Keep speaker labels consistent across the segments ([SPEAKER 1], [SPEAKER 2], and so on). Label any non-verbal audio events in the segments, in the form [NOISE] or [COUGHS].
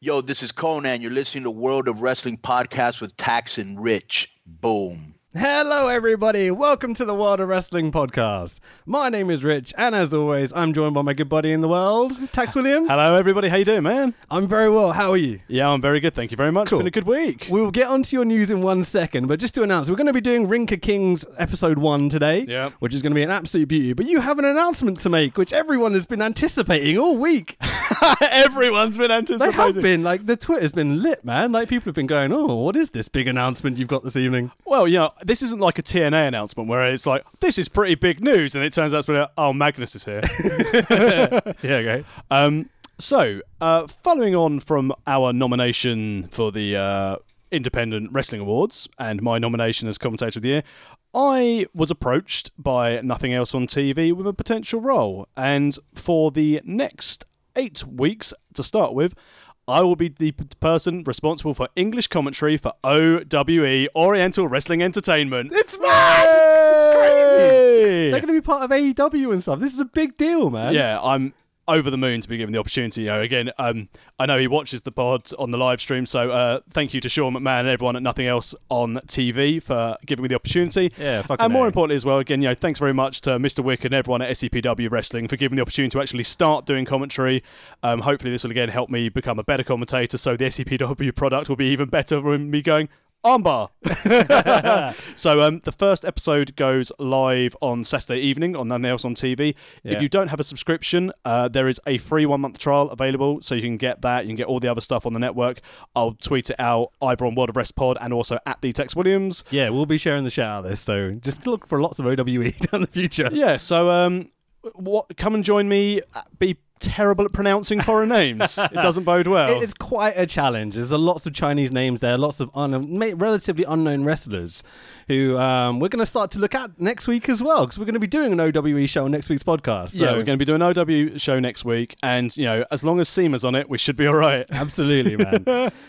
[SPEAKER 1] Yo, this is Conan. You're listening to World of Wrestling Podcast with Tax and Rich. Boom.
[SPEAKER 2] Hello, everybody. Welcome to the World of Wrestling podcast. My name is Rich, and as always, I'm joined by my good buddy in the world, Tax Williams.
[SPEAKER 3] Hello, everybody. How you doing, man?
[SPEAKER 2] I'm very well. How are you?
[SPEAKER 3] Yeah, I'm very good. Thank you very much.
[SPEAKER 2] Cool.
[SPEAKER 3] It's been a good week.
[SPEAKER 2] We will get onto your news in one second, but just to announce, we're going to be doing Rinka Kings episode one today,
[SPEAKER 3] Yeah.
[SPEAKER 2] which is going to be an absolute beauty. But you have an announcement to make, which everyone has been anticipating all week.
[SPEAKER 3] [LAUGHS] Everyone's been
[SPEAKER 2] They
[SPEAKER 3] anticipating.
[SPEAKER 2] have been like the Twitter's been lit, man. Like people have been going, "Oh, what is this big announcement you've got this evening?"
[SPEAKER 3] Well, you know, this isn't like a TNA announcement where it's like, this is pretty big news, and it turns out, it's been, oh, Magnus is here. [LAUGHS]
[SPEAKER 2] Yeah, okay.
[SPEAKER 3] um, so, uh, following on from our nomination for the uh, Independent Wrestling Awards and my nomination as Commentator of the Year, I was approached by Nothing Else on TV with a potential role. And for the next eight weeks to start with, I will be the p- person responsible for English commentary for OWE Oriental Wrestling Entertainment.
[SPEAKER 2] It's mad. It's crazy.
[SPEAKER 3] Yay!
[SPEAKER 2] They're going to be part of AEW and stuff. This is a big deal, man.
[SPEAKER 3] yeah, I'm over the moon to be given the opportunity. You know, again, um, I know he watches the pod on the live stream, so uh, thank you to Sean McMahon and everyone at Nothing Else on TV for giving me the opportunity.
[SPEAKER 2] Yeah, fucking
[SPEAKER 3] And more
[SPEAKER 2] A.
[SPEAKER 3] importantly as well, again, you know, thanks very much to Mr. Wick and everyone at SCPW Wrestling for giving me the opportunity to actually start doing commentary. Um, hopefully, this will again help me become a better commentator, so the SCPW product will be even better than me going. Armbar. [LAUGHS] so um, the first episode goes live on Saturday evening on Nothing Else on TV.
[SPEAKER 2] Yeah.
[SPEAKER 3] If you don't have a subscription, uh, there is a free one month trial available, so you can get that. You can get all the other stuff on the network. I'll tweet it out either on World of Rest Pod and also at the Tex Williams.
[SPEAKER 2] Yeah, we'll be sharing the shit out of this, so just look for lots of OWE [LAUGHS] down the future.
[SPEAKER 3] Yeah, so um, what? Come and join me. uh, Be terrible at pronouncing
[SPEAKER 2] [LAUGHS]
[SPEAKER 3] foreign names. It doesn't bode well.
[SPEAKER 2] It is quite a challenge. There's a lots of Chinese names there, lots of un- ma- relatively unknown wrestlers who um, we're going to start to look at next week as well, because we're going to be doing an OWE show on next week's podcast. So.
[SPEAKER 3] yeah, we're going to be doing an OW show next week, and you know, as long as Seema's on it, we should be
[SPEAKER 2] [LAUGHS]
[SPEAKER 3] all right.
[SPEAKER 2] Absolutely, man.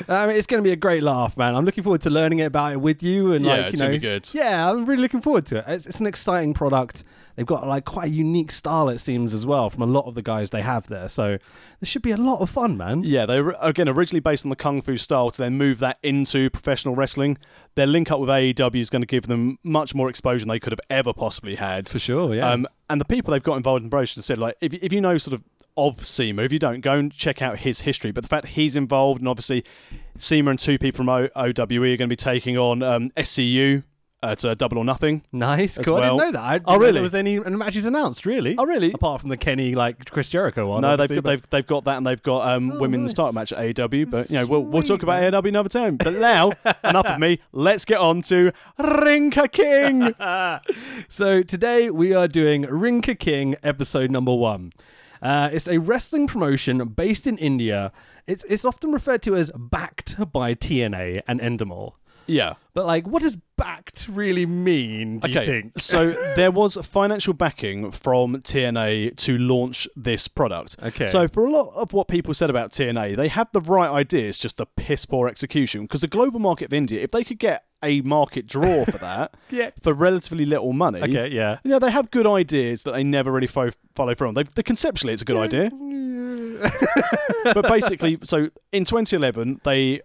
[SPEAKER 2] um, it's going to be a great laugh, man. I'm looking forward to learning about it with you, and
[SPEAKER 3] Yeah,
[SPEAKER 2] like
[SPEAKER 3] it's
[SPEAKER 2] you know,
[SPEAKER 3] gonna be good.
[SPEAKER 2] yeah, I'm really looking forward to it. It's, it's an exciting product. They've got like quite a unique style, it seems, as well, from a lot of the guys they have there. So this should be a lot of fun, man.
[SPEAKER 3] Yeah, they were again originally based on the kung fu style to then move that into professional wrestling. Their link up with AEW is going to give them much more exposure than they could have ever possibly had.
[SPEAKER 2] For sure, yeah.
[SPEAKER 3] Um, and the people they've got involved in Brosh have said like if, if you know sort of of Seema, if you don't, go and check out his history. But the fact he's involved and obviously Seema and two people from o- OWE are going to be taking on um, SCU at uh, Double or Nothing.
[SPEAKER 2] nice.
[SPEAKER 3] as
[SPEAKER 2] Cool. I didn't
[SPEAKER 3] well.
[SPEAKER 2] know that. I didn't
[SPEAKER 3] Oh,
[SPEAKER 2] know
[SPEAKER 3] really?
[SPEAKER 2] There was any any matches announced, really?
[SPEAKER 3] Oh, really?
[SPEAKER 2] Apart from the Kenny like Chris Jericho one.
[SPEAKER 3] No, they've
[SPEAKER 2] obviously,
[SPEAKER 3] got,
[SPEAKER 2] but-
[SPEAKER 3] they've they've got that, and they've got um,
[SPEAKER 2] Oh,
[SPEAKER 3] women's
[SPEAKER 2] nice.
[SPEAKER 3] title match at AEW. But you know, we'll we'll
[SPEAKER 2] Sweet,
[SPEAKER 3] talk about AEW another time. But now, enough
[SPEAKER 2] [LAUGHS]
[SPEAKER 3] of me. Let's get on to Rinka King.
[SPEAKER 2] So today we are doing Rinka King episode number one. Uh, it's a wrestling promotion based in India. It's it's often referred to as backed by TNA and Endemol.
[SPEAKER 3] yeah.
[SPEAKER 2] But like, what does backed really mean? Do you
[SPEAKER 3] Okay.
[SPEAKER 2] think?
[SPEAKER 3] [LAUGHS] so there was financial backing from TNA to launch this product.
[SPEAKER 2] Okay.
[SPEAKER 3] So for a lot of what people said about TNA, they had the right ideas, just the piss poor execution. Because the global market of India, if they could get a market
[SPEAKER 2] [LAUGHS]
[SPEAKER 3] draw for that
[SPEAKER 2] Yeah.
[SPEAKER 3] for relatively little money.
[SPEAKER 2] Okay, yeah.
[SPEAKER 3] Yeah, they have good ideas that they never really fo- follow through on. They, they conceptually, it's a good idea, but basically, [LAUGHS] so in 2011, they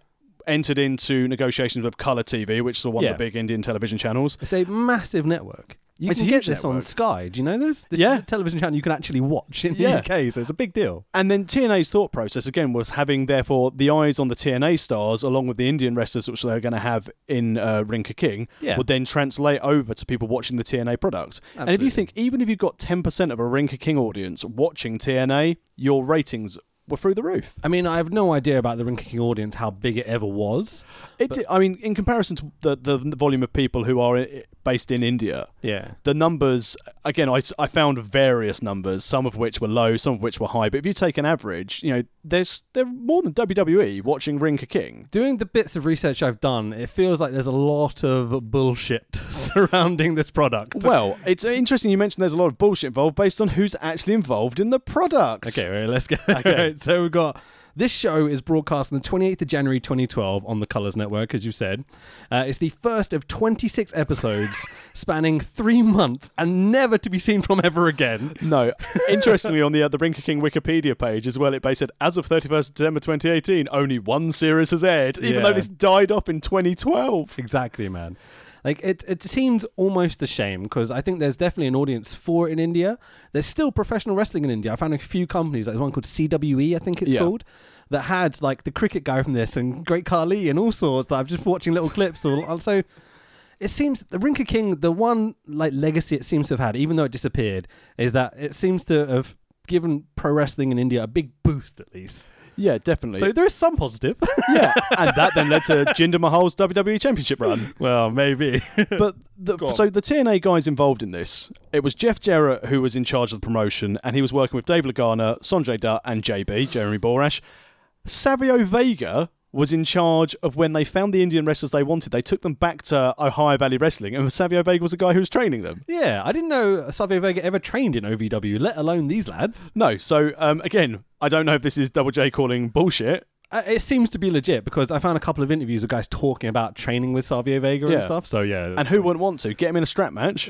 [SPEAKER 3] entered into negotiations with Color TV, which is one
[SPEAKER 2] Yeah.
[SPEAKER 3] of the big Indian television channels.
[SPEAKER 2] It's a massive network. You
[SPEAKER 3] It's a
[SPEAKER 2] can get
[SPEAKER 3] huge
[SPEAKER 2] this on
[SPEAKER 3] network.
[SPEAKER 2] Sky. Do you know this? This
[SPEAKER 3] Yeah.
[SPEAKER 2] is a television channel you can actually watch in the
[SPEAKER 3] Yeah.
[SPEAKER 2] UK, so it's a big deal.
[SPEAKER 3] And then TNA's thought process again was having, therefore, the eyes on the TNA stars, along with the Indian wrestlers, which they're going to have in uh, Rinka King,
[SPEAKER 2] Yeah.
[SPEAKER 3] would then translate over to people watching the TNA product. And if
[SPEAKER 2] Absolutely.
[SPEAKER 3] you think, even if you've got 10% of a Rinka King audience watching TNA, your ratings were through the roof.
[SPEAKER 2] I mean, I have no idea about the Rinka King audience, how big it ever was.
[SPEAKER 3] It did, I mean, in comparison to the, the the volume of people who are i- based in India,
[SPEAKER 2] Yeah.
[SPEAKER 3] the numbers, again, I, s- I found various numbers, some of which were low, some of which were high. But if you take an average, you know, there's they're more than WWE watching Rinka King.
[SPEAKER 2] doing the bits of research I've done, it feels like there's a lot of bullshit [LAUGHS] surrounding this product.
[SPEAKER 3] Well, it's interesting you mentioned there's a lot of bullshit involved based on who's actually involved in the product.
[SPEAKER 2] [LAUGHS] okay, well, let's go. All right, so we've got This show is broadcast on the 28th of January 2012 on the Colors Network, as you said. Uh, it's the first of 26 episodes [LAUGHS] spanning three months and never to be seen from ever again.
[SPEAKER 3] [LAUGHS] No. Interestingly, on the uh, the Rinker King Wikipedia page as well, it basically said as of 31st December 2018, only one series has aired, even
[SPEAKER 2] Yeah.
[SPEAKER 3] though this died off in 2012.
[SPEAKER 2] Exactly, man. Like it, it seems almost a shame because I think there's definitely an audience for it in India. There's still professional wrestling in India. I found a few companies, like there's one called CWE, I think it's
[SPEAKER 3] Yeah.
[SPEAKER 2] called, that had like the cricket guy from this and Great Khali and all sorts. That I've just watching little clips. All [LAUGHS] also, it seems the Rinka King, the one like legacy it seems to have had, even though it disappeared, is that it seems to have given pro wrestling in India a big boost at least.
[SPEAKER 3] Yeah, definitely.
[SPEAKER 2] So there is some positive. [LAUGHS]
[SPEAKER 3] yeah, and that then led to Jinder Mahal's WWE Championship run.
[SPEAKER 2] well, maybe.
[SPEAKER 3] But the,
[SPEAKER 2] on.
[SPEAKER 3] so the TNA guys involved in this, it was Jeff Jarrett who was in charge of the promotion, and he was working with Dave Lagana, Sanjay Dutt, and JB Jeremy Borash. Savio Vega was in charge of when they found the Indian wrestlers they wanted. They took them back to Ohio Valley Wrestling, and Savio Vega was the guy who was training them.
[SPEAKER 2] Yeah, I didn't know Savio Vega ever trained in OVW, let alone these lads.
[SPEAKER 3] No, so um, again, I don't know if this is Double J calling bullshit.
[SPEAKER 2] Uh, It seems to be legit because I found a couple of interviews with guys talking about training with Savio Vega
[SPEAKER 3] Yeah.
[SPEAKER 2] and stuff. So yeah,
[SPEAKER 3] And who wouldn't want to get him in a strap match?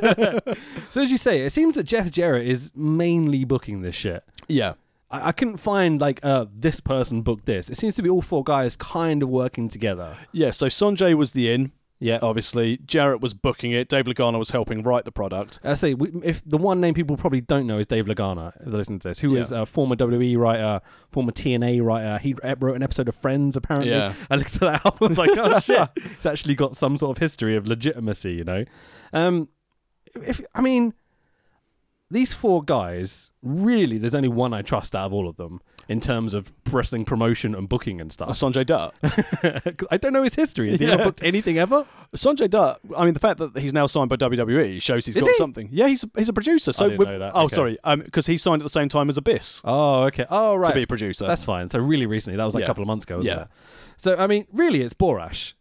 [SPEAKER 2] So as you say, it seems that Jeff Jarrett is mainly booking this shit.
[SPEAKER 3] [LAUGHS] yeah,
[SPEAKER 2] I, I couldn't find like uh, this person booked this. It seems to be all four guys kind of working together.
[SPEAKER 3] yeah. So Sanjay was the in.
[SPEAKER 2] Yeah.
[SPEAKER 3] obviously. Jarrett was booking it. Dave Lagana was helping write the product.
[SPEAKER 2] I say we- if the one name people probably don't know is Dave Lagana. If they listen to this, who is
[SPEAKER 3] Yeah.
[SPEAKER 2] a former WWE writer, former TNA writer. He e- wrote an episode of Friends. Apparently,
[SPEAKER 3] Yeah.
[SPEAKER 2] [LAUGHS] I looked at that up and was like, [LAUGHS] oh shit, it's actually got some sort of history of legitimacy, you know. Um, if I mean, these four guys really, there's only one I trust out of all of them in terms of wrestling promotion and booking and stuff.
[SPEAKER 3] Uh, Sanjay Dutt.
[SPEAKER 2] 'Cause [LAUGHS] I don't know his history. Has he ever
[SPEAKER 3] Yeah.
[SPEAKER 2] booked anything ever?
[SPEAKER 3] Sanjay Dutt. I mean, the fact that he's now signed by WWE shows he's
[SPEAKER 2] Is
[SPEAKER 3] got
[SPEAKER 2] he?
[SPEAKER 3] something. Yeah, he's a, he's a producer. So
[SPEAKER 2] didn't
[SPEAKER 3] with-
[SPEAKER 2] know that.
[SPEAKER 3] oh,
[SPEAKER 2] Okay.
[SPEAKER 3] sorry, because he signed at the same time as Abyss
[SPEAKER 2] Oh, okay. Oh, right.
[SPEAKER 3] to be a producer.
[SPEAKER 2] That's fine. So really recently, that was like a
[SPEAKER 3] Yeah.
[SPEAKER 2] couple of months ago, wasn't
[SPEAKER 3] Yeah.
[SPEAKER 2] it? So I mean, really, it's Borash.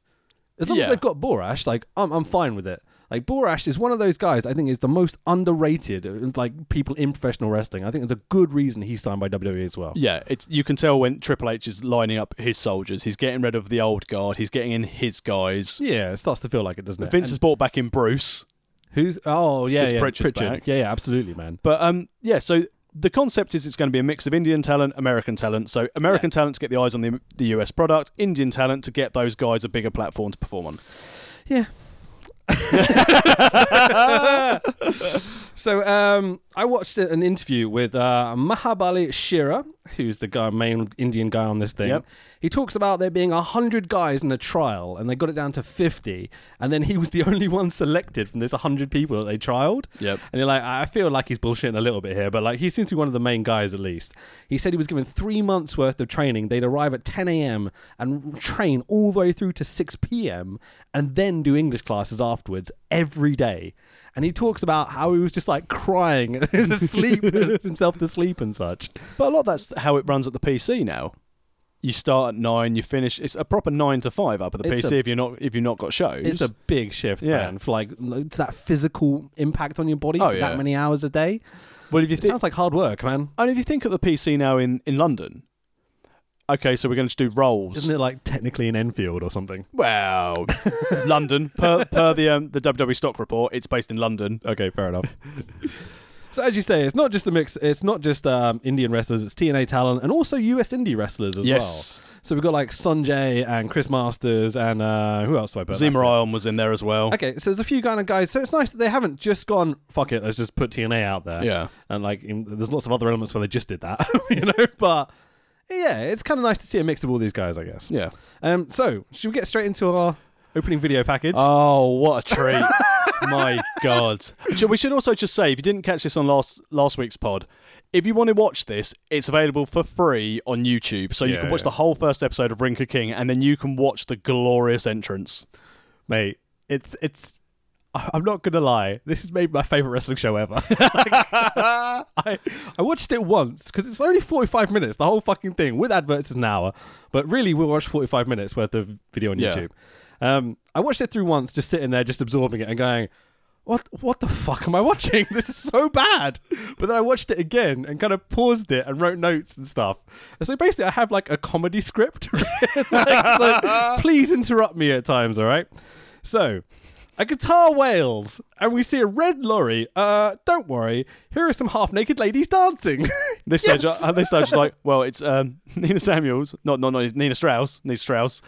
[SPEAKER 2] As long as
[SPEAKER 3] Yeah.
[SPEAKER 2] they've got Borash, like I'm, I'm fine with it. Like Borash is one of those guys I think is the most underrated, uh, like people in professional wrestling. I think there's a good reason he's signed by WWE as well.
[SPEAKER 3] yeah, it's you can tell when Triple H is lining up his soldiers. He's getting rid of the old guard. He's getting in his guys.
[SPEAKER 2] Yeah, it starts to feel like it, doesn't it?
[SPEAKER 3] Vince
[SPEAKER 2] And
[SPEAKER 3] has brought back in Bruce.
[SPEAKER 2] who's oh yeah,
[SPEAKER 3] It's
[SPEAKER 2] yeah
[SPEAKER 3] Pritchard's back.
[SPEAKER 2] Yeah, yeah, absolutely, man.
[SPEAKER 3] But um, yeah, so the concept is it's going to be a mix of Indian talent, American talent. So American talent to get the eyes on the, the US product, Indian talent to get those guys a bigger platform to perform on.
[SPEAKER 2] Yeah. [LAUGHS] so um, I watched an interview with uh, Mahabali Shira, who's the guy, main Indian guy on this thing.
[SPEAKER 3] Yep.
[SPEAKER 2] He talks about there being hundred guys in a trial, and they got it down to fifty, and then he was the [LAUGHS] only one selected from this hundred people that they trialed.
[SPEAKER 3] Yep.
[SPEAKER 2] And you're like, I feel like he's bullshitting a little bit here, but like he seems to be one of the main guys at least. He said he was given three months worth of training. They'd arrive at 10 a.m. and train all the way through to 6 p.m. and then do English classes afterwards every day. And he talks about how he was just like crying [LAUGHS]
[SPEAKER 3] [LAUGHS]
[SPEAKER 2] asleep, himself to sleep and such.
[SPEAKER 3] But a lot of that's how it runs at the PC now. You start at nine, you finish. It's a proper nine to five up at the
[SPEAKER 2] It's
[SPEAKER 3] PC
[SPEAKER 2] a-
[SPEAKER 3] if you're not if you've not got shows.
[SPEAKER 2] It's a big shift,
[SPEAKER 3] Yeah.
[SPEAKER 2] man, for like lo- that physical impact on your body
[SPEAKER 3] Oh,
[SPEAKER 2] for
[SPEAKER 3] yeah.
[SPEAKER 2] that many hours a day.
[SPEAKER 3] well, if you
[SPEAKER 2] It
[SPEAKER 3] think,
[SPEAKER 2] sounds like hard work, man.
[SPEAKER 3] and if you think at the PC now in in London, okay, so we're going to do roles.
[SPEAKER 2] Isn't it like technically an Enfield or something? [LAUGHS]
[SPEAKER 3] Well, London per per the um, the WWE stock report, it's based in London.
[SPEAKER 2] Okay, fair enough. [LAUGHS] so as you say, it's not just a mix. It's not just um, Indian wrestlers. It's TNA talent and also US indie wrestlers as
[SPEAKER 3] Yes.
[SPEAKER 2] well. So we've got like Sanjay and Chris Masters and uh, who else do I put?
[SPEAKER 3] Zima
[SPEAKER 2] That's it.
[SPEAKER 3] Ion was in there as well.
[SPEAKER 2] Okay, so there's a few kind of guys. So it's nice that they haven't just gone fuck it. Let's just put TNA out there.
[SPEAKER 3] Yeah.
[SPEAKER 2] and like in, there's lots of other elements where they just did that, [LAUGHS] you know. But yeah, it's kind of nice to see a mix of all these guys, I guess.
[SPEAKER 3] Yeah.
[SPEAKER 2] Um. So should we get straight into our opening video package?
[SPEAKER 3] Oh, what a treat!
[SPEAKER 2] [LAUGHS]
[SPEAKER 3] My God. Should- We should also just say, if you didn't catch this on last last week's pod, if you want to watch this, it's available for free on YouTube. So you
[SPEAKER 2] Yeah,
[SPEAKER 3] can watch
[SPEAKER 2] yeah.
[SPEAKER 3] the whole first episode of Rinker King, and then you can watch the glorious entrance.
[SPEAKER 2] mate. It's it's. I- I'm not gonna lie. This is maybe my favorite wrestling show ever. [LAUGHS] I I watched it once because it's only 45 minutes. The whole fucking thing with adverts is an hour, but really we watched 45 minutes worth of video on
[SPEAKER 3] Yeah.
[SPEAKER 2] YouTube. Um, I watched it through once, just sitting there, just absorbing it and going, what what the fuck am I watching? [LAUGHS] This is so bad. But then I watched it again and kind of paused it and wrote notes and stuff. And so basically, I have like a comedy script. [LAUGHS] like, so please interrupt me at times, all right? So. A guitar wails, and we see a red lorry. Uh, don't worry, here are some half-naked ladies dancing. [LAUGHS]
[SPEAKER 3] This
[SPEAKER 2] Yes.
[SPEAKER 3] stage, at this stage, like, well,
[SPEAKER 2] [LAUGHS]
[SPEAKER 3] it's um, Nina Samuels, not not not Nina Strauss, Nina Strauss,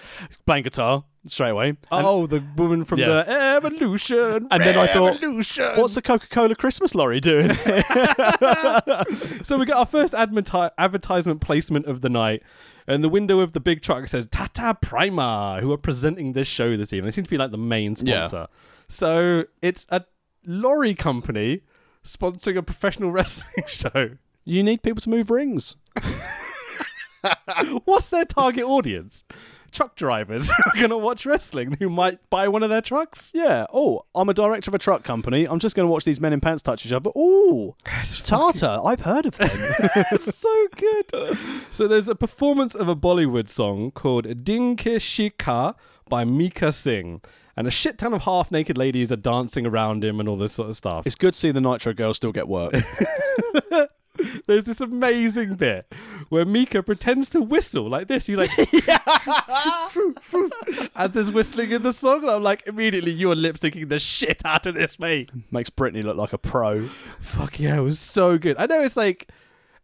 [SPEAKER 3] playing guitar straight away. And,
[SPEAKER 2] oh, the woman from
[SPEAKER 3] Yeah.
[SPEAKER 2] the Evolution.
[SPEAKER 3] and then I thought,
[SPEAKER 2] Revolution.
[SPEAKER 3] what's the Coca Cola Christmas
[SPEAKER 2] [LAUGHS]
[SPEAKER 3] lorry doing?
[SPEAKER 2] So we get our first admeti- advertisement placement of the night, and the window of the big truck says Tata Prima, who are presenting this show this evening. They seem to be like the main
[SPEAKER 3] Yeah.
[SPEAKER 2] sponsor. So it's a lorry company sponsoring a professional [LAUGHS] wrestling show.
[SPEAKER 3] you need people to move rings.
[SPEAKER 2] What's their target audience? Truck drivers [LAUGHS] who are going to watch wrestling who might buy one of their trucks. [LAUGHS]
[SPEAKER 3] Yeah. Oh, I'm a director of a truck company. I'm just going to watch these men in pants touch each other. Oh, Tata. I've heard of them. [LAUGHS]
[SPEAKER 2] It's so good. So there's a performance of a Bollywood song called Dinke Shika by Mika Singh. And a shit ton of half naked ladies are dancing around him and all this sort of stuff.
[SPEAKER 3] it's good to see the Nitro girls still get work. [LAUGHS]
[SPEAKER 2] There's this amazing bit where Mika pretends to whistle like this. You're like, [LAUGHS] as there's whistling in the song. And I'm like, immediately, you're lip syncing the shit out of this, mate.
[SPEAKER 3] Makes Britney look like a pro.
[SPEAKER 2] Fuck yeah, it was so good. I know it's like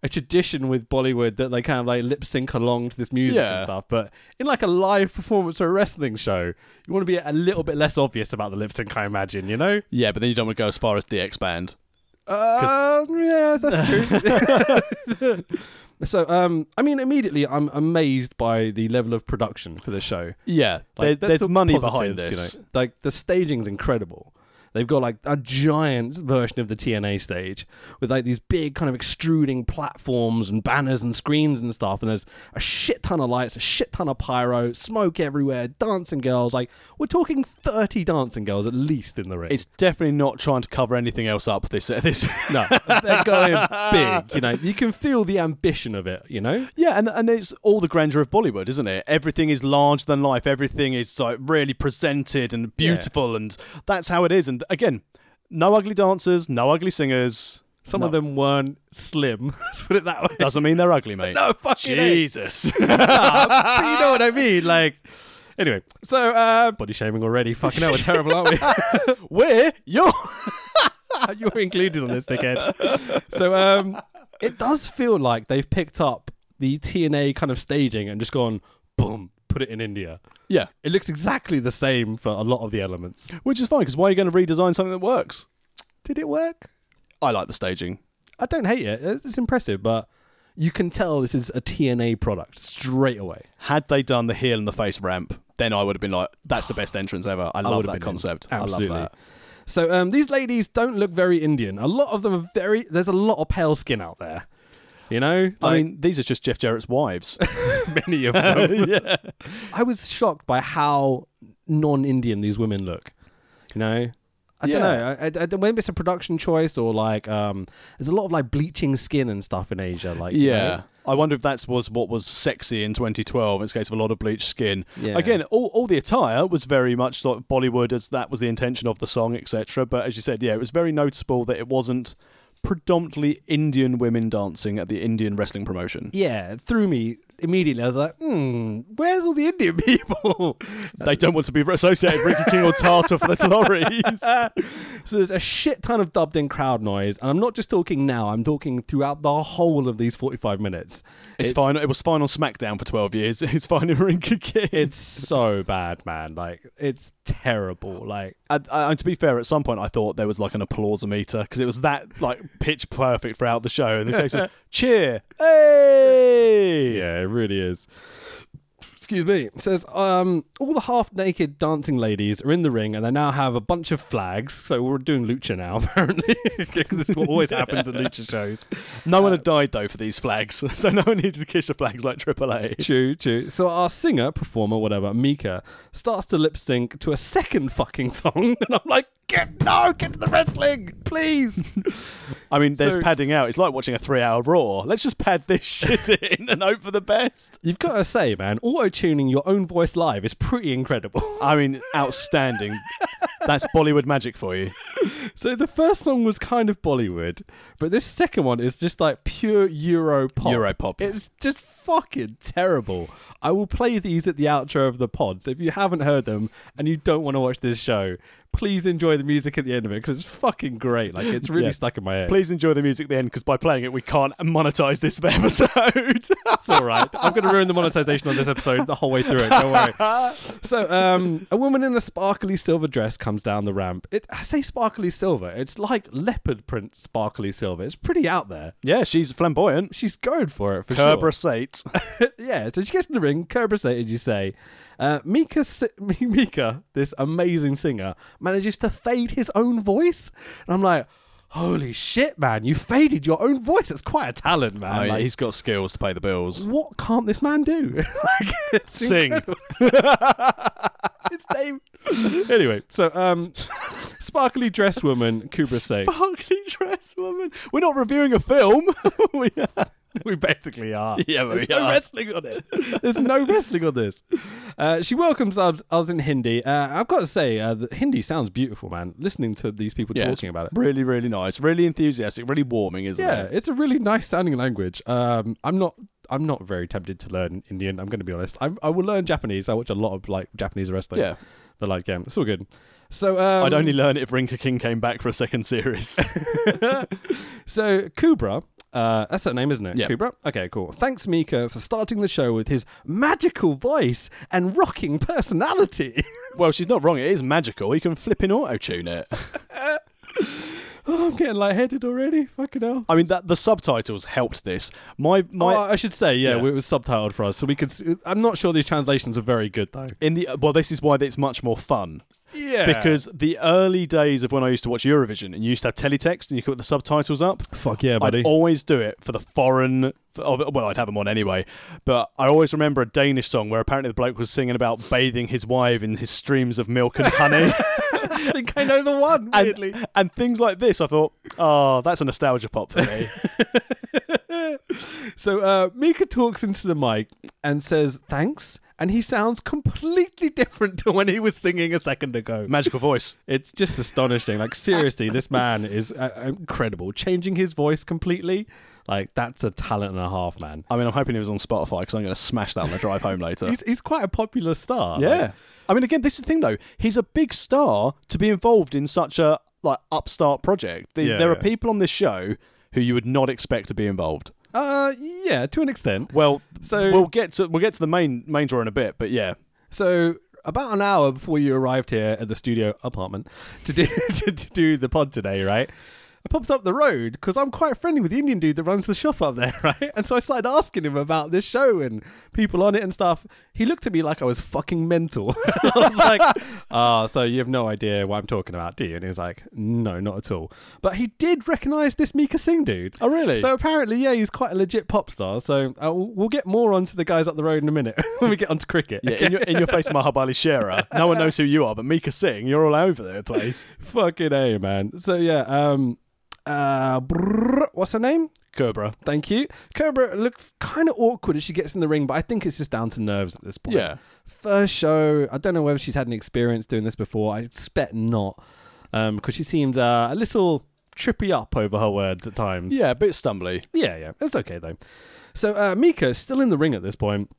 [SPEAKER 2] a tradition with Bollywood that they kind of like lip sync along to this music and
[SPEAKER 3] Yeah.
[SPEAKER 2] stuff, but in like a live performance or a wrestling show, you want to be a little bit less obvious about the lip sync, I imagine, you know?
[SPEAKER 3] Yeah, but then you don't want to go as far as DX Band.
[SPEAKER 2] Um, yeah, that's true. [LAUGHS] so, um, I mean, immediately I'm amazed by the level of production for the show.
[SPEAKER 3] Yeah,
[SPEAKER 2] Like,
[SPEAKER 3] there-
[SPEAKER 2] that's
[SPEAKER 3] there's
[SPEAKER 2] the
[SPEAKER 3] money
[SPEAKER 2] positives,
[SPEAKER 3] behind this.
[SPEAKER 2] You know? Like the staging's incredible. They've got like a giant version of the TNA stage with like these big kind of extruding platforms and banners and screens and stuff. And there's a shit ton of lights, a shit ton of pyro, smoke everywhere, dancing girls. Like we're talking 30 dancing girls at least in the ring.
[SPEAKER 3] It's definitely not trying to cover anything else up. This uh, this. [LAUGHS]
[SPEAKER 2] no, they're going big. You know, you can feel the ambition of it. You know,
[SPEAKER 3] Yeah, and and it's all the grandeur of Bollywood, isn't it? Everything is larger than life. Everything is like really presented and beautiful, and that's how it is. And again, no ugly dancers, no ugly singers.
[SPEAKER 2] some
[SPEAKER 3] No.
[SPEAKER 2] of them weren't slim. [LAUGHS] Let's put it that way.
[SPEAKER 3] Doesn't mean they're ugly, mate.
[SPEAKER 2] [LAUGHS] No, fucking A.
[SPEAKER 3] Jesus.
[SPEAKER 2] [LAUGHS] but you know what I mean. Like, anyway, so uh, body shaming already. Fucking hell, we're terrible, aren't we?
[SPEAKER 3] [LAUGHS]
[SPEAKER 2] [LAUGHS]
[SPEAKER 3] We're your
[SPEAKER 2] You're included on this, dickhead. So um, it does feel like they've picked up the TNA kind of staging and just gone, boom, put it in India.
[SPEAKER 3] yeah,
[SPEAKER 2] It looks exactly the same for a lot of the elements.
[SPEAKER 3] which is fine because why are you going to redesign something that works?
[SPEAKER 2] Did it work?
[SPEAKER 3] I like the staging.
[SPEAKER 2] I don't hate it. It's, it's impressive, but you can tell this is a TNA product straight away.
[SPEAKER 3] Had they done the heel and the face ramp, then I would have been like, "That's the best entrance ever." I love
[SPEAKER 2] would've
[SPEAKER 3] that
[SPEAKER 2] been in.
[SPEAKER 3] concept.
[SPEAKER 2] Absolutely.
[SPEAKER 3] I love that.
[SPEAKER 2] So um, these ladies don't look very Indian. A lot of them are very. There's a lot of pale skin out there. You know,
[SPEAKER 3] I
[SPEAKER 2] Like,
[SPEAKER 3] mean, these are just Jeff Jarrett's wives.
[SPEAKER 2] [LAUGHS] many of
[SPEAKER 3] [LAUGHS]
[SPEAKER 2] them. yeah. I was shocked by how non-Indian these women look. You know. I
[SPEAKER 3] Yeah.
[SPEAKER 2] don't know. I, I, I, maybe it's a production choice, or like, um, there's a lot of like bleaching skin and stuff in Asia. Like, you
[SPEAKER 3] Yeah.
[SPEAKER 2] know?
[SPEAKER 3] I wonder if that's was what was sexy in 2012. It's a case of a lot of bleached skin.
[SPEAKER 2] Yeah.
[SPEAKER 3] Again, all, all the attire was very much sort of Bollywood, as that was the intention of the song, etc. But as you said, yeah, it was very noticeable that it wasn't predominantly Indian women dancing at the Indian wrestling promotion.
[SPEAKER 2] yeah, it threw me immediately. I was like, hmm, where's all the Indian [LAUGHS] people?
[SPEAKER 3] They don't want to be associated with Ricky King or Tata
[SPEAKER 2] [LAUGHS]
[SPEAKER 3] for the lorries.
[SPEAKER 2] So there's a shit ton of dubbed in crowd noise, and I'm not just talking now, I'm talking throughout the whole of these 45 minutes.
[SPEAKER 3] It's, fine. It was fine on SmackDown for 12 years. [LAUGHS] It's fine in Ring of Kids.
[SPEAKER 2] It's so bad, man. Like, it's terrible. Like,
[SPEAKER 3] I, I, and to be fair, at some point I thought there was like an applause meter because it was that like pitch perfect throughout the show. And the
[SPEAKER 2] [LAUGHS]
[SPEAKER 3] case of cheer, hey,
[SPEAKER 2] yeah, it really is. Excuse me. It says, um, all the half naked dancing ladies are in the ring and they now have a bunch of flags. So we're doing lucha now, [LAUGHS] apparently, because this is what always happens at lucha shows.
[SPEAKER 3] no one
[SPEAKER 2] Uh,
[SPEAKER 3] had died though for these flags, [LAUGHS] so no one needed to kiss the flags like AAA.
[SPEAKER 2] True, true. So our singer, performer, whatever, Mika, starts to lip sync to a second fucking song, [LAUGHS] and I'm like, get no, get to the wrestling, please.
[SPEAKER 3] I mean, there's
[SPEAKER 2] So-
[SPEAKER 3] padding out. It's like watching a three-hour Raw. Let's just pad this [LAUGHS] shit in and hope for the best.
[SPEAKER 2] You've got to say, man, auto tuning your own voice live is pretty incredible.
[SPEAKER 3] I mean, outstanding. That's Bollywood magic for you.
[SPEAKER 2] So the first song was kind of Bollywood, but this second one is just like pure Euro pop.
[SPEAKER 3] Europop.
[SPEAKER 2] It's just fucking terrible. I will play these at the outro of the pod. So if you haven't heard them and you don't want to watch this show, please enjoy the music at the end of it because it's fucking great. Like it's really
[SPEAKER 3] Yeah.
[SPEAKER 2] stuck in my head.
[SPEAKER 3] Please enjoy the music at the end because by playing it, we can't monetize this [LAUGHS] episode.
[SPEAKER 2] It's all right. I'm going to ruin the monetization on this episode the whole way through it. Don't worry. [LAUGHS] So, um, a woman in a sparkly silver dress comes down the ramp. It, I say sparkly silver. It's like leopard print sparkly silver. It's pretty out there.
[SPEAKER 3] yeah, she's flamboyant.
[SPEAKER 2] She's going for it for sure.
[SPEAKER 3] Kerberos
[SPEAKER 2] [LAUGHS]
[SPEAKER 3] 8.
[SPEAKER 2] yeah, so she gets in the ring, curb-rated, you say. Uh, Mika, si- [LAUGHS] Mika, this amazing singer, manages to fade his own voice. And I'm like, holy shit, man, you faded your own voice. That's quite a talent, man.
[SPEAKER 3] Oh,
[SPEAKER 2] Like,
[SPEAKER 3] he's got skills to pay the bills.
[SPEAKER 2] what can't this man do? [LAUGHS] like, it's
[SPEAKER 3] Sing.
[SPEAKER 2] his name. anyway, so um, sparkly dressed woman, Kubra
[SPEAKER 3] Sparkly dress woman. We're not reviewing a film. [LAUGHS] we are.
[SPEAKER 2] [LAUGHS] We basically are.
[SPEAKER 3] Yeah, we
[SPEAKER 2] There's no
[SPEAKER 3] are.
[SPEAKER 2] wrestling on it. [LAUGHS] There's no wrestling on this. Uh, she welcomes us, us in Hindi. Uh, I've got to say, uh, the Hindi sounds beautiful, man. Listening to these people
[SPEAKER 3] Yeah,
[SPEAKER 2] talking
[SPEAKER 3] it's
[SPEAKER 2] about it.
[SPEAKER 3] Really, really nice. Really enthusiastic. Really warming, isn't
[SPEAKER 2] Yeah,
[SPEAKER 3] it?
[SPEAKER 2] it's a really nice sounding language. Um, I'm not. I'm not very tempted to learn Indian. I'm going to be honest. I, I will learn Japanese. I watch a lot of like Japanese wrestling.
[SPEAKER 3] Yeah.
[SPEAKER 2] but like, yeah, it's all good. So um,
[SPEAKER 3] I'd only learn it if Rinka King came back for a second
[SPEAKER 2] [LAUGHS]
[SPEAKER 3] series.
[SPEAKER 2] So Kubra, uh, that's her name, isn't it?
[SPEAKER 3] Yeah.
[SPEAKER 2] Kubra. Okay, cool. Thanks, Mika, for starting the show with his magical voice and rocking personality. [LAUGHS]
[SPEAKER 3] well, she's not wrong. It is magical. You can flipping auto tune it.
[SPEAKER 2] oh, I'm getting lightheaded already. Fucking hell.
[SPEAKER 3] I mean, that the subtitles helped this. My my
[SPEAKER 2] oh, I should say, yeah,
[SPEAKER 3] Yeah.
[SPEAKER 2] it was subtitled for us, so we could. s- I'm not sure these translations are very good though.
[SPEAKER 3] in the well, this is why it's much more fun.
[SPEAKER 2] Yeah,
[SPEAKER 3] Because the early days of when I used to watch Eurovision and you used to have teletext and you could put the subtitles up,
[SPEAKER 2] fuck yeah,
[SPEAKER 3] I'd
[SPEAKER 2] buddy.
[SPEAKER 3] always do it for the foreign. oh, Well, I'd have them on anyway, but I always remember a Danish song where apparently the bloke was singing about bathing his wife in his streams of milk and
[SPEAKER 2] [LAUGHS]
[SPEAKER 3] honey,
[SPEAKER 2] [LAUGHS] I think I know the one. Weirdly.
[SPEAKER 3] and, and things like this. I thought, oh, that's a nostalgia pop for me. [LAUGHS]
[SPEAKER 2] So uh, Mika talks into the mic and says thanks, and he sounds completely [LAUGHS] different to when he was singing a second ago.
[SPEAKER 3] Magical voice.
[SPEAKER 2] It's just astonishing. Like seriously, this man is uh, incredible. Changing his voice completely, like that's a talent and a half, man.
[SPEAKER 3] I mean, I'm hoping it was on Spotify because I'm going to smash that on the drive home
[SPEAKER 2] [LAUGHS]
[SPEAKER 3] later.
[SPEAKER 2] He's, he's quite a popular star.
[SPEAKER 3] Yeah.
[SPEAKER 2] Like,
[SPEAKER 3] I mean, again, this is the thing though. He's a big star to be involved in such a like upstart project. There's,
[SPEAKER 2] Yeah,
[SPEAKER 3] there are
[SPEAKER 2] yeah.
[SPEAKER 3] people on this show who you would not expect to be involved.
[SPEAKER 2] uh, yeah, to an extent.
[SPEAKER 3] Well,
[SPEAKER 2] So-
[SPEAKER 3] so we'll get to we'll get to the main main draw in a bit, but yeah,
[SPEAKER 2] So about an hour before you arrived here at the studio apartment to do [LAUGHS] to, to do the pod today, right? I popped up the road because I'm quite friendly with the Indian dude that runs the shop up there, [LAUGHS] right? And so I started asking him about this show and people on it and stuff. He looked at me like I was fucking mental. [LAUGHS] I was
[SPEAKER 3] [LAUGHS]
[SPEAKER 2] like, "Ah, so you have no idea what I'm talking about, do you?" And he was like, "No, not at all." But he did recognise this Mika Singh dude.
[SPEAKER 3] Oh, really?
[SPEAKER 2] So apparently, yeah, he's quite a legit pop star. So uh, we'll we'll get more onto the guys up the road in a minute [LAUGHS] when we get onto cricket.
[SPEAKER 3] yeah. In, your, in your face, Mahabali Shera. No one knows who you are, but Mika Singh, you're all over the [LAUGHS] place.
[SPEAKER 2] Fucking A, man. So yeah, um uh brrr, what's her name?
[SPEAKER 3] Cobra.
[SPEAKER 2] Thank you. Cobra looks kind of awkward as she gets in the ring, but I think it's just down to nerves at this point.
[SPEAKER 3] Yeah.
[SPEAKER 2] First show, I don't know whether she's had an experience doing this before. I expect not. Um because she seems uh, a little trippy up over her words at times.
[SPEAKER 3] Yeah, a bit stumbly.
[SPEAKER 2] Yeah, yeah. It's okay, though. So, uh, Mika, is still in the ring at this point,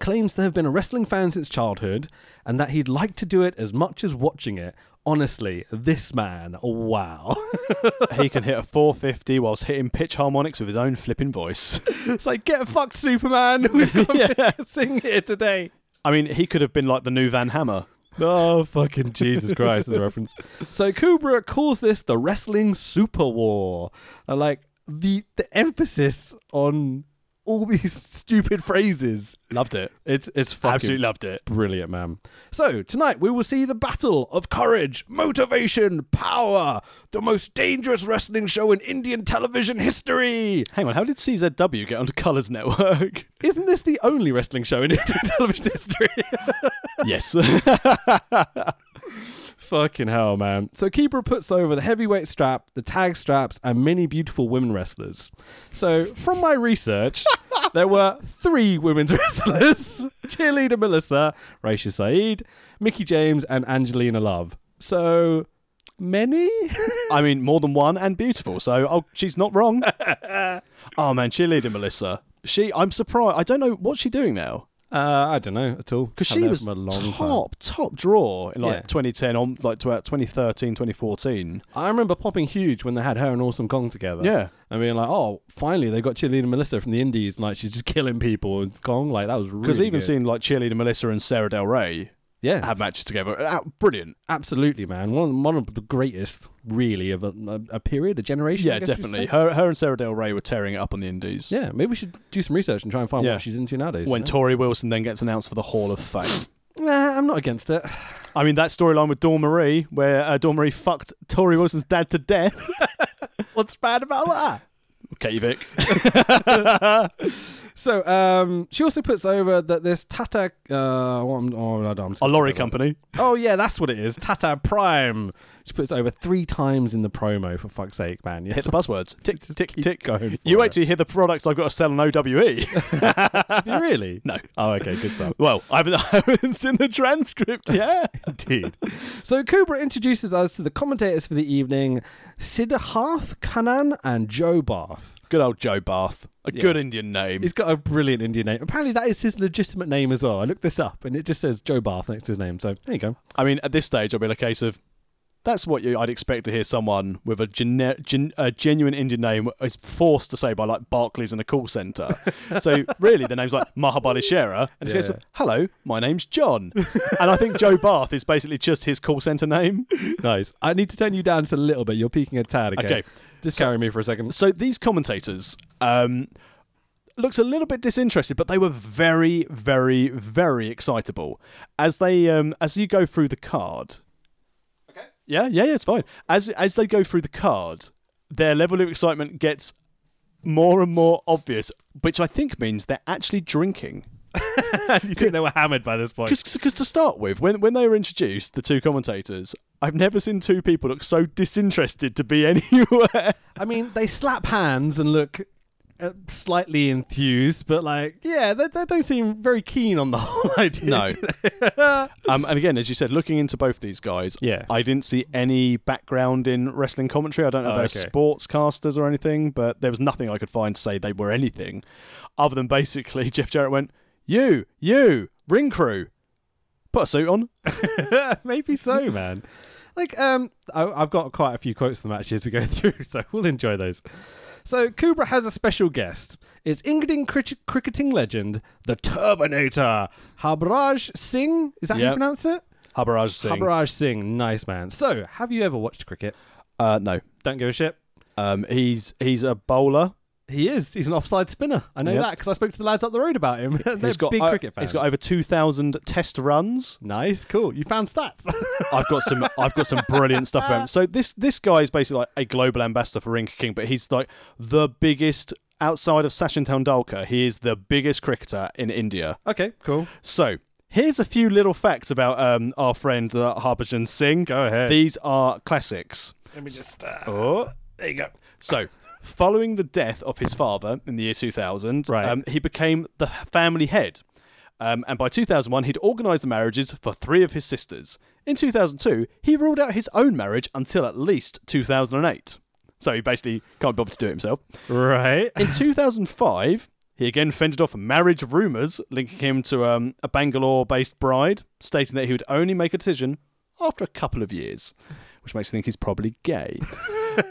[SPEAKER 2] claims to have been a wrestling fan since childhood and that he'd like to do it as much as watching it. Honestly, this man, wow. [LAUGHS]
[SPEAKER 3] He can hit a 450 whilst hitting pitch harmonics with his own flipping voice.
[SPEAKER 2] it's like, get fucked, Superman. [LAUGHS] We've got to sing here today.
[SPEAKER 3] I mean, he could have been like the new Van Hammer.
[SPEAKER 2] Oh, fucking Jesus Christ, is a reference. So Kubra calls this the wrestling super war. And like the the emphasis on all these [LAUGHS] stupid phrases.
[SPEAKER 3] Loved it.
[SPEAKER 2] It's it's fucking
[SPEAKER 3] Absolutely loved it.
[SPEAKER 2] Brilliant, man. So, tonight we will see the battle of courage, motivation, power, the most dangerous wrestling show in Indian television history.
[SPEAKER 3] Hang on, how did CZW get onto Colours Network? [LAUGHS]
[SPEAKER 2] Isn't this the only wrestling show in [LAUGHS] Indian television history? [LAUGHS]
[SPEAKER 3] yes.
[SPEAKER 2] Fucking hell, man. So, Kibra puts over the heavyweight strap, the tag straps, and many beautiful women wrestlers. So, from my research, there were three women's [LAUGHS] wrestlers cheerleader Melissa, Raisha Saeed, Mickey James, and Angelina Love. So many?
[SPEAKER 3] [LAUGHS] I mean, more than one and beautiful. So oh, she's not [LAUGHS] wrong. oh man, cheerleader Melissa. She, I'm surprised. I don't know what's she doing now
[SPEAKER 2] uh, I don't know at all.
[SPEAKER 3] because
[SPEAKER 2] Haven't
[SPEAKER 3] she
[SPEAKER 2] heard
[SPEAKER 3] was
[SPEAKER 2] from her a long time.
[SPEAKER 3] top top draw in like
[SPEAKER 2] Yeah.
[SPEAKER 3] 2010 on like to about 2013 2014
[SPEAKER 2] I remember popping huge when they had her and Awesome Kong together.
[SPEAKER 3] Yeah.
[SPEAKER 2] I mean, like, oh, finally they got cheerleader Melissa from the Indies, and like she's just [LAUGHS] killing people with Kong. Like that was really
[SPEAKER 3] because even
[SPEAKER 2] good.
[SPEAKER 3] seeing like cheerleader Melissa and Sarah Del Rey
[SPEAKER 2] yeah,
[SPEAKER 3] have matches together, Ah, brilliant.
[SPEAKER 2] absolutely, man. One of, one of the greatest, really, of a, a, a period, a generation. I
[SPEAKER 3] Yeah,
[SPEAKER 2] guess you'd
[SPEAKER 3] definitely.
[SPEAKER 2] say.
[SPEAKER 3] Her her and Sarah Del Rey were tearing it up on the Indies.
[SPEAKER 2] Yeah, maybe we should do some research and try and find
[SPEAKER 3] Yeah.
[SPEAKER 2] what she's into nowadays.
[SPEAKER 3] When
[SPEAKER 2] you
[SPEAKER 3] Tori Wilson then gets announced for the Hall of Fame.
[SPEAKER 2] know? nah, I'm not against [LAUGHS] it.
[SPEAKER 3] I mean, that storyline with Dawn Marie, where uh, Dawn Marie fucked Tori Wilson's dad to death.
[SPEAKER 2] What's bad about that?
[SPEAKER 3] [LAUGHS] Okay, Vic.
[SPEAKER 2] So, um, she also puts over that this Tata, uh, what I'm, oh, no, no, I'm just
[SPEAKER 3] A
[SPEAKER 2] gonna
[SPEAKER 3] lorry
[SPEAKER 2] forget about
[SPEAKER 3] company.
[SPEAKER 2] Oh yeah, that's what it is. Tata Prime. She puts it over three times in the promo for fuck's sake, man. Yeah. [LAUGHS]
[SPEAKER 3] Hit the buzzwords. Tick, tick,
[SPEAKER 2] keep
[SPEAKER 3] tick.
[SPEAKER 2] going for
[SPEAKER 3] You wait
[SPEAKER 2] it.
[SPEAKER 3] till you hear the products I've got to sell on OWE.
[SPEAKER 2] really?
[SPEAKER 3] [LAUGHS] no.
[SPEAKER 2] Oh, okay, good [LAUGHS] stuff.
[SPEAKER 3] Well, I haven't, [LAUGHS] I haven't seen the transcript yet.
[SPEAKER 2] Indeed. So Cobra introduces us to the commentators for the evening, Siddharth Kanan and Joe Barth.
[SPEAKER 3] Good old Joe Bath. A good Indian name.
[SPEAKER 2] He's got a brilliant Indian name. Apparently that is his legitimate name as well. I looked this up and it just says Joe Barth next to his name. So there you go.
[SPEAKER 3] I mean, at this stage, I'll be in a case of that's what you, I'd expect to hear someone with a, gene- gen- a genuine Indian name is forced to say by like Barclays in a call center. so really, the name's like Mahabali Shera, and it's a case of,
[SPEAKER 2] Yeah.
[SPEAKER 3] hello, my name's John, and I think Joe Bath is basically just his call center name.
[SPEAKER 2] Nice. I need to turn you down just a little bit. You're peeking a tad again.
[SPEAKER 3] Okay.
[SPEAKER 2] Just carry me for a second.
[SPEAKER 3] So these commentators um, looks a little bit disinterested, but they were very, very, very excitable as they um, as you go through the card. Okay. Yeah, yeah, yeah. It's fine. As as they go through the card, their level of excitement gets more and more obvious, which I think means they're actually drinking.
[SPEAKER 2] [LAUGHS] you think they were hammered by this point?
[SPEAKER 3] Because to start with, when when they were introduced, the two commentators. I've never seen two people look so disinterested to be [LAUGHS] anywhere.
[SPEAKER 2] I mean, they slap hands and look uh, slightly enthused, but like, yeah, they, they don't seem very keen on the [LAUGHS] whole idea.
[SPEAKER 3] No.
[SPEAKER 2] do
[SPEAKER 3] um, and again, as you said, looking into both these guys,
[SPEAKER 2] Yeah.
[SPEAKER 3] I didn't see any background in wrestling commentary. I don't know if
[SPEAKER 2] Oh,
[SPEAKER 3] they're
[SPEAKER 2] okay.
[SPEAKER 3] sportscasters or anything, but there was nothing I could find to say they were anything other than basically [LAUGHS] Jeff Jarrett went, You, you, ring crew, put a suit on.
[SPEAKER 2] they? [LAUGHS] Maybe so, man. Like, um, I, I've got quite a few quotes from the match as we go [LAUGHS] through, so we'll enjoy those. So, Kubra has a special guest. It's England cricket cricketing legend, the Turbinator, Habraj Singh. Is that how you
[SPEAKER 3] Yep.
[SPEAKER 2] pronounce it?
[SPEAKER 3] Habaraj Singh.
[SPEAKER 2] Habraj Singh. Nice man. So, have you ever watched cricket?
[SPEAKER 3] uh, no.
[SPEAKER 2] Don't give a shit.
[SPEAKER 3] Um, he's he's a bowler.
[SPEAKER 2] He is. He's an offside spinner. I know
[SPEAKER 3] Yep.
[SPEAKER 2] that because I spoke to the lads up the road about him. [LAUGHS] They're
[SPEAKER 3] He's got
[SPEAKER 2] big
[SPEAKER 3] o-
[SPEAKER 2] cricket fans.
[SPEAKER 3] He's got over two thousand test runs.
[SPEAKER 2] nice, cool. You found stats. [LAUGHS]
[SPEAKER 3] I've got some I've got some brilliant stuff about him. So this this guy is basically like a global ambassador for Rinka King, but he's like the biggest outside of Sachin Tendulkar. He is the biggest cricketer in India.
[SPEAKER 2] okay, cool.
[SPEAKER 3] So here's a few little facts about um, our friend uh, Harbhajan Singh.
[SPEAKER 2] Go ahead.
[SPEAKER 3] These are classics.
[SPEAKER 2] Let me just.
[SPEAKER 3] Oh,
[SPEAKER 2] there you go.
[SPEAKER 3] so. Following the death of his father in the year 2000,
[SPEAKER 2] Right.
[SPEAKER 3] um, he became the family head. Um, and by 2001, he'd organised the marriages for three of his sisters. In 2002, he ruled out his own marriage until at least 2008. So he basically can't bother to do it himself.
[SPEAKER 2] Right.
[SPEAKER 3] In 2005, he again fended off marriage rumours linking him to um, a Bangalore based bride, stating that he would only make a decision after a couple of years, which makes me think he's probably gay.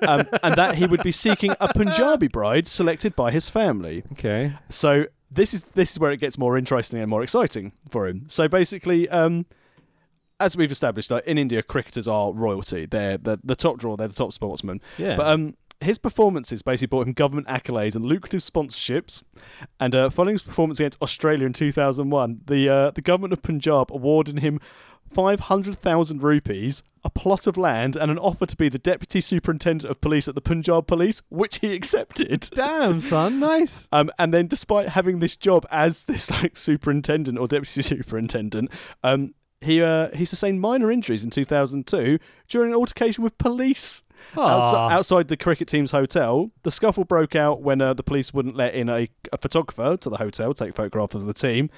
[SPEAKER 3] um, and that he would be seeking a Punjabi bride selected by his family.
[SPEAKER 2] Okay.
[SPEAKER 3] So this is this is where it gets more interesting and more exciting for him. So basically, um, as we've established, like in India, cricketers are royalty. They're the, the top draw. They're the top sportsmen.
[SPEAKER 2] Yeah.
[SPEAKER 3] But um, his performances basically brought him government accolades and lucrative sponsorships. And uh, following his performance against Australia in 2001, the uh, the government of Punjab awarded him. 500,000 rupees, a plot of land, and an offer to be the deputy superintendent of police at the Punjab police, which he accepted.
[SPEAKER 2] Damn, son. Nice.
[SPEAKER 3] Um, and then, despite having this job as this like superintendent or deputy [LAUGHS] superintendent, um, he uh, he sustained minor injuries in 2002 during an altercation with police outs-
[SPEAKER 2] Aw.
[SPEAKER 3] outside the cricket team's hotel. The scuffle broke out when uh, the police wouldn't let in a, a photographer to the hotel to take photographs of the team,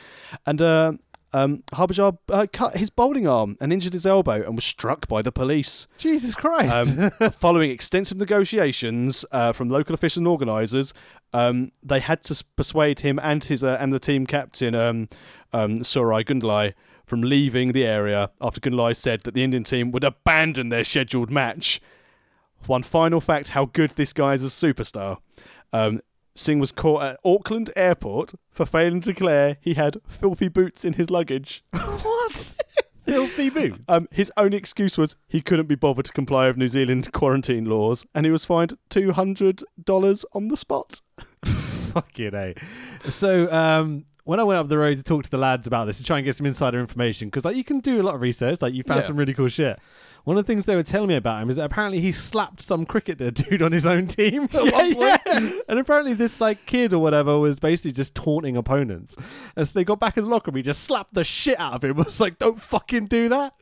[SPEAKER 3] and. Uh, um, Harbajar uh, cut his bowling arm and injured his elbow and was struck by the police.
[SPEAKER 2] Jesus Christ.
[SPEAKER 3] Um, following extensive negotiations uh, from local officials and organisers, um, they had to s- persuade him and his uh, and the team captain um, um, Sorai Gundlai from leaving the area after Gundlai said that the Indian team would abandon their scheduled match. One final fact: how good this guy is as superstar. Um, Singh was caught at Auckland Airport for failing to declare he had filthy boots in his luggage.
[SPEAKER 2] [LAUGHS] what? Filthy boots.
[SPEAKER 3] Um, his only excuse was he couldn't be bothered to comply with New Zealand [LAUGHS] quarantine laws, and he was fined two hundred dollars on the spot.
[SPEAKER 2] [LAUGHS] Fucking A. So um, when I went up the road to talk to the lads about this to try and get some insider information, because like you can do a lot of research, like you found
[SPEAKER 3] Yeah.
[SPEAKER 2] some really cool shit. One of the things they were telling me about him is that apparently he slapped some cricketer [LAUGHS] dude on his own team at one point. And apparently this like kid or whatever was basically just taunting opponents. And so they got back in the locker room, he just slapped the shit out of him. [LAUGHS] was like, don't fucking do that.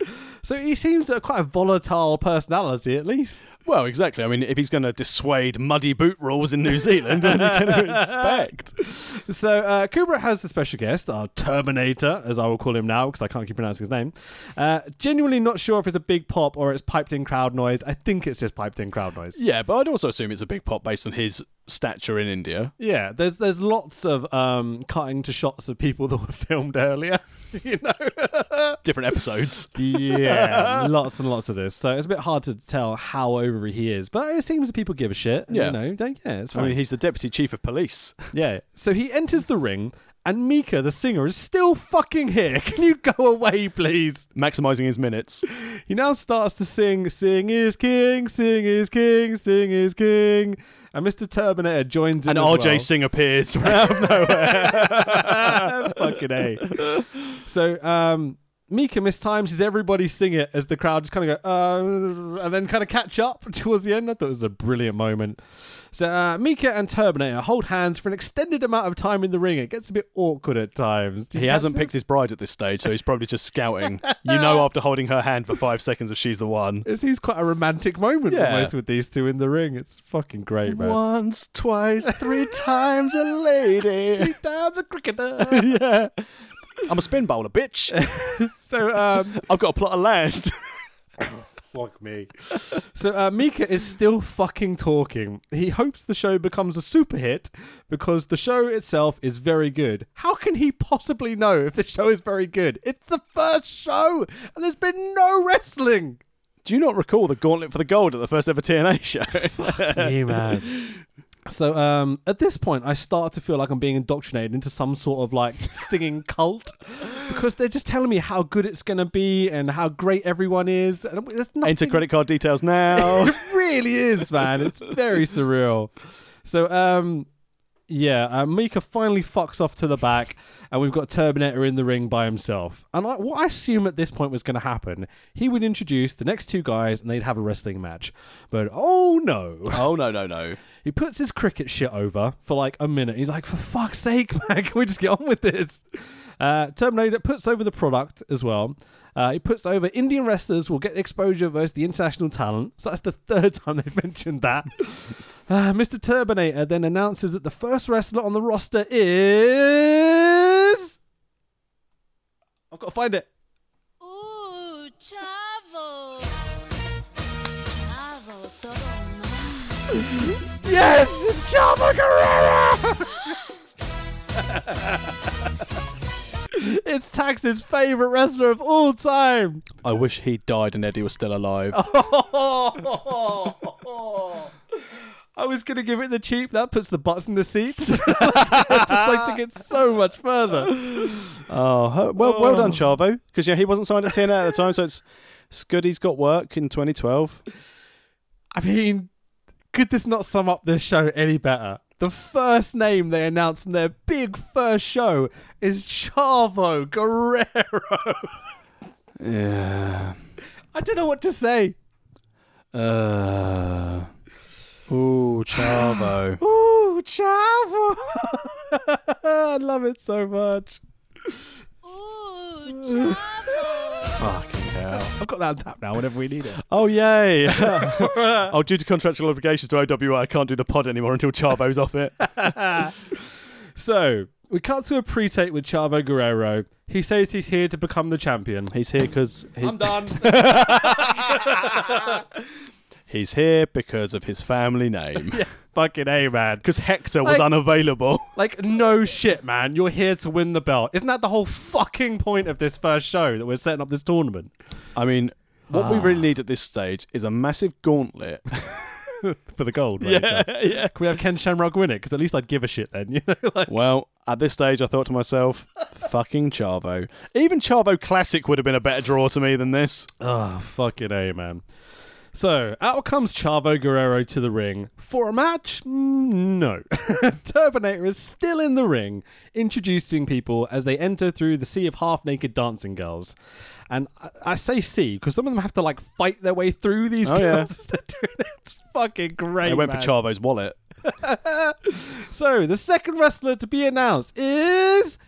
[SPEAKER 2] So he seems uh, quite a volatile personality at least.
[SPEAKER 3] Well, exactly. I mean, if he's going to dissuade muddy boot rules in New Zealand, what are you [LAUGHS] going to expect?
[SPEAKER 2] So uh, Kubrick has the special guest, our Terminator, as I will call him now, because I can't keep pronouncing his name. Uh, genuinely not sure if it's a big pop or it's piped in crowd noise. I think it's just piped in crowd noise.
[SPEAKER 3] Yeah, but I'd also assume it's a big pop based on his stature in India.
[SPEAKER 2] Yeah, there's there's lots of um, cutting to shots of people that were [LAUGHS] filmed earlier. you know.
[SPEAKER 3] Different [LAUGHS] episodes.
[SPEAKER 2] [LAUGHS] yeah, lots and lots of this. So it's a bit hard to tell how over he is, but it seems that people give a shit. and,
[SPEAKER 3] Yeah.
[SPEAKER 2] you know, don't yeah, it's
[SPEAKER 3] I
[SPEAKER 2] fine.
[SPEAKER 3] mean, he's the deputy chief of police. [LAUGHS]
[SPEAKER 2] Yeah. So he enters the ring, and Mika, the singer, is still fucking here. Can you go away, please?
[SPEAKER 3] Maximising his minutes.
[SPEAKER 2] He now starts to sing, Sing is King, Sing is King, Sing is King. And Mr. Terminator joins in.
[SPEAKER 3] And
[SPEAKER 2] as
[SPEAKER 3] RJ
[SPEAKER 2] well.
[SPEAKER 3] Singh appears out of nowhere.
[SPEAKER 2] [LAUGHS] Fucking A. So, um, Mika mistimes his everybody sing it as the crowd just kind of go, uh, and then kind of catch up [LAUGHS] towards the end. I thought it was a brilliant moment. So, uh, Mika and Terminator hold hands for an extended amount of time in the ring. It gets a bit awkward at times. Do you
[SPEAKER 3] [LAUGHS] He
[SPEAKER 2] catch
[SPEAKER 3] hasn't
[SPEAKER 2] this?
[SPEAKER 3] picked his bride at this stage, so he's probably just scouting. You know, after holding her hand for five seconds, if she's the one.
[SPEAKER 2] It seems quite a romantic moment
[SPEAKER 3] Yeah.
[SPEAKER 2] almost with these two in the ring. It's fucking great, man.
[SPEAKER 3] Once, twice, [LAUGHS] three times a lady.
[SPEAKER 2] times a cricketer.
[SPEAKER 3] yeah. I'm a spin bowler, bitch.
[SPEAKER 2] so, um,
[SPEAKER 3] I've got a plot of land.
[SPEAKER 2] [LAUGHS] fuck me. So, uh, Mika is still fucking talking. He hopes the show becomes a super hit because the show itself is very good. How can he possibly know if the show is very good? It's the first show and there's been no wrestling.
[SPEAKER 3] Do you not recall the gauntlet for the gold at the first ever TNA [LAUGHS] show?
[SPEAKER 2] hey, man. So um, at this point, I start to feel like I'm being indoctrinated into some sort of [LAUGHS] like stinging cult because they're just telling me how good it's going to be and how great everyone is. And there's nothing
[SPEAKER 3] Enter credit card details now.
[SPEAKER 2] it [LAUGHS] really is, man. It's very surreal. So, um, yeah, uh, Mika finally fucks off to the back, and we've got Terminator in the ring by himself. And I, what I assume at this point was going to happen, he would introduce the next two guys, and they'd have a wrestling match. But oh no.
[SPEAKER 3] [LAUGHS] oh no no no!
[SPEAKER 2] He puts his cricket shit over for like a minute. He's like, for fuck's sake, [LAUGHS] man, can we just get on with this? Uh, Terminator puts over the product as well. Uh, he puts over Indian wrestlers will get exposure versus the international talent. So that's the [LAUGHS] third time they've mentioned that. Uh, Mr. Terminator then announces that the first wrestler on the roster is. I've got to find it.
[SPEAKER 4] Ooh, Chavo. Chavo, todo mal.
[SPEAKER 2] Yes, it's Chavo Guerrero. [LAUGHS] it's Tax's favorite wrestler of all time.
[SPEAKER 3] I wish he died and Eddie was still alive.
[SPEAKER 2] I was gonna give it the cheap. That puts the butts in the seats. [LAUGHS] I just like to get so much further.
[SPEAKER 3] Oh, huh, well, well done, Chavo, because yeah, he wasn't signed at TNA at the time, so it's, it's good he's got work in 2012.
[SPEAKER 2] I mean, could this not sum up this show any better? The first name they announced in their big first show is Chavo Guerrero.
[SPEAKER 3] Yeah.
[SPEAKER 2] I don't know what to say.
[SPEAKER 3] Uh. Ooh, Chavo.
[SPEAKER 2] Ooh, Chavo! [LAUGHS] I love it so much.
[SPEAKER 4] Ooh, Chavo.
[SPEAKER 3] Fucking hell.
[SPEAKER 2] I've got that on tap now whenever we need it.
[SPEAKER 3] [LAUGHS] Oh yay! oh, due to contractual obligations to OWI, I can't do the pod anymore until Chavo's off it.
[SPEAKER 2] So, We cut to a pre-tape with Chavo Guerrero. He says he's here to become the champion.
[SPEAKER 3] [LAUGHS] He's here because
[SPEAKER 2] [LAUGHS] I'm done.
[SPEAKER 3] he's here because of his family [LAUGHS] name.
[SPEAKER 2] [LAUGHS] Fucking A, man.
[SPEAKER 3] Because Hector was
[SPEAKER 2] Like-
[SPEAKER 3] unavailable.
[SPEAKER 2] Like, no shit, man. You're here to win the belt. Isn't that the whole fucking point of this first show that we're setting up this [LAUGHS] tournament?
[SPEAKER 3] [LAUGHS] I mean, what we really need at this stage is a massive [LAUGHS] gauntlet.
[SPEAKER 2] For the gold, right?
[SPEAKER 3] yeah.
[SPEAKER 2] Can we have Ken Shamrock win it? Because at least I'd give a shit then, [LAUGHS] you know? Like,
[SPEAKER 3] [LAUGHS] Well, at this stage, I thought to myself, fucking Chavo. Even Chavo Classic would have been a better draw to me than this.
[SPEAKER 2] oh, fucking A, man. So, out comes Chavo Guerrero to the ring. For a match? Mm, No. [LAUGHS] Turbinator is still in the ring, introducing people as they enter through the sea of half naked dancing girls. And I, I say sea because some of them have to, like, fight their way through these
[SPEAKER 3] Oh, yeah.
[SPEAKER 2] girls as they're doing it. It's fucking great.
[SPEAKER 3] They went
[SPEAKER 2] man.
[SPEAKER 3] for Chavo's wallet.
[SPEAKER 2] So the second wrestler to be announced is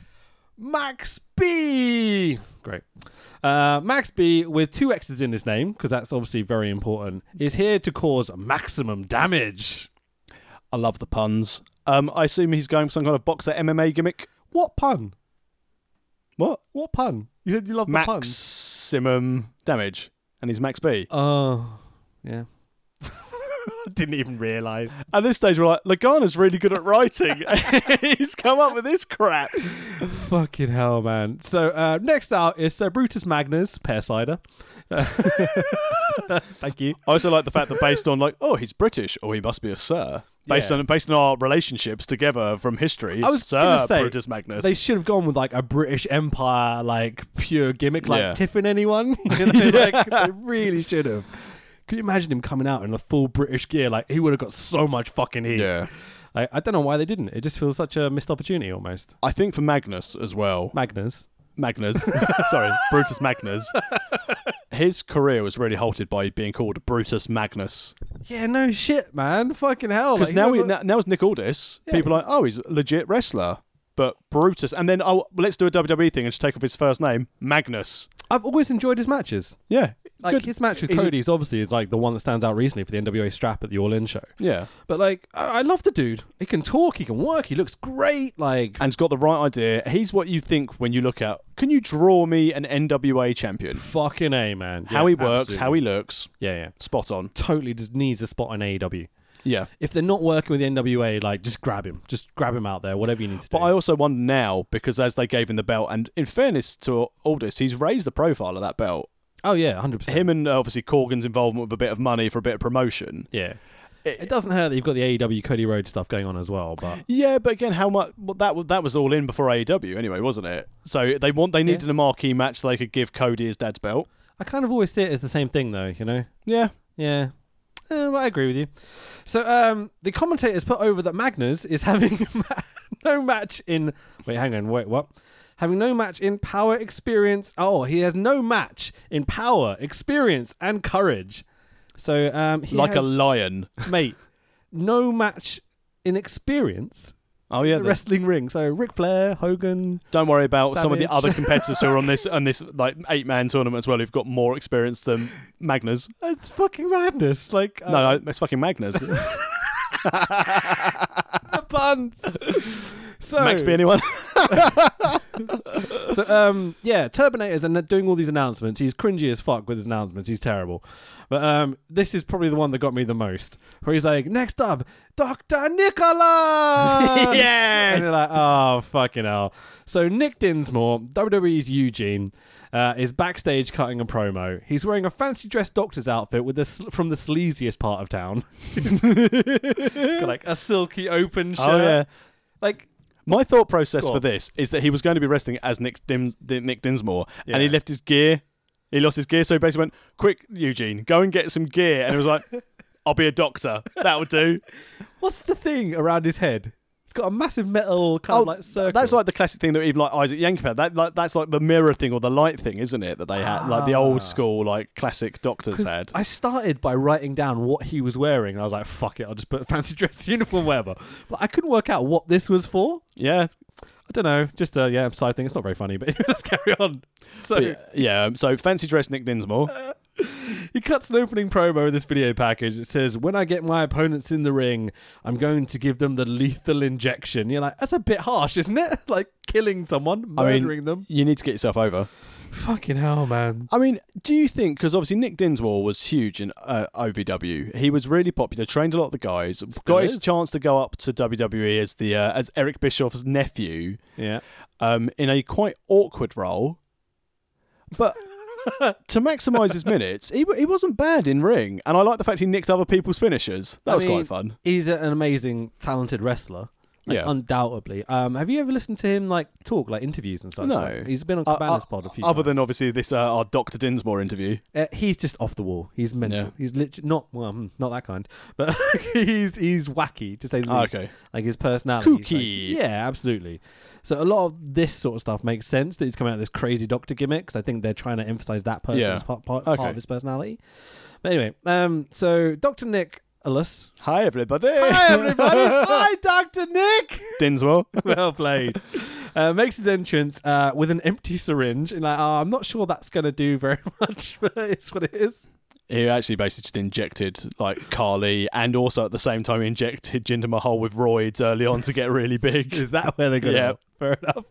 [SPEAKER 2] Max B. Great. Uh, Max B, with two X's in his name, because that's obviously very important, is here to cause maximum damage.
[SPEAKER 3] I love the puns. Um, I assume he's going for some kind of boxer MMA gimmick.
[SPEAKER 2] What pun?
[SPEAKER 3] What?
[SPEAKER 2] What pun? You said you love the puns.
[SPEAKER 3] Maximum damage. And he's Max B.
[SPEAKER 2] Oh, yeah. I [LAUGHS] didn't even realize.
[SPEAKER 3] At this stage, we're like, Lagana's really good at writing. [LAUGHS] he's come up with this crap.
[SPEAKER 2] Fucking hell, man. So uh, next out is Sir Brutus Magnus, pear cider. Thank you.
[SPEAKER 3] I also like the fact that based on like, oh, he's British, or he must be a sir. Based
[SPEAKER 2] Yeah.
[SPEAKER 3] on based on our relationships together from history,
[SPEAKER 2] I was
[SPEAKER 3] Sir
[SPEAKER 2] gonna say,
[SPEAKER 3] Brutus Magnus.
[SPEAKER 2] They should have gone with like a British Empire, like pure gimmick, like
[SPEAKER 3] Yeah.
[SPEAKER 2] tiffing anyone. [LAUGHS] You know, like, they really should have. Can you imagine him coming out in the full British gear? Like he would have got so much fucking heat.
[SPEAKER 3] yeah,
[SPEAKER 2] Like, I don't know why they didn't. It just feels such a missed opportunity almost.
[SPEAKER 3] I think for Magnus as well.
[SPEAKER 2] Magnus. [LAUGHS]
[SPEAKER 3] Magnus, sorry, Brutus Magnus. His career was really halted by being called Brutus Magnus
[SPEAKER 2] Yeah, no shit, man. Fucking hell.
[SPEAKER 3] because
[SPEAKER 2] Like,
[SPEAKER 3] now,
[SPEAKER 2] you
[SPEAKER 3] we,
[SPEAKER 2] know,
[SPEAKER 3] now now it's Nick Aldis. people are like, oh, he's a legit wrestler. But Brutus, and then oh, let's do a WWE thing and just take off his first name, Magnus.
[SPEAKER 2] I've always enjoyed his matches.
[SPEAKER 3] Yeah,
[SPEAKER 2] Like
[SPEAKER 3] good.
[SPEAKER 2] his match with
[SPEAKER 3] He's a-
[SPEAKER 2] Cody's obviously is like the one that stands out recently for the NWA strap at the All In show.
[SPEAKER 3] yeah.
[SPEAKER 2] But like, I, I love the dude. He can talk. He can work. He looks great. Like,
[SPEAKER 3] and's got the right idea. He's what you think when you look at. Can you draw me an NWA champion?
[SPEAKER 2] fucking a man.
[SPEAKER 3] how
[SPEAKER 2] Yeah,
[SPEAKER 3] he works, how
[SPEAKER 2] absolutely.
[SPEAKER 3] he looks,
[SPEAKER 2] Yeah, yeah.
[SPEAKER 3] spot on.
[SPEAKER 2] Totally just needs a spot in AEW.
[SPEAKER 3] Yeah.
[SPEAKER 2] If they're not working with the NWA, like just grab him. Just grab him out there, whatever you need to
[SPEAKER 3] But
[SPEAKER 2] do.
[SPEAKER 3] I also wonder now because as they gave him the belt, and in fairness to Aldis, he's raised the profile of that belt.
[SPEAKER 2] oh yeah, hundred percent.
[SPEAKER 3] Him and uh, obviously Corgan's involvement with a bit of money for a bit of promotion.
[SPEAKER 2] Yeah. It, doesn't hurt that you've got the AEW Cody Rhodes stuff going on as well, but
[SPEAKER 3] Yeah, but again, how much? Well, that wa- that was all in before AEW anyway, wasn't it? So they want they needed a marquee match so they could give Cody his dad's belt.
[SPEAKER 2] I kind of always see it as the same thing though, you know?
[SPEAKER 3] Yeah,
[SPEAKER 2] Yeah. Eh, well, I agree with you. So um, the commentators put over that Magnus is having [LAUGHS] ma- no match in. Wait, hang on. Wait, what? Having no match in power, experience. Oh, he has no match in power, experience, and courage. So um, he
[SPEAKER 3] like a
[SPEAKER 2] has, [LAUGHS]
[SPEAKER 3] lion.
[SPEAKER 2] mate. No match in experience.
[SPEAKER 3] Oh yeah,
[SPEAKER 2] The
[SPEAKER 3] the-
[SPEAKER 2] wrestling ring. So Ric Flair, Hogan.
[SPEAKER 3] Don't worry about some of the
[SPEAKER 2] Savage.
[SPEAKER 3] other competitors who are on this
[SPEAKER 2] [LAUGHS]
[SPEAKER 3] on this like eight man tournament as well. Who've got more experience than Magnus.
[SPEAKER 2] It's fucking madness. Like uh,
[SPEAKER 3] No, no, it's
[SPEAKER 2] [LAUGHS]
[SPEAKER 3] fucking Magnus.
[SPEAKER 2] the puns. so
[SPEAKER 3] [LAUGHS] Max
[SPEAKER 2] [LAUGHS]
[SPEAKER 3] be anyone?
[SPEAKER 2] So um yeah, Turbinator's and doing all these announcements. He's cringy as fuck with his announcements. He's terrible. But um this is probably the one that got me the most. Where he's like, next up, Dr. Nicholas [LAUGHS]
[SPEAKER 3] Yes!
[SPEAKER 2] And you're like, oh fucking hell. So Nick Dinsmore, WWE's Eugene, uh, is backstage cutting a promo. He's wearing a fancy dress doctor's outfit with this from the sleaziest part of [LAUGHS] town. It's got like a silky open shirt.
[SPEAKER 3] Oh yeah.
[SPEAKER 2] Like
[SPEAKER 3] My thought process
[SPEAKER 2] Go
[SPEAKER 3] for
[SPEAKER 2] on.
[SPEAKER 3] this is that he was going to be wrestling as Nick Dims- Di- Nick Dinsmore, and he
[SPEAKER 2] Yeah.
[SPEAKER 3] left his gear. He lost his gear, so he basically went, "Quick, Eugene, go and get some gear." And it
[SPEAKER 2] [LAUGHS]
[SPEAKER 3] was like, "I'll be a doctor. That would do."
[SPEAKER 2] What's the thing around his head? It's got a massive metal kind of like circle.
[SPEAKER 3] That's like the classic thing that even like Isaac Yankovic had. That like that's like the mirror thing or the light thing, isn't it? That they had like the
[SPEAKER 2] Ah.
[SPEAKER 3] old school like classic doctors
[SPEAKER 2] 'Cause
[SPEAKER 3] had.
[SPEAKER 2] I started by writing down what he was wearing, and I was like, "Fuck it, I'll just put fancy [LAUGHS] dress uniform, whatever." But I couldn't work out what this was for.
[SPEAKER 3] yeah,
[SPEAKER 2] I don't know. Just a yeah, side [LAUGHS] thing. It's not very funny, but Uh, let's carry on. So
[SPEAKER 3] But yeah, yeah, um, so fancy dress Nick Dinsmore.
[SPEAKER 2] He cuts an opening promo of this video package. It says, When I get my opponents in the ring, I'm going to give them the lethal injection. You're like, that's a bit harsh, isn't it? [LAUGHS] Like killing someone,
[SPEAKER 3] I
[SPEAKER 2] murdering
[SPEAKER 3] mean,
[SPEAKER 2] them.
[SPEAKER 3] you need to get yourself over.
[SPEAKER 2] Fucking hell, man.
[SPEAKER 3] I mean, do you think because obviously Nick Dinsmore was huge in uh, OVW, he was really popular, trained a lot of the guys, got his
[SPEAKER 2] is.
[SPEAKER 3] chance to go up to WWE as the uh, as Eric Bischoff's nephew,
[SPEAKER 2] Yeah.
[SPEAKER 3] um, in a quite awkward role,
[SPEAKER 2] [LAUGHS]
[SPEAKER 3] but. to maximise his minutes, he, w- he wasn't bad in ring, and I like the fact he nicked other people's finishers. That
[SPEAKER 2] I
[SPEAKER 3] was
[SPEAKER 2] mean,
[SPEAKER 3] quite fun.
[SPEAKER 2] He's an amazing, talented wrestler. Like,
[SPEAKER 3] Yeah.
[SPEAKER 2] Undoubtedly. Um, have you ever listened to him like talk, like interviews and stuff?
[SPEAKER 3] No.
[SPEAKER 2] Like, he's been on
[SPEAKER 3] Uh,
[SPEAKER 2] Cabana's
[SPEAKER 3] uh,
[SPEAKER 2] pod a few
[SPEAKER 3] Other than
[SPEAKER 2] times.
[SPEAKER 3] obviously this uh, our Doctor Dinsmore interview,
[SPEAKER 2] Uh, he's just off the wall. He's mental.
[SPEAKER 3] Yeah.
[SPEAKER 2] He's literally not well, hmm, not that kind, but [LAUGHS] he's he's wacky to say the
[SPEAKER 3] Ah,
[SPEAKER 2] least.
[SPEAKER 3] okay.
[SPEAKER 2] Like his personality. is like-
[SPEAKER 3] Kooky.
[SPEAKER 2] yeah, absolutely. So a lot of this sort of stuff makes sense that he's coming out of this crazy doctor gimmick because I think they're trying to emphasize that person's
[SPEAKER 3] Yeah.
[SPEAKER 2] part, part,
[SPEAKER 3] Okay.
[SPEAKER 2] part of his personality. But anyway, um, so Doctor Nick Ellis.
[SPEAKER 3] hi everybody,
[SPEAKER 2] Hi [LAUGHS] everybody. Hi Doctor Nick.
[SPEAKER 3] Dinsmore.
[SPEAKER 2] well played. Uh, makes his entrance uh, with an empty syringe and like, oh, I'm not sure that's gonna do very [LAUGHS] much, but it's what it is.
[SPEAKER 3] He actually basically just injected like Carly, and also at the same time injected Jinder Mahal with roids early on to get really big.
[SPEAKER 2] Is that where they're going?
[SPEAKER 3] Yeah.
[SPEAKER 2] Yeah, fair enough.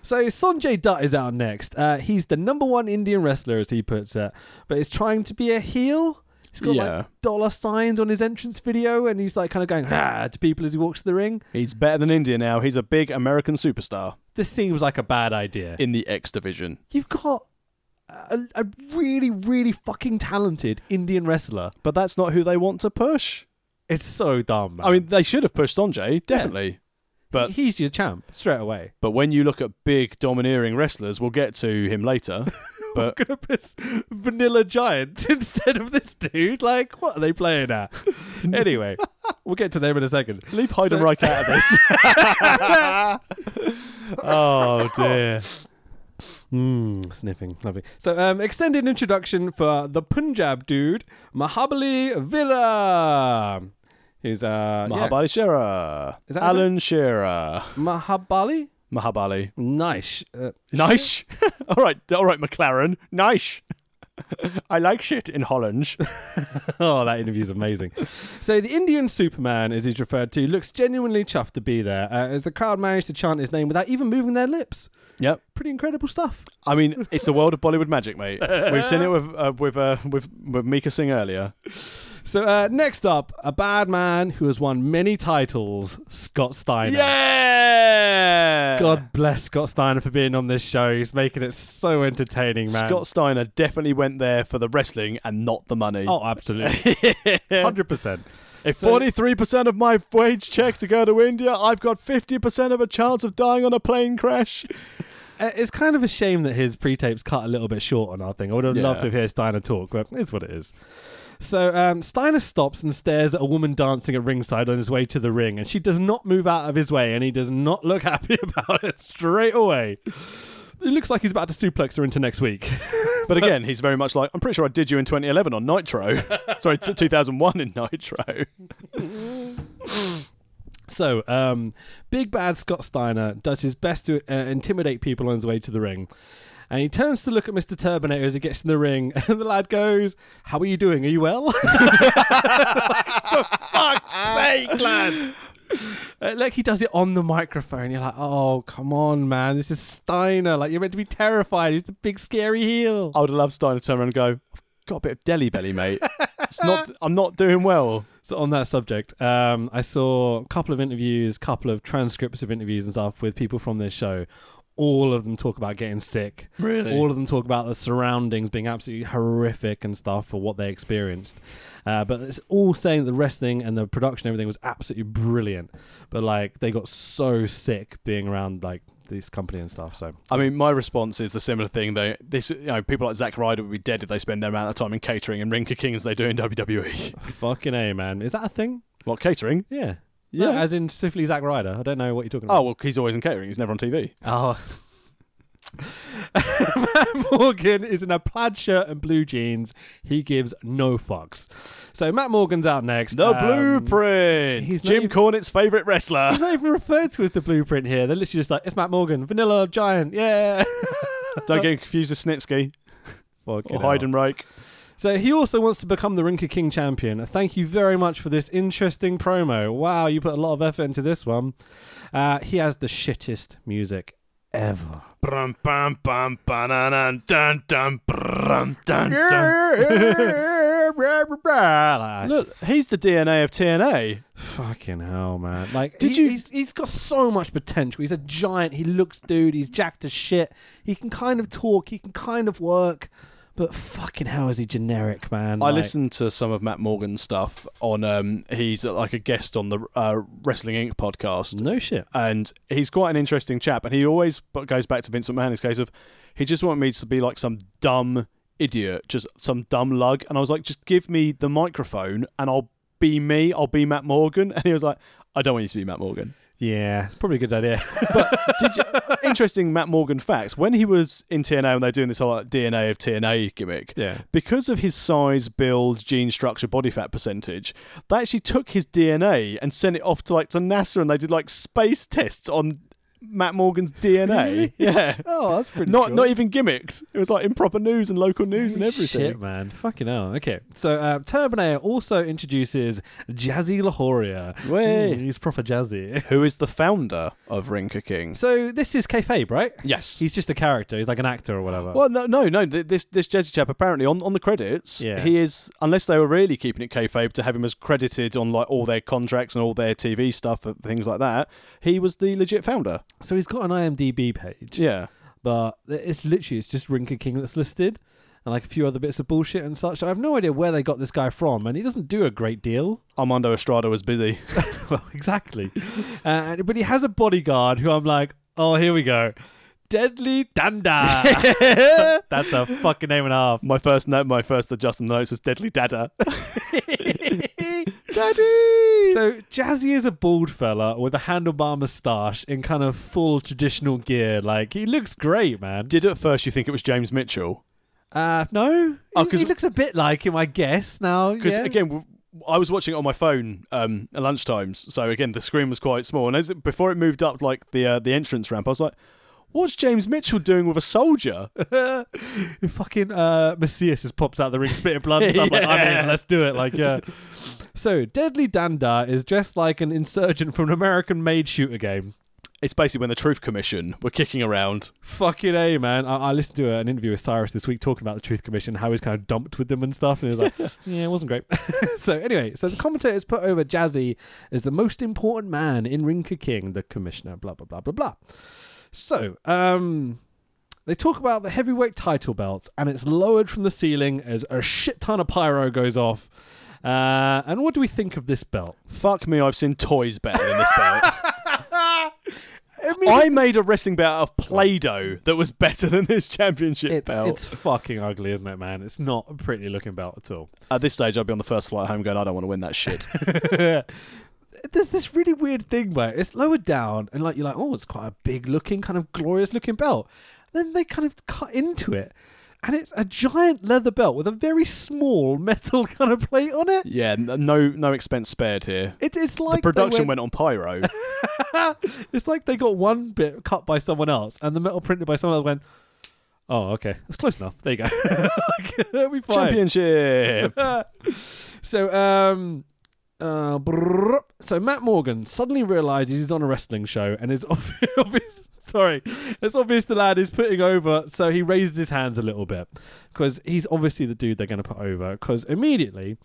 [SPEAKER 2] So Sanjay Dutt is out next. Uh, he's the number one Indian wrestler, as he puts it, but he's trying to be a heel. He's got
[SPEAKER 3] Yeah.
[SPEAKER 2] like dollar signs on his entrance video, and he's like kind of going ah, to people as he walks to the ring.
[SPEAKER 3] [LAUGHS] He's better than India now. He's a big American superstar
[SPEAKER 2] This seems like a bad idea.
[SPEAKER 3] in the X division.
[SPEAKER 2] You've got a, a really, really fucking talented Indian wrestler.
[SPEAKER 3] But that's not who they want to push.
[SPEAKER 2] It's so dumb. Man. Uh,
[SPEAKER 3] I mean, they should have pushed Sanjay, definitely. [LAUGHS] but-
[SPEAKER 2] he's your champ straight away.
[SPEAKER 3] But when you look at big domineering wrestlers, we'll get to him [LAUGHS] later.
[SPEAKER 2] [LAUGHS]
[SPEAKER 3] But
[SPEAKER 2] gonna piss vanilla giants [LAUGHS] instead of this dude. Like, what are they playing [LAUGHS] at? anyway, we'll get to them in a second.
[SPEAKER 3] [LAUGHS] leave Heidenreich out of this. [LAUGHS] oh dear.
[SPEAKER 2] Mm, sniffing, lovely. So, um, extended introduction for the Punjab dude, Mahabali Villa. He's uh, yeah,
[SPEAKER 3] Mahabali Shearer.
[SPEAKER 2] Is that his
[SPEAKER 3] Alan Shearer.
[SPEAKER 2] Mahabali.
[SPEAKER 3] Mahabali.
[SPEAKER 2] Nice. Uh,
[SPEAKER 3] Nice. [LAUGHS] all right, all right, McLaren. Nice. [LAUGHS] I like shit in Holland.
[SPEAKER 2] [LAUGHS] oh, that interview's amazing. so the Indian Superman, as he's referred to, looks genuinely chuffed to be there, uh, as the crowd managed to chant his name without even moving their lips.
[SPEAKER 3] yep.
[SPEAKER 2] Pretty incredible stuff.
[SPEAKER 3] I mean, it's the world of Bollywood magic, mate. We've seen it with uh, with, uh, with with Mika Singh earlier.
[SPEAKER 2] So uh, next up, a bad man who has won many titles, Scott Steiner.
[SPEAKER 3] Yeah.
[SPEAKER 2] God bless Scott Steiner for being on this show. He's making it so entertaining, man.
[SPEAKER 3] Scott Steiner definitely went there for the wrestling and not the money.
[SPEAKER 2] oh, absolutely, hundred percent.
[SPEAKER 3] if
[SPEAKER 2] so-
[SPEAKER 3] forty-three percent of my wage check to go to India, I've got fifty percent of a chance of dying on a plane crash.
[SPEAKER 2] Uh, It's kind of a shame that his pre-tapes cut a little bit short on our thing. I would have
[SPEAKER 3] Yeah.
[SPEAKER 2] loved to hear Steiner talk, but it's what it is. So um, Steiner stops and stares at a woman dancing at ringside on his way to the ring, and she does not move out of his way, and he does not look [LAUGHS] happy about it straight away. It looks like he's about to suplex her into next week. [LAUGHS]
[SPEAKER 3] But again, he's very much like, I'm pretty sure I did you in 2011 on Nitro. [LAUGHS] Sorry, t- 2001 in Nitro.
[SPEAKER 2] So, um, big bad Scott Steiner does his best to uh, intimidate people on his way to the ring. And he turns to look at Mr. Turbinator as he gets in the ring, [LAUGHS] and the lad goes, How are you doing? Are you well? [LAUGHS] For fuck's sake, lads! Uh, like he does it on the microphone. You're like, Oh, come on, man. This is Steiner. Like, you're meant to be terrified. He's the big, scary heel.
[SPEAKER 3] I would have loved Steiner to turn around and go, I've got a bit of deli belly, mate.
[SPEAKER 2] [LAUGHS]
[SPEAKER 3] It's not, I'm not doing well.
[SPEAKER 2] So on that subject, um, I saw a couple of interviews, couple of transcripts of interviews and stuff with people from this show. All of them talk about getting sick.
[SPEAKER 3] Really?
[SPEAKER 2] All of them talk about the surroundings being absolutely horrific and stuff for what they experienced. Uh, but it's all saying the wrestling and the production, everything was absolutely brilliant. But like they got so sick being around like this company and stuff. So
[SPEAKER 3] I mean, my response is the similar thing, though. This, you know, people like Zack Ryder would be dead if they spend their amount of time in catering and Rinker King as they do in WWE.
[SPEAKER 2] fucking a man, is that a thing?
[SPEAKER 3] What, catering?
[SPEAKER 2] Yeah.
[SPEAKER 3] Yeah.
[SPEAKER 2] No, as in specifically Zack Ryder. I don't know what you're talking about.
[SPEAKER 3] Oh, well, he's always in catering. He's never on TV.
[SPEAKER 2] Oh. [LAUGHS] Matt Morgan is in a plaid shirt and blue jeans. He gives no fucks. So Matt Morgan's out next.
[SPEAKER 3] The
[SPEAKER 2] Um,
[SPEAKER 3] Blueprint.
[SPEAKER 2] he's
[SPEAKER 3] He's
[SPEAKER 2] not
[SPEAKER 3] Jim
[SPEAKER 2] even-
[SPEAKER 3] Cornette's favourite wrestler.
[SPEAKER 2] He's not even referred to as the blueprint here. They're literally just like, it's Matt Morgan, vanilla, giant, yeah. [LAUGHS]
[SPEAKER 3] Don't get confused with Snitsky
[SPEAKER 2] Fucking
[SPEAKER 3] or
[SPEAKER 2] hell.
[SPEAKER 3] Heidenreich.
[SPEAKER 2] So he also wants to become the Rinka King champion. Thank you very much for this interesting promo. Wow, you put a lot of effort into this one. Uh, he has the shittest music ever.
[SPEAKER 3] Brum, bum, bum, ba-na-na, dun, dun, brum, dun, dun.
[SPEAKER 2] [LAUGHS]
[SPEAKER 3] [LAUGHS]
[SPEAKER 2] Look,
[SPEAKER 3] Look, he's the DNA of TNA.
[SPEAKER 2] fucking hell, man! Like,
[SPEAKER 3] Did
[SPEAKER 2] he-
[SPEAKER 3] you-
[SPEAKER 2] He's, he's got so much potential. He's a giant. He looks, dude. He's jacked as shit. He can kind of talk. He can kind of work, but fucking hell, is he generic, man?
[SPEAKER 3] I
[SPEAKER 2] Like,
[SPEAKER 3] listened to some of Matt Morgan's stuff on. Um, he's uh, like a guest on the uh, Wrestling Inc. podcast,
[SPEAKER 2] No shit.
[SPEAKER 3] and he's quite an interesting chap. And he always b- goes back to Vincent McMahon in his case of he just wanted me to be like some dumb idiot, just some dumb lug. And I was like, just give me the microphone, and I'll be me. I'll be Matt Morgan. [LAUGHS] And he was like, I don't want you to be Matt Morgan.
[SPEAKER 2] Yeah, it's probably a good idea. [LAUGHS]
[SPEAKER 3] Did you, interesting Matt Morgan facts. When he was in TNA and they're doing this whole like, DNA of TNA gimmick,
[SPEAKER 2] yeah.
[SPEAKER 3] because of his size, build, gene structure, body fat percentage, they actually took his DNA and sent it off to like to NASA, and they did like space tests on Matt Morgan's DNA. Yeah,
[SPEAKER 2] Oh, that's pretty.
[SPEAKER 3] [LAUGHS] not
[SPEAKER 2] cool.
[SPEAKER 3] not even gimmicks. It was like improper news and local news and
[SPEAKER 2] Holy
[SPEAKER 3] everything.
[SPEAKER 2] Shit, man. Fucking hell. Okay. So uh, Turbinator also introduces Jazzy Lahoria.
[SPEAKER 3] Way.
[SPEAKER 2] Mm, he's proper jazzy. [LAUGHS]
[SPEAKER 3] Who is the founder of Rinka King?
[SPEAKER 2] so this is kayfabe, right?
[SPEAKER 3] Yes.
[SPEAKER 2] He's just a character. He's like an actor or whatever.
[SPEAKER 3] well, no, no, no. th- This this Jesse chap apparently on, on the credits,
[SPEAKER 2] Yeah.
[SPEAKER 3] he is unless they were really keeping it kayfabe to have him as credited on like all their contracts and all their TV stuff and things like that. He was the legit founder.
[SPEAKER 2] So he's got an IMDb page,
[SPEAKER 3] Yeah.
[SPEAKER 2] but it's literally it's just Rinka King that's listed, and like a few other bits of bullshit and such. I have no idea where they got this guy from, and he doesn't do a great deal. [LAUGHS]
[SPEAKER 3] Armando Estrada was busy.
[SPEAKER 2] well, exactly. Uh, but he has a bodyguard who I'm like, oh, here we go, Deadly
[SPEAKER 3] [LAUGHS]
[SPEAKER 2] Danda. [LAUGHS] that's a fucking name and a half.
[SPEAKER 3] My first note, my first adjustment notes was Deadly [LAUGHS] Dada. Daddy!
[SPEAKER 2] So Jazzy is a bald fella with a handlebar moustache in kind of full traditional gear. Like he looks great, man.
[SPEAKER 3] did at first you think it was James Mitchell?
[SPEAKER 2] Uh, no,
[SPEAKER 3] Oh,
[SPEAKER 2] He-
[SPEAKER 3] 'cause-
[SPEAKER 2] he, looks a bit like him, I guess. Now,
[SPEAKER 3] Because
[SPEAKER 2] yeah.
[SPEAKER 3] again, w- I was watching it on my phone um, at lunchtimes. So again, the screen was quite small, and as it, before it moved up like the uh, the entrance ramp, I was like, "What's James Mitchell doing with a soldier?"
[SPEAKER 2] fucking uh, Messias just pops out the
[SPEAKER 3] [LAUGHS]
[SPEAKER 2] ring, spitting blood and stuff. [LAUGHS] Like, I
[SPEAKER 3] Yeah.
[SPEAKER 2] mean, let's do it. Like, yeah. so Deadly Danda is dressed like an insurgent from an American made shooter game.
[SPEAKER 3] it's basically when the Truth Commission were kicking around.
[SPEAKER 2] Fucking a man! I, I listened to an interview with Cyrus this week talking about the Truth Commission, how he's kind of dumped with them and stuff, and he was
[SPEAKER 3] [LAUGHS]
[SPEAKER 2] like, "Yeah, it wasn't great." [LAUGHS] so anyway, so the commentators put over Jazzy as the most important man in Rinka King, the commissioner, blah blah blah blah blah. So um, they talk about the heavyweight title belt, and it's lowered from the ceiling as a shit ton of pyro goes off. Uh, and what do we think of this belt?
[SPEAKER 3] Fuck me, I've seen toys better than this belt.
[SPEAKER 2] I [LAUGHS]
[SPEAKER 3] I made a wrestling belt out of Play-Doh that was better than this championship
[SPEAKER 2] it-
[SPEAKER 3] belt.
[SPEAKER 2] it's fucking ugly, isn't it, man? It's not a pretty looking belt at all.
[SPEAKER 3] At this stage, I'd be on the first flight home going, I don't want to win that shit.
[SPEAKER 2] there's this really weird thing where it's lowered down and like you're like, oh, it's quite a big looking, kind of glorious looking belt. Then they kind of cut into it. And it's a giant leather belt with a very small [LAUGHS] metal kind of plate on it.
[SPEAKER 3] [LAUGHS] yeah, n- no, no expense spared here.
[SPEAKER 2] It is
[SPEAKER 3] The
[SPEAKER 2] like they
[SPEAKER 3] production went on pyro.
[SPEAKER 2] It's like they got one bit cut by someone else, and the metal printed by someone else went. Oh, okay, that's close enough. There you go. [LAUGHS] Like, That'll be [LAUGHS] fine.
[SPEAKER 3] Championship.
[SPEAKER 2] So, um, uh, brrr. so Matt Morgan suddenly realizes he's on a wrestling show and it's [LAUGHS] ob- obvious. Sorry, it's obvious the lad is putting over, so he raises his hands a little bit because he's obviously the dude they're going to put over. Because immediately,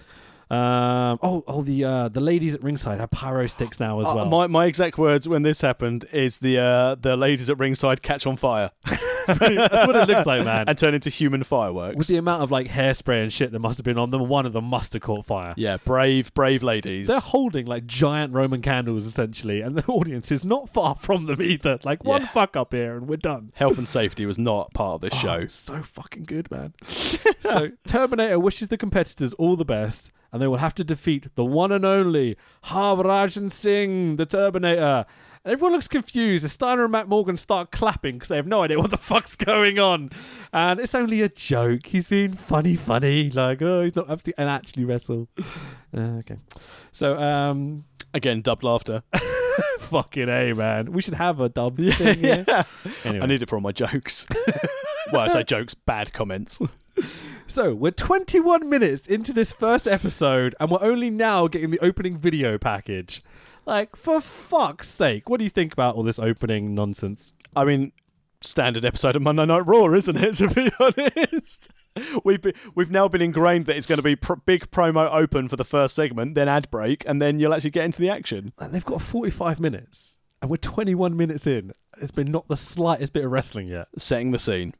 [SPEAKER 2] um, oh, oh, the uh, the ladies at ringside have pyro sticks now as
[SPEAKER 3] Uh,
[SPEAKER 2] [LAUGHS] well.
[SPEAKER 3] my, my exact words when this happened is the uh, the ladies at ringside catch on fire
[SPEAKER 2] [LAUGHS] That's what it looks like, man.
[SPEAKER 3] and turn into human fireworks.
[SPEAKER 2] With the amount of like hairspray and shit that must have been on them, one of them must have caught fire.
[SPEAKER 3] yeah, brave, brave ladies.
[SPEAKER 2] They're holding like giant Roman candles essentially, and the [LAUGHS] audience is not far from them either. Like one
[SPEAKER 3] Yeah.
[SPEAKER 2] fuck up here, and we're done.
[SPEAKER 3] Health and safety was not part of this
[SPEAKER 2] Oh,
[SPEAKER 3] show.
[SPEAKER 2] so fucking good, man. so Terminator wishes the competitors all the best, and they will have to defeat the one and only Harbhajan Singh, the Terminator. And everyone looks confused as Steiner and Matt Morgan start clapping because they have no idea what the [LAUGHS] fuck's going on. And it's only a joke. He's being funny, funny. Like, oh, he's not up to and actually wrestle. Uh, okay. So, um,
[SPEAKER 3] Again, dubbed laughter.
[SPEAKER 2] Fucking A, man. We should have a dub thing here. Anyway. [LAUGHS]
[SPEAKER 3] I need it for all my jokes. well, I say jokes, bad comments.
[SPEAKER 2] So we're 21 minutes into this [LAUGHS] first episode, and we're only now getting the opening video package. Like, for fuck's sake, what do you think about all this opening nonsense?
[SPEAKER 3] I mean, standard episode of Monday Night Raw, isn't it? To be [LAUGHS] honest, we've been, we've now been ingrained that it's going to be pr- big promo open for the first segment, then ad break, and then you'll actually get into the action.
[SPEAKER 2] Like, they've got 45 minutes, and we're 21 minutes in. It's been not the slightest bit of wrestling yet.
[SPEAKER 3] Setting the scene.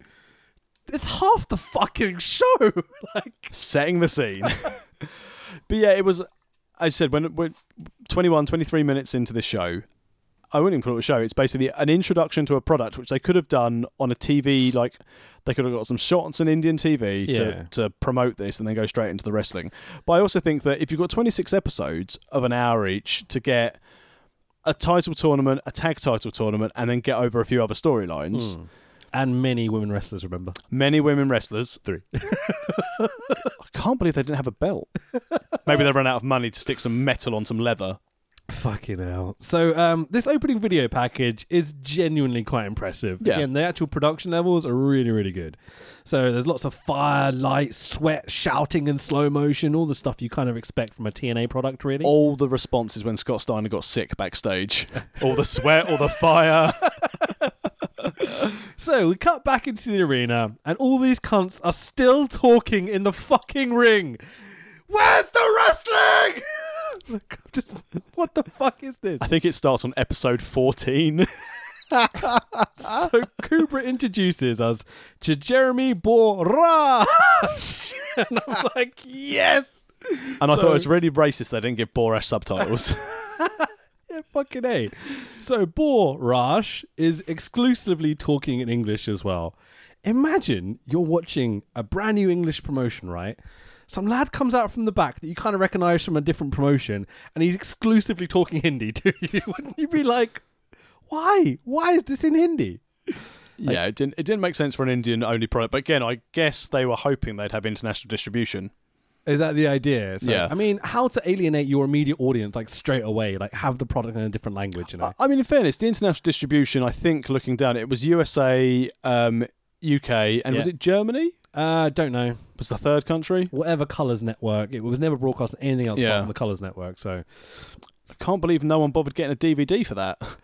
[SPEAKER 2] It's half the fucking show. [LAUGHS] like,
[SPEAKER 3] setting the scene. [LAUGHS] but yeah, it was. I said when we're 21, 23 minutes into this show, I wouldn't even call it a show. It's basically an introduction to a product which they could have done on a TV. Like they could have got some shots on Indian TV
[SPEAKER 2] Yeah.
[SPEAKER 3] to, to promote this and then go straight into the wrestling. But I also think that if you've got 26 episodes of an hour each to get a title tournament, a tag title tournament, and then get over a few other storylines,
[SPEAKER 2] and many women wrestlers, remember?
[SPEAKER 3] many women wrestlers
[SPEAKER 2] Three.
[SPEAKER 3] [LAUGHS] I can't believe they didn't have a belt. Maybe they ran out of money to stick some metal on some leather.
[SPEAKER 2] Fucking hell. So, um, this opening video package is genuinely quite impressive.
[SPEAKER 3] Yeah.
[SPEAKER 2] Again, the actual production levels are really, really good. So, there's lots of fire, light, sweat, shouting, and slow motion, all the stuff you kind of expect from a TNA product, really.
[SPEAKER 3] All the responses when Scott Steiner got sick backstage. all the sweat, all the fire.
[SPEAKER 2] So, we cut back into the arena, and all these cunts are still talking in the fucking ring. Where's the wrestling? [LAUGHS] Like, I'm just, what the fuck is this?
[SPEAKER 3] I think it starts on episode 14.
[SPEAKER 2] [LAUGHS] So Cooper introduces us to Jeremy Borash. [LAUGHS] and I'm like, yes!
[SPEAKER 3] And I thought it was really racist they didn't give Borash subtitles.
[SPEAKER 2] Yeah, fucking A. So Borash is exclusively talking in English as well. Imagine you're watching a brand new English promotion, right? Some lad comes out from the back that you kind of recognize from a different promotion, and he's exclusively talking Hindi to [LAUGHS] you. Wouldn't you be like, why? Why is this in Hindi?
[SPEAKER 3] yeah, it didn't it didn't make sense for an Indian only product. But again, I guess they were hoping they'd have international distribution.
[SPEAKER 2] Is that the idea? So,
[SPEAKER 3] Yeah.
[SPEAKER 2] I mean, how to alienate your immediate audience like straight away, like have the product in a different language, you know?
[SPEAKER 3] I- I mean, in fairness, the international distribution, I think looking down, it was USA, um, UK, and was
[SPEAKER 2] Yeah.
[SPEAKER 3] it Germany?
[SPEAKER 2] Uh, don't know.
[SPEAKER 3] Was the third country?
[SPEAKER 2] Whatever Colors Network, it was never broadcast on anything else apart
[SPEAKER 3] Yeah.
[SPEAKER 2] from the Colors Network. So,
[SPEAKER 3] can't believe no one bothered getting a DVD for that. [LAUGHS]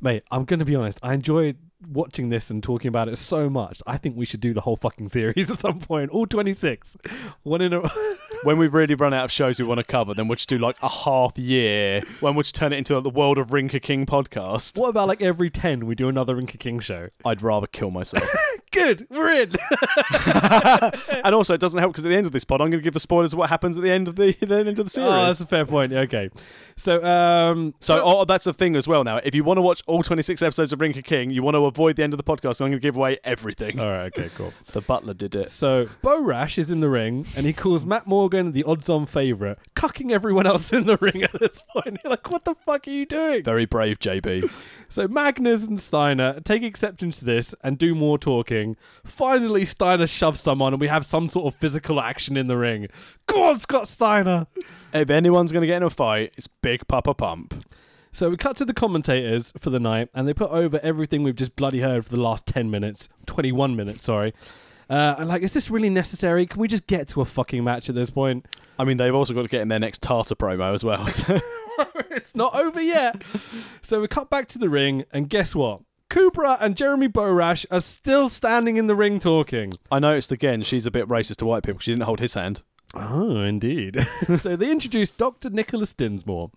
[SPEAKER 2] mate, I'm going to be honest. I enjoyed watching this and talking about it so much. I think we should do the whole fucking series [LAUGHS] at some point. All 26. One in a. [LAUGHS]
[SPEAKER 3] when we really run out of shows we want to cover, then we'll just do like a half year. When we'll just turn it into the World of Rinker King podcast.
[SPEAKER 2] what about like every 10 we do another Rinka King show?
[SPEAKER 3] I'd rather
[SPEAKER 2] [LAUGHS]
[SPEAKER 3] kill myself.
[SPEAKER 2] Good. We're in.
[SPEAKER 3] and also, it doesn't help because at the end of this pod, I'm going to give the spoilers of what happens at the end of the, [LAUGHS] the end of the series.
[SPEAKER 2] oh, that's a fair point. Okay. So, um,
[SPEAKER 3] so oh, that's the thing as well. Now, if you want to watch all 26 episodes of Rinker King, you want to avoid the end of the podcast. So I'm going to give away everything.
[SPEAKER 2] all right. Okay, cool.
[SPEAKER 3] The butler did it.
[SPEAKER 2] So Bo Rash is in the ring and he calls Matt Morgan the odds on favourite, cucking everyone else in the ring at this point. You're like, what the fuck are you doing?
[SPEAKER 3] Very
[SPEAKER 2] [LAUGHS]
[SPEAKER 3] brave, JB.
[SPEAKER 2] So Magnus and Steiner take exceptions to this and do more talking. Finally, Steiner shoves someone and we have some sort of physical action in the ring. Go on, Scott Steiner!
[SPEAKER 3] if anyone's going to get in a fight, it's Big Papa Pump.
[SPEAKER 2] So we cut to the commentators for the night, and they put over everything we've just bloody heard for the last 10 minutes, 21 minutes, sorry. Uh, and like, is this really necessary? Can we just get to a fucking match at this point?
[SPEAKER 3] I mean, they've also got to get in their next Tartar promo as well. [LAUGHS] So.
[SPEAKER 2] it's not over yet. [LAUGHS] so we cut back to the ring, and guess what? Kubra and Jeremy Borash are still standing in the ring talking.
[SPEAKER 3] I noticed again she's a bit racist to white people. She didn't hold his hand.
[SPEAKER 2] Oh, indeed. [LAUGHS] so they introduced Dr. Nicholas Dinsmore.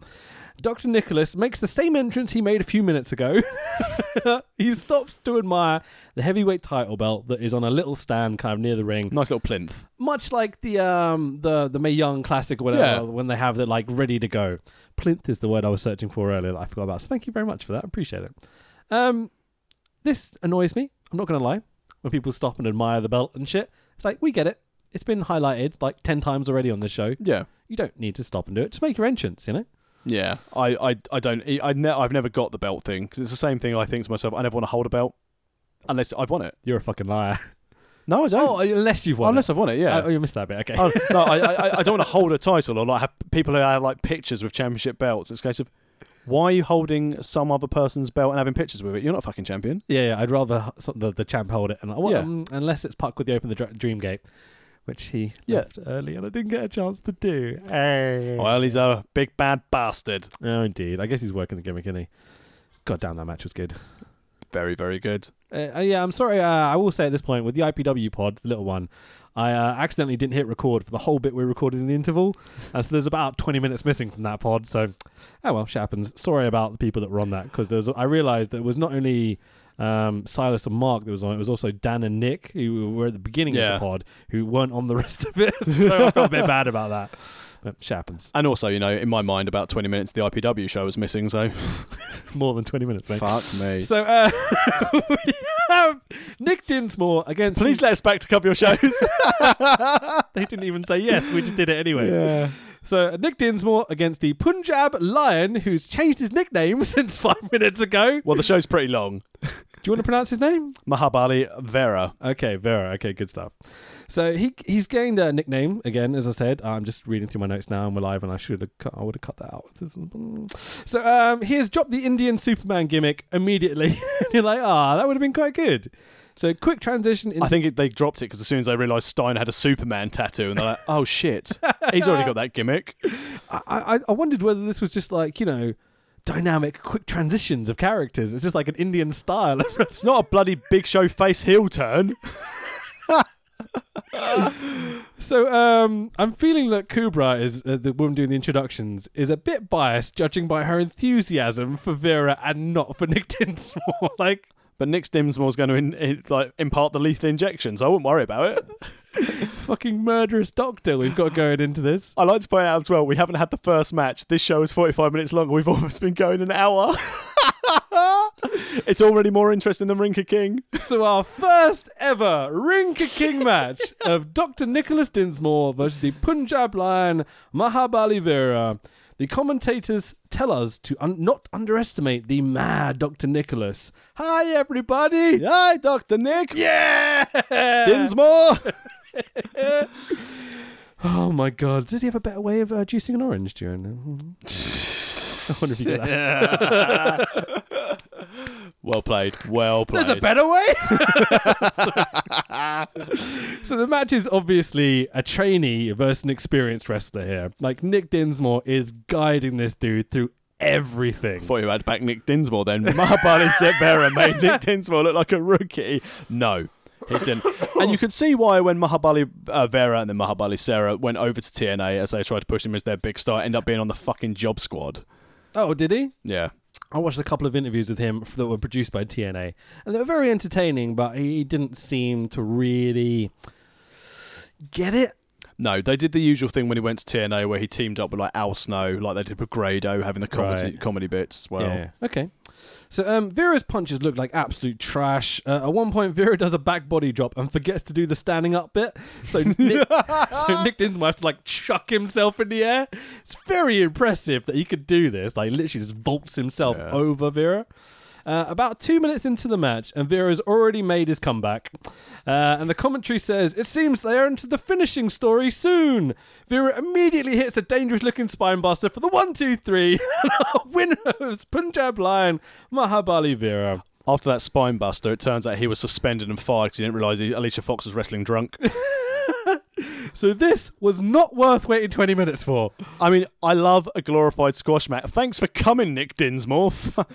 [SPEAKER 2] Dr. Nicholas makes the same entrance he made a few minutes ago. [LAUGHS] he stops to admire the heavyweight title belt that is on a little stand kind of near the ring.
[SPEAKER 3] Nice little plinth.
[SPEAKER 2] much like the um the the May Young Classic or whatever,
[SPEAKER 3] Yeah.
[SPEAKER 2] when they have it like ready to go. Plinth is the word I was searching for earlier that I forgot about. So thank you very much for that. I appreciate it. Um, this annoys me. I'm not gonna lie. When people stop and admire the belt and shit, it's like we get it. It's been highlighted like ten times already on this show.
[SPEAKER 3] Yeah,
[SPEAKER 2] You don't need to stop and do it. Just make your entrance. You know.
[SPEAKER 3] yeah. I, I, I don't. e, I ne- I've never got the belt thing because it's the same thing. I think to myself, I never want to hold a belt unless I've won it.
[SPEAKER 2] You're a fucking liar.
[SPEAKER 3] No, I
[SPEAKER 2] Oh,
[SPEAKER 3] don't.
[SPEAKER 2] [LAUGHS] unless you've won.
[SPEAKER 3] unless I've won it, yeah.
[SPEAKER 2] Oh, you missed that bit. Okay.
[SPEAKER 3] Oh, no, I, I, I- I don't want to hold a title or like have people who have like pictures with championship belts. It's a case of why are you holding some other person's belt and having pictures with it? You're not a fucking champion.
[SPEAKER 2] Yeah, yeah I'd rather h- so- the, the champ hold it, and I- well,
[SPEAKER 3] Yeah.
[SPEAKER 2] um, unless it's Puck with the open the dr- dream gate, which he
[SPEAKER 3] Yeah.
[SPEAKER 2] left early and I didn't get a chance to do.
[SPEAKER 3] Well, he's a big bad bastard.
[SPEAKER 2] Oh, indeed. I guess he's working the gimmick, isn't he? God damn, that match was good.
[SPEAKER 3] Very, very good.
[SPEAKER 2] Uh, uh, yeah, I'm sorry. Uh, I will say at this point, with the IPW pod, the little one, I uh, accidentally didn't hit record for the whole bit we recorded in the interval. Uh, so there's about 20 minutes missing from that pod. So, oh well, shit happens. Sorry about the people that were on that because there's. I realised that it was not only um, Silas and Mark that was on it, it was also Dan and Nick who were at the beginning
[SPEAKER 3] Yeah.
[SPEAKER 2] of the pod who weren't on the rest of
[SPEAKER 3] [LAUGHS]
[SPEAKER 2] it. so I felt a bit bad about that. But shit happens.
[SPEAKER 3] And also, you know, in my mind, about 20 minutes the IPW show was missing, so.
[SPEAKER 2] [LAUGHS] More than 20 minutes, mate.
[SPEAKER 3] Fuck [LAUGHS] me.
[SPEAKER 2] So uh, [LAUGHS] we have Nick Dinsmore against.
[SPEAKER 3] Please let us back to cover your shows.
[SPEAKER 2] [LAUGHS] they didn't even say [LAUGHS] yes. We just did it anyway. [LAUGHS] So uh, Nick Dinsmore against the Punjab Lion, who's changed his nickname [LAUGHS] since five minutes ago.
[SPEAKER 3] well, the show's pretty long.
[SPEAKER 2] Do you want to pronounce his name?
[SPEAKER 3] Mahabali Vera.
[SPEAKER 2] Okay, Vera. Okay, good stuff. So he he's gained a nickname again, as I said. I'm just reading through my notes now, and we're live, and I should have cut, I would have cut that out. This one- So um, he has dropped the Indian Superman gimmick immediately. [LAUGHS] You're like, ah, that would have been quite good. So quick transition. Into
[SPEAKER 3] I think it, they dropped it because as soon as they realised Stein had a Superman tattoo, and they're like, oh shit, he's already got that gimmick.
[SPEAKER 2] I, I, I wondered whether this was just like you know dynamic quick transitions of characters it's just like an indian style [LAUGHS] of
[SPEAKER 3] It's not a bloody big show face heel turn.
[SPEAKER 2] So um, I'm feeling that Kubra is uh, the woman doing the introductions is a bit biased, judging by her enthusiasm for Vera and not for Nick Dinsmore. [LAUGHS] like
[SPEAKER 3] But Nick Dimsmore's going to in, in- like impart the lethal injection, so I wouldn't worry about it.
[SPEAKER 2] fucking murderous doctor, we've got going into this.
[SPEAKER 3] I like to point out as well, we haven't had the first match. This show is 45 minutes long. We've [LAUGHS] almost been going an hour. [LAUGHS] it's already more interesting than Rinka [LAUGHS] King.
[SPEAKER 2] So our first ever Rinka King match of Dr. Nicholas Dinsmore versus the Punjab Lion Mahabali Vera. The commentators tell us to un- not underestimate the mad Dr. Nicholas. Hi everybody.
[SPEAKER 3] Hi, Dr. Nick.
[SPEAKER 2] Yeah.
[SPEAKER 3] Dinsmore.
[SPEAKER 2] Oh my god! Does he have a better way of uh, juicing an orange, Duran? Mhm. [LAUGHS] I wonder if you get that.
[SPEAKER 3] well played. Well played.
[SPEAKER 2] There's a better way. [LAUGHS] so, so the match is obviously a trainee versus an experienced wrestler here. Like Nick Dinsmore is guiding this dude through everything.
[SPEAKER 3] Thought you had back Nick Dinsmore then. Mahabali Setbera made Nick Dinsmore look like a rookie. No, he didn't. and you could see why when Mahabali uh, Vera and then Mahabali Sarah went over to TNA as they tried to push him as their big star, end up being on the fucking job squad.
[SPEAKER 2] Oh, did he?
[SPEAKER 3] Yeah.
[SPEAKER 2] I watched a couple of interviews with him that were produced by TNA, and they were very entertaining. But he didn't seem to really get it.
[SPEAKER 3] No, they did the usual thing when he went to TNA where he teamed up with like Al Snow, like they did with Grado, having the comedy,
[SPEAKER 2] Right.
[SPEAKER 3] comedy bits as well.
[SPEAKER 2] Okay. So um, Vera's punches look like absolute trash. Uh, at one point, Vera does a back body drop and forgets to do the standing up bit. So Nick, so Nick Dinsmore has to like chuck himself in the air. It's very impressive that he could do this. Like literally just vaults himself over Vera. Uh, about two minutes into the match, and Vera's already made his comeback. Uh, and the commentary says, It seems they are into the finishing story soon. Vera immediately hits a dangerous looking spinebuster for the one, two, three. [LAUGHS] Winners, Punjab Lion, Mahabali Vera.
[SPEAKER 3] After that spine buster, it turns out he was suspended and fired because he didn't realise he- Alicia Fox was wrestling drunk.
[SPEAKER 2] So this was not worth waiting 20 minutes for.
[SPEAKER 3] I mean, I love a glorified squash match. Thanks for coming, Nick Dinsmore. [LAUGHS]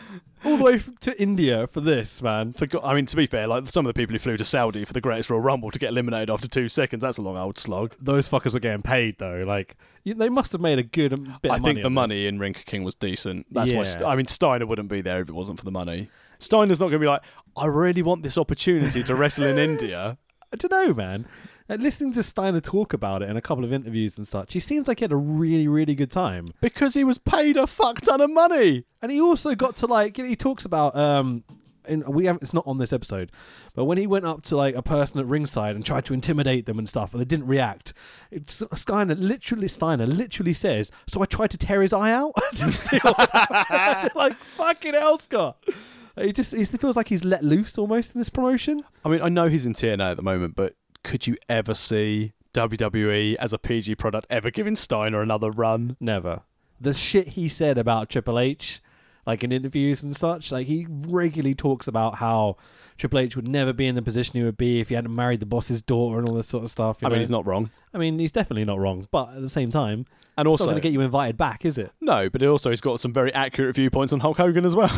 [SPEAKER 2] All the way f- to India for this, man.
[SPEAKER 3] Forgot. I mean, to be fair, like some of the people who flew to Saudi for the Greatest Royal Rumble to get eliminated after two seconds, that's a long old slog.
[SPEAKER 2] Those fuckers were getting paid, though. Like, y- they must have made a good am- bit
[SPEAKER 3] I
[SPEAKER 2] of money.
[SPEAKER 3] think the
[SPEAKER 2] on
[SPEAKER 3] money
[SPEAKER 2] this.
[SPEAKER 3] in Rinka King was decent. That's why.
[SPEAKER 2] Yeah.
[SPEAKER 3] St- I mean, Steiner wouldn't be there if it wasn't for the money. Steiner's not going to be like, I really want this opportunity to wrestle [LAUGHS] in India.
[SPEAKER 2] I don't know, man. Uh, listening to Steiner talk about it in a couple of interviews and such, he seems like he had a really, really good time.
[SPEAKER 3] Because he was paid a fuck ton of money.
[SPEAKER 2] And he also got to like, you know, he talks about um, and we haven't. It's not on this episode, but when he went up to like a person at ringside and tried to intimidate them and stuff, and they didn't react, it's, uh, Steiner literally Steiner literally says, "So I tried to tear his eye out." [LAUGHS] to see what happened." [LAUGHS] like fucking hell, Scott. He just he feels like he's let loose almost in this promotion.
[SPEAKER 3] I mean, I know he's in TNA at the moment, but could you ever see WWE as a PG product ever giving Steiner another run?
[SPEAKER 2] Never. The shit he said about Triple H, like in interviews and such. Like he regularly talks about how Triple H would never be in the position he would be if he hadn't married the boss's daughter and all this sort of stuff. you
[SPEAKER 3] I mean,
[SPEAKER 2] know?
[SPEAKER 3] he's not wrong.
[SPEAKER 2] I mean, he's definitely not wrong, but at the same time,
[SPEAKER 3] And
[SPEAKER 2] it's not
[SPEAKER 3] also,
[SPEAKER 2] going to get you invited back, is it?
[SPEAKER 3] no, but also he's got some very accurate viewpoints on Hulk Hogan as well.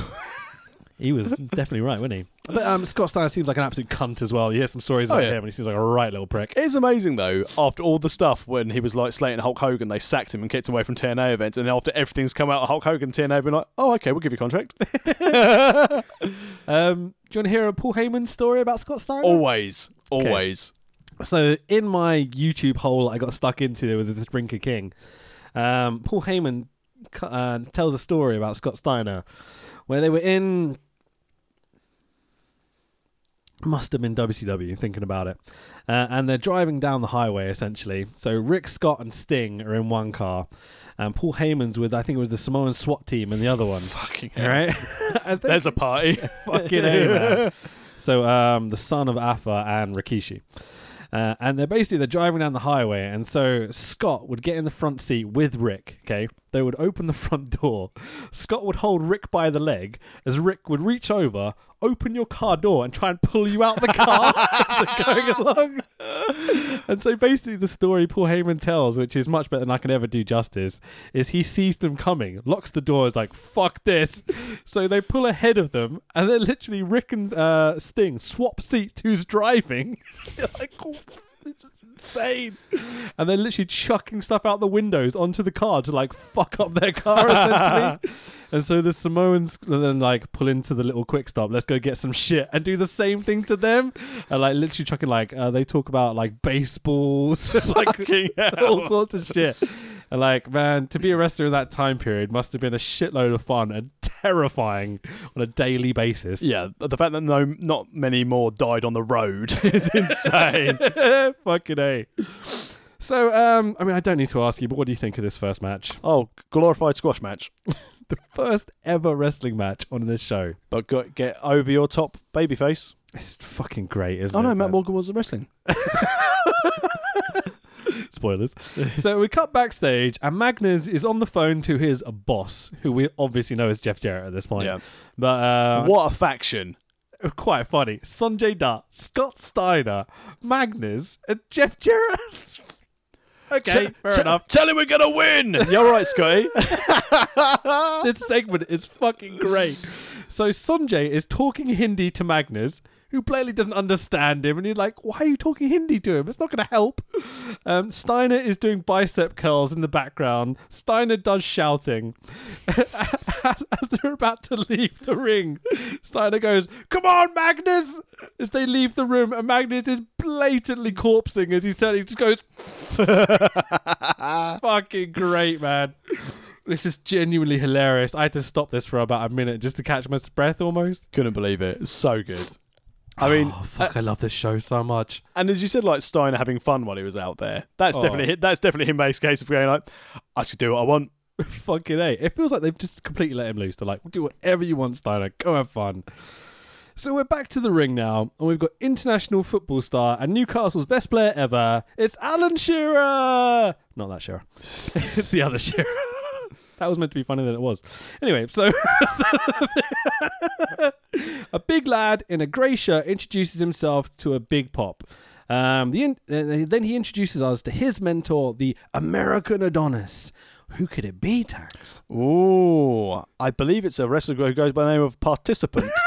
[SPEAKER 2] He [LAUGHS] was definitely right, wasn't he? But um, Scott Steiner seems like an absolute cunt as well. You hear some stories
[SPEAKER 3] Oh,
[SPEAKER 2] about
[SPEAKER 3] yeah.
[SPEAKER 2] him, and he seems like a right little prick.
[SPEAKER 3] It is amazing though. After all the stuff when he was like slating Hulk Hogan, they sacked him and kicked him away from TNA events. And then after everything's come out, of Hulk Hogan TNA have been like, "Oh, okay, we'll give you
[SPEAKER 2] [LAUGHS]
[SPEAKER 3] a contract."
[SPEAKER 2] Um, do you want to hear a Paul Heyman story about Scott Steiner?
[SPEAKER 3] always, always.
[SPEAKER 2] So in my YouTube hole I got stuck into there was this Rinker King. Um, Paul Heyman cu- uh, tells a story about Scott Steiner where they were in must have been WCW thinking about it. Uh, and they're driving down the highway essentially. So Rick Scott and Sting are in one car and Paul Heyman's with I think it was the Samoan SWAT team in the other one.
[SPEAKER 3] Fucking
[SPEAKER 2] All
[SPEAKER 3] hell.
[SPEAKER 2] right. [LAUGHS] I think-
[SPEAKER 3] There's a party.
[SPEAKER 2] [LAUGHS] fucking A, man. So, um, the son of Afa and Rikishi. Uh, and they're basically they're driving down the highway, and so Scott would get in the front seat with Rick. Okay, they would open the [LAUGHS] front door. Scott would hold Rick by the leg as Rick would reach over, open your car door, and try and pull you out the car [LAUGHS] as they're going along. [LAUGHS] And so basically, the story Paul Heyman tells, which is much better than I can ever do justice, is he sees them coming, locks the door, is like, fuck this. [LAUGHS] So they pull ahead of them, and then literally Rick and uh, Sting swap seats who's driving. [LAUGHS] You're like, "Oh, this is insane. And they're literally chucking stuff out the windows onto the car to like fuck up their car, essentially. and so the Samoans then like pull into the little quick stop, let's go get some shit, and do the same thing to them. And like literally chucking like, uh, they talk about like baseballs, [LAUGHS] like
[SPEAKER 3] [LAUGHS] Fucking
[SPEAKER 2] all
[SPEAKER 3] [LAUGHS] hell.
[SPEAKER 2] sorts of shit. And like, man, to be a wrestler in that time period must have been a shitload of fun and terrifying on a daily basis. [LAUGHS]
[SPEAKER 3] Yeah, the fact that no, not many more died on the road [LAUGHS] is insane.
[SPEAKER 2] [LAUGHS] Fucking A. So, um, I mean, I don't need to ask you, but what do you think of this first match?
[SPEAKER 3] oh, glorified squash match.
[SPEAKER 2] The first ever wrestling match on this show.
[SPEAKER 3] But got, get over your top babyface.
[SPEAKER 2] It's fucking great, isn't
[SPEAKER 3] Oh
[SPEAKER 2] it?
[SPEAKER 3] no, Matt
[SPEAKER 2] man?
[SPEAKER 3] Morgan was wrestling.
[SPEAKER 2] Spoilers. so we cut backstage, and Magnus is on the phone to his boss, who we obviously know is Jeff Jarrett at this point.
[SPEAKER 3] Yeah.
[SPEAKER 2] But uh,
[SPEAKER 3] What a faction!
[SPEAKER 2] [LAUGHS] quite funny. Sanjay Dutt, Scott Steiner, Magnus, and Jeff Jarrett. [LAUGHS] okay,
[SPEAKER 3] Te-
[SPEAKER 2] fair
[SPEAKER 3] te-
[SPEAKER 2] enough.
[SPEAKER 3] Tell him we're
[SPEAKER 2] [LAUGHS]
[SPEAKER 3] gonna win. [LAUGHS] You're right, Scotty.
[SPEAKER 2] this segment is fucking great. So Sanjay is talking Hindi to Magnus, who plainly doesn't understand him, and you're like, why are you talking Hindi to him? It's not going to help. [LAUGHS] Um, Steiner is doing bicep curls in the background. Steiner does shouting. [LAUGHS] as, as they're about to leave the ring, Steiner goes, come on, Magnus! As they leave the room, and Magnus is blatantly corpsing as he's turning. He just goes, fucking great, man. This is genuinely hilarious. I had to stop this for about a minute just to catch my breath almost.
[SPEAKER 3] Couldn't believe it. It's so good. I mean,
[SPEAKER 2] Oh, fuck, I love this show so much.
[SPEAKER 3] and as you said, like Steiner having fun while he was out there. That's
[SPEAKER 2] Oh.
[SPEAKER 3] definitely that's definitely him. Base case of going like, I should do what I want.
[SPEAKER 2] Fucking A. It feels like they've just completely let him loose. They're like, do whatever you want, Steiner. Go have fun. So we're back to the ring now, and we've got international football star and Newcastle's best player ever. It's Alan Shearer. Not that Shearer. [LAUGHS] it's the other Shearer. [LAUGHS] That was meant to be funnier than it was. Anyway, so a big lad in a grey shirt introduces himself to a big pop. Um, the in- uh, then he introduces us to his mentor, the American Adonis. Who could it be, Tax?
[SPEAKER 3] Ooh, I believe it's a wrestler who goes by the name of Participant.
[SPEAKER 2] [LAUGHS]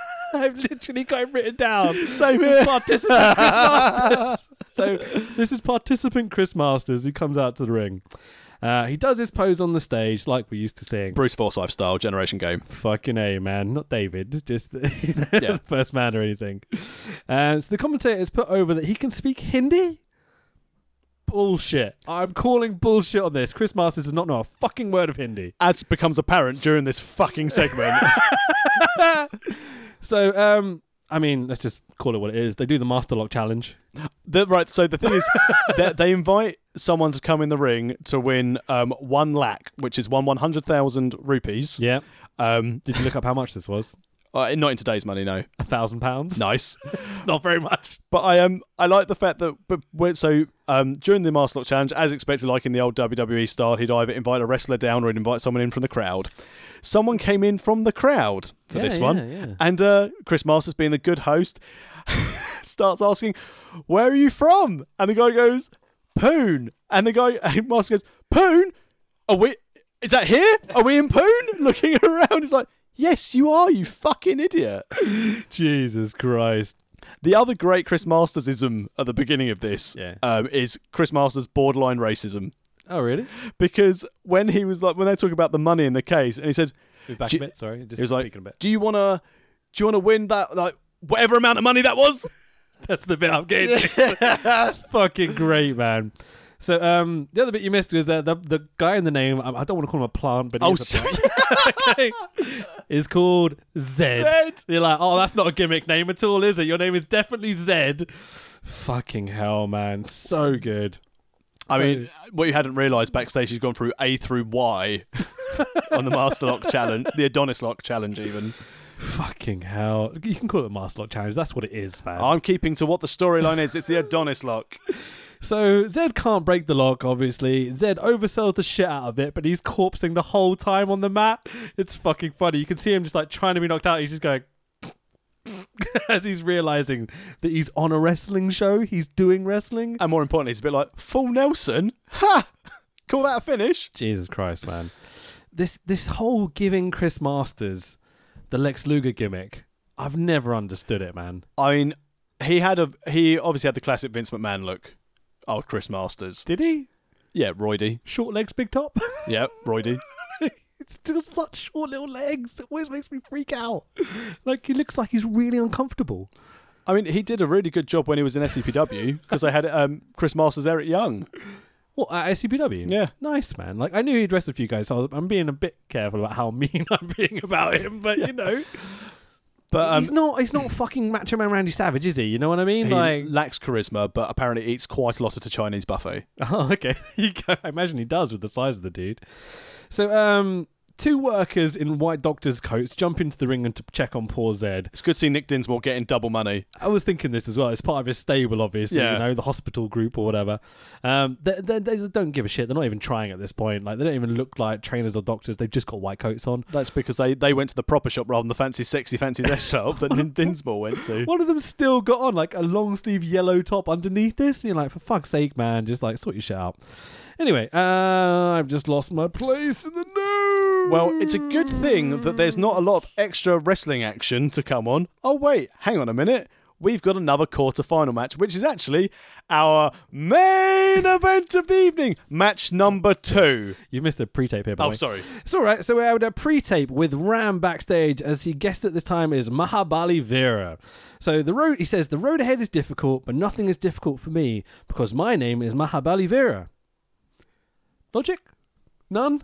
[SPEAKER 3] [LAUGHS]
[SPEAKER 2] I've literally got it written down. [LAUGHS]
[SPEAKER 3] Same here.
[SPEAKER 2] participant Chris Masters. [LAUGHS] So this is participant Chris Masters who comes out to the ring. Uh, he does his pose on the stage like we used to seeing.
[SPEAKER 3] Bruce Forsyth style generation game.
[SPEAKER 2] Fucking A, man. Not David, [LAUGHS] just the, the first man or anything. Um, so the commentator has put over that he can speak Hindi? Bullshit. I'm calling bullshit on this. Chris Masters does not know a fucking word of Hindi.
[SPEAKER 3] As becomes apparent during this
[SPEAKER 2] [LAUGHS]
[SPEAKER 3] fucking segment.
[SPEAKER 2] So, um, I mean, let's just call it what it is. They do the Master Lock Challenge.
[SPEAKER 3] The- right, so the thing is, they, they invite someone to come in the ring to win um, one lakh, which is one one hundred thousand rupees.
[SPEAKER 2] Yeah.
[SPEAKER 3] Um,
[SPEAKER 2] Did you look up how much this was?
[SPEAKER 3] Uh, not in today's money, no.
[SPEAKER 2] A thousand pounds.
[SPEAKER 3] Nice.
[SPEAKER 2] [LAUGHS] it's not very much.
[SPEAKER 3] But I um I like the fact that but we're, so um during the Master Lock Challenge, as expected, like in the old WWE style, he'd either invite a wrestler down or he'd invite someone in from the crowd. Someone came in from the crowd for
[SPEAKER 2] Yeah,
[SPEAKER 3] this
[SPEAKER 2] yeah,
[SPEAKER 3] one,
[SPEAKER 2] yeah.
[SPEAKER 3] and uh, Chris Masters, being the good host, starts asking, "Where are you from?" And the guy goes, "Poon." And the guy [LAUGHS] and Masters goes, "Poon? Are we? Is that here? Are we in Poon?" [LAUGHS] Looking around, it's like, "Yes, you are. You fucking idiot."
[SPEAKER 2] [LAUGHS] Jesus Christ.
[SPEAKER 3] The other great Chris Mastersism at the beginning of this
[SPEAKER 2] Yeah.
[SPEAKER 3] um, is Chris Masters' borderline racism
[SPEAKER 2] Oh
[SPEAKER 3] [LAUGHS]
[SPEAKER 2] really?
[SPEAKER 3] because when he was like when they talk about the money in the case and he said
[SPEAKER 2] Move back
[SPEAKER 3] Ju-
[SPEAKER 2] a bit. Sorry, just
[SPEAKER 3] he was like,
[SPEAKER 2] peeking a bit.
[SPEAKER 3] "Do you wanna do you wanna win that like whatever amount of money that
[SPEAKER 2] [LAUGHS]
[SPEAKER 3] was?"
[SPEAKER 2] That's the bit I'm getting. [LAUGHS] That's fucking great, man. So um, the other bit you missed was that the, the guy in the name. I I don't want to call him a plant, but he
[SPEAKER 3] oh,
[SPEAKER 2] is a
[SPEAKER 3] sorry.
[SPEAKER 2] okay. [LAUGHS] It's called Zed.
[SPEAKER 3] Zed.
[SPEAKER 2] You're like, oh, that's not a gimmick name at all, is it? Your name is definitely Zed. Fucking hell, man. So good.
[SPEAKER 3] I mean, what you hadn't realised backstage, he's gone through A through Y on the Master Lock challenge, the Adonis Lock challenge, even.
[SPEAKER 2] Fucking hell. You can call it a Master Lock Challenge. That's what it is, man.
[SPEAKER 3] I'm keeping to what the storyline is. It's the Adonis Lock.
[SPEAKER 2] So Zed can't break the lock, obviously. Zed oversells the shit out of it, but he's corpsing the whole time on the mat. It's fucking funny. You can see him just like trying to be knocked out. He's just going [LAUGHS] as he's realizing that he's on a wrestling show. He's doing wrestling.
[SPEAKER 3] And more importantly, it's a bit like full Nelson. Ha! Call that a finish?
[SPEAKER 2] Jesus Christ, man. This this whole giving Chris Masters the Lex Luger gimmick, I've never understood it, man.
[SPEAKER 3] I mean, he had a he obviously had the classic Vince McMahon look. Oh, Chris Masters.
[SPEAKER 2] Did he?
[SPEAKER 3] Yeah, Roydy.
[SPEAKER 2] Short legs, big top. [LAUGHS]
[SPEAKER 3] Yeah, Roydy.
[SPEAKER 2] it's still such short little legs. It always makes me freak out. Like he looks like he's really uncomfortable.
[SPEAKER 3] I mean, he did a really good job when he was in SCPW because they had um, Chris Masters, Eric Young.
[SPEAKER 2] What at SCPW?
[SPEAKER 3] Yeah.
[SPEAKER 2] nice man. Like I knew he'd wrestled a few guys, so I was, I'm being a bit careful about how [LAUGHS] mean I'm being about him. But you know,
[SPEAKER 3] But um,
[SPEAKER 2] he's not he's not fucking Macho Man Randy Savage, is he? You know what I mean?
[SPEAKER 3] he [LAUGHS]
[SPEAKER 2] like [LAUGHS]
[SPEAKER 3] lacks charisma, but apparently eats quite a lot at a Chinese buffet.
[SPEAKER 2] Oh, okay. [LAUGHS] There you go. I imagine he does with the size of the dude. So, um, two workers in white doctor's coats jump into the ring and to check on poor Zed.
[SPEAKER 3] It's good seeing Nick Dinsmore getting double money.
[SPEAKER 2] I was thinking this as well. It's part of his stable, obviously.
[SPEAKER 3] Yeah.
[SPEAKER 2] You know, the hospital group or whatever. Um, they, they, they don't give a shit. They're not even trying at this point. Like, they don't even look like trainers or doctors. They've just got white coats on.
[SPEAKER 3] That's because they, they went to the proper shop rather than the fancy, sexy, fancy dress shop that Nick Dinsmore went to.
[SPEAKER 2] One of them still got on like a long sleeve yellow top underneath this. And you're like, for fuck's sake, man, just like sort your shit out. Anyway, uh, I've just lost my place in the news.
[SPEAKER 3] Well, it's a good thing that there's not a lot of extra wrestling action to come on. Oh, wait, hang on a minute. We've got another quarter-final match, which is actually our main event of the evening. Match number two.
[SPEAKER 2] You missed a pre-tape here. By the
[SPEAKER 3] Oh,
[SPEAKER 2] way.
[SPEAKER 3] sorry.
[SPEAKER 2] It's all right. So we had a pre-tape with Ram backstage, as he guessed at this time is Mahabali Vera. So the road, he says, the road ahead is difficult, but nothing is difficult for me because my name is Mahabali Vera. Logic? None.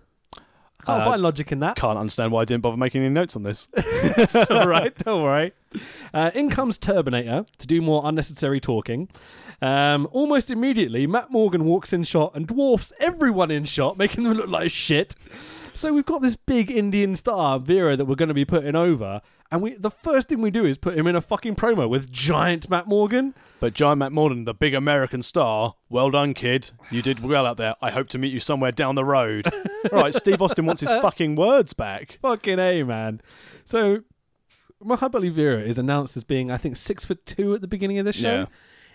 [SPEAKER 2] Can't
[SPEAKER 3] Uh,
[SPEAKER 2] find logic in that.
[SPEAKER 3] Can't understand why I didn't bother making any notes on this.
[SPEAKER 2] It's all right. Don't worry. Uh, in comes Turbinator to do more unnecessary talking. Um, almost immediately, Matt Morgan walks in shot and dwarfs everyone in shot, making them look like shit. So we've got this big Indian star Vera that we're going to be putting over, and we the first thing we do is put him in a fucking promo with giant Matt Morgan.
[SPEAKER 3] But Giant Matt Morden, the big American star, well done, kid. You did well out there. I hope to meet you somewhere down the road.
[SPEAKER 2] [LAUGHS]
[SPEAKER 3] right, Steve Austin wants his fucking words back.
[SPEAKER 2] Fucking a man. So Mahabali Vera is announced as being, I think, six foot two at the beginning of this show.
[SPEAKER 3] Yeah.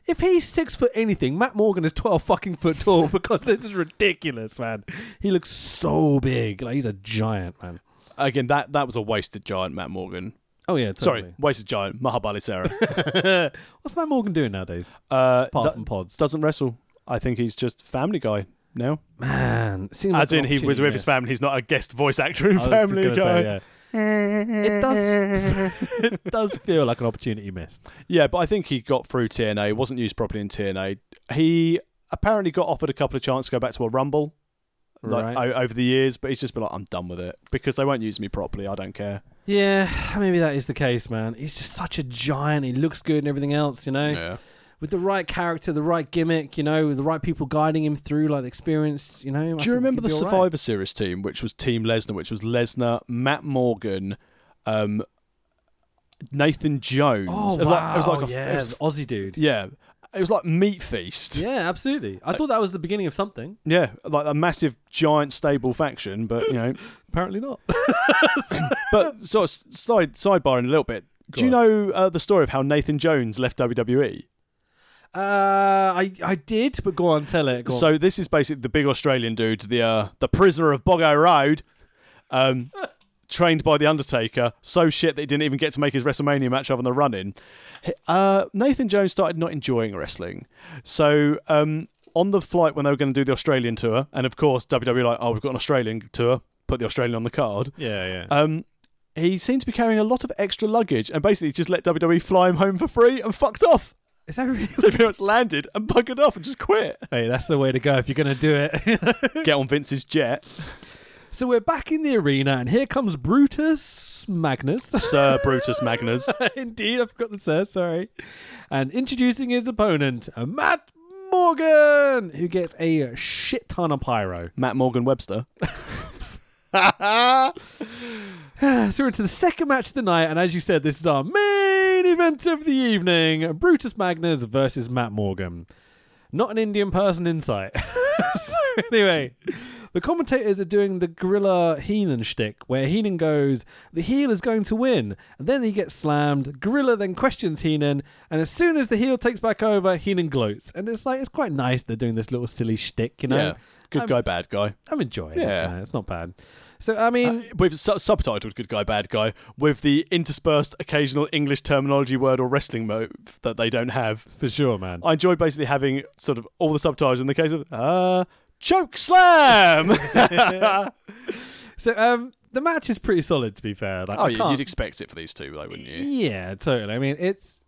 [SPEAKER 2] If he's six foot anything, Matt Morgan is twelve fucking foot
[SPEAKER 3] [LAUGHS]
[SPEAKER 2] tall because this is ridiculous, man. He looks so big, like he's a giant, man.
[SPEAKER 3] Again, that, that was a wasted Giant Matt Morgan.
[SPEAKER 2] Oh yeah, totally.
[SPEAKER 3] Sorry, wasted Giant Mahabali Sarah.
[SPEAKER 2] What's Matt Morgan doing nowadays?
[SPEAKER 3] [LAUGHS] Uh,
[SPEAKER 2] Apart
[SPEAKER 3] that-
[SPEAKER 2] from pods,
[SPEAKER 3] doesn't wrestle. I think he's just Family Guy now.
[SPEAKER 2] man. Seems like
[SPEAKER 3] As
[SPEAKER 2] an
[SPEAKER 3] in, he was
[SPEAKER 2] opportunity
[SPEAKER 3] with his
[SPEAKER 2] missed.
[SPEAKER 3] family. He's not a guest voice actor in
[SPEAKER 2] I was just
[SPEAKER 3] Family Guy.
[SPEAKER 2] gonna say, yeah. It does. [LAUGHS] it does feel like an opportunity missed.
[SPEAKER 3] Yeah, but I think he got through TNA. Wasn't used properly in TNA. He apparently got offered a couple of chances to go back to a Rumble. Like,
[SPEAKER 2] Right.
[SPEAKER 3] o- over the years, but he's just been like, I'm done with it because they won't use me properly. I don't care.
[SPEAKER 2] Yeah, [SIGHS] maybe that is the case, man. He's just such a giant. He looks good and everything else, you know. With the right character, the right gimmick, you know, with the right people guiding him through, like the experience, you know. I
[SPEAKER 3] Do you
[SPEAKER 2] think
[SPEAKER 3] remember the
[SPEAKER 2] he'd be all
[SPEAKER 3] Survivor
[SPEAKER 2] right.
[SPEAKER 3] Series team, which was Team Lesnar, which was Lesnar, Matt Morgan, um, Nathan Jones. it was like, it was like a,
[SPEAKER 2] Oh, yeah,
[SPEAKER 3] it was-
[SPEAKER 2] the Aussie dude.
[SPEAKER 3] yeah, it was like Meat Feast.
[SPEAKER 2] Yeah, absolutely. I thought that was the beginning of something.
[SPEAKER 3] Yeah, like a massive, giant, stable faction. But you know,
[SPEAKER 2] Apparently not.
[SPEAKER 3] but sort of s- side sidebarring a little bit. Do you know uh, the story of how Nathan Jones left E? WWE?
[SPEAKER 2] [LAUGHS] uh, I I did, but go on, tell it. Go on.
[SPEAKER 3] So this is basically the big Australian dude, the uh, the prisoner of Boggo Road,
[SPEAKER 2] [LAUGHS]
[SPEAKER 3] um, trained by the Undertaker. So shit that he didn't even get to make his WrestleMania match other than the run-in. He- Uh, Nathan Jones started not enjoying wrestling, so. Um, on the flight when they were going to do the Australian tour, and of course WWE like, oh, we've got an Australian tour, put the Australian on the card.
[SPEAKER 2] yeah, yeah.
[SPEAKER 3] Um, he seemed to be carrying a lot of extra luggage, and basically just let WWE fly him home for free and fucked off. [LAUGHS]
[SPEAKER 2] Is that really?
[SPEAKER 3] So he pretty much landed and buggered off and just quit. [LAUGHS]
[SPEAKER 2] Hey, that's the way to go if you're gonna do it.
[SPEAKER 3] Get on Vince's jet.
[SPEAKER 2] [LAUGHS] so we're back in the arena, and here comes Brutus
[SPEAKER 3] [LAUGHS]
[SPEAKER 2] Magnus.
[SPEAKER 3] Sir Brutus Magnus.
[SPEAKER 2] [LAUGHS] Indeed, I forgot the sir. Sorry. And introducing his opponent, Matt Morgan, who gets a shit ton of pyro.
[SPEAKER 3] [LAUGHS] Matt Morgan Webster.
[SPEAKER 2] [LAUGHS] So we're into the second match of the night, and as you said, this is our main event of the evening: Brutus Magnus versus Matt Morgan. Not an Indian person in sight. [LAUGHS] so anyway, the commentators are doing the Gorilla Heenan shtick, where Heenan goes, "The heel is going to win," and then he gets slammed. Gorilla then questions Heenan, and as soon as the heel takes back over, Heenan gloats, and it's like it's quite nice they're doing this little silly shtick, you know.
[SPEAKER 3] Good
[SPEAKER 2] I'm-
[SPEAKER 3] guy, bad guy.
[SPEAKER 2] I'm enjoying it.
[SPEAKER 3] Yeah. Uh,
[SPEAKER 2] man. It's not bad. So I mean,
[SPEAKER 3] With su- subtitled good guy, bad guy, with the interspersed occasional English terminology word or wrestling move that they don't have.
[SPEAKER 2] for sure, man.
[SPEAKER 3] I enjoy basically having sort of all the subtitles in the case of, uh, choke [LAUGHS] slam!
[SPEAKER 2] So um, the match is pretty solid, to be fair. Like,
[SPEAKER 3] oh,
[SPEAKER 2] I
[SPEAKER 3] you-
[SPEAKER 2] can't-
[SPEAKER 3] you'd expect it for these two, though, wouldn't you?
[SPEAKER 2] yeah, totally. I mean, it's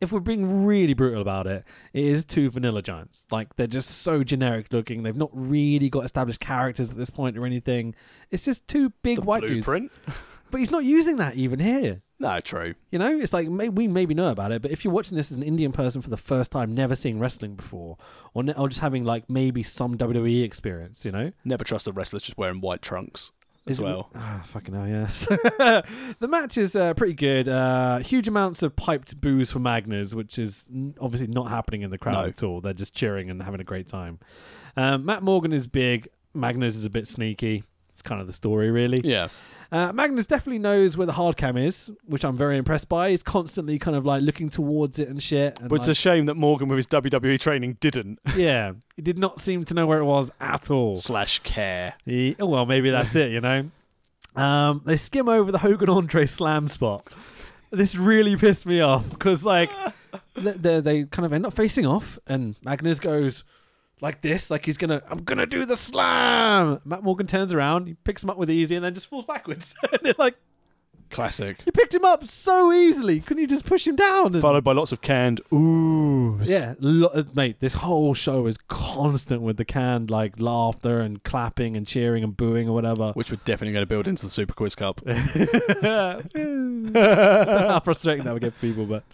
[SPEAKER 2] if we're being really brutal about it, it is two vanilla giants. Like they're just so generic looking. They've not really got established characters at this point or anything. It's just two big white
[SPEAKER 3] Blueprint?
[SPEAKER 2] dudes. But he's not using that even here.
[SPEAKER 3] No, true.
[SPEAKER 2] You know, it's like may, we maybe know about it, but if you're watching this as an Indian person for the first time, never seeing wrestling before, or, ne- or just having like maybe some WWE experience, you know,
[SPEAKER 3] Never trust a wrestler just wearing white trunks as
[SPEAKER 2] Is it-
[SPEAKER 3] well.
[SPEAKER 2] Ah, fucking hell, yes. [LAUGHS] the match is uh, pretty good. Uh, huge amounts of piped booze for Magnus, which is n- obviously not happening in the crowd
[SPEAKER 3] No.
[SPEAKER 2] at all. They're just cheering and having a great time. Um, Matt Morgan is big. Magnus is a bit sneaky. It's kind of the story, really.
[SPEAKER 3] Yeah.
[SPEAKER 2] Uh, Magnus definitely knows where the hard cam is, which I'm very impressed by. He's constantly kind of like looking towards it and shit. And,
[SPEAKER 3] But it's a
[SPEAKER 2] like-
[SPEAKER 3] shame that Morgan, with his WWE training, didn't
[SPEAKER 2] [LAUGHS] yeah, he did not seem to know where it was at all.
[SPEAKER 3] [LAUGHS] slash care.
[SPEAKER 2] He, oh, well, maybe that's it, you know. [LAUGHS] Um, they skim over the Hogan Andre slam spot. This really pissed me off because, [LAUGHS] like, they, they, they kind of end up facing off, and Magnus goes like this, like he's gonna, I'm gonna do the slam. Matt Morgan turns around, he picks him up with easy, and then just falls backwards. [LAUGHS] and they're like,
[SPEAKER 3] Classic.
[SPEAKER 2] you picked him up so easily, couldn't you just push him down? And-
[SPEAKER 3] [LAUGHS] Followed by lots of canned oohs.
[SPEAKER 2] yeah, lo- uh, mate, this whole show is constant with the canned like laughter and clapping and cheering and booing or whatever.
[SPEAKER 3] Which we're definitely going to build into the Super Quiz [LAUGHS] Cup.
[SPEAKER 2] how frustrating that would get for people, but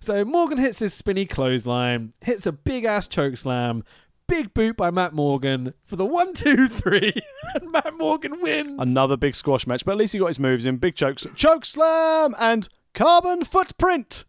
[SPEAKER 2] so Morgan hits his spinny clothesline, hits a big ass choke slam, big boot by Matt Morgan for the one, two, three, [LAUGHS] and Matt Morgan wins.
[SPEAKER 3] Another big squash match, but at least he got his moves in. Big chokes. Choke slam and carbon footprint.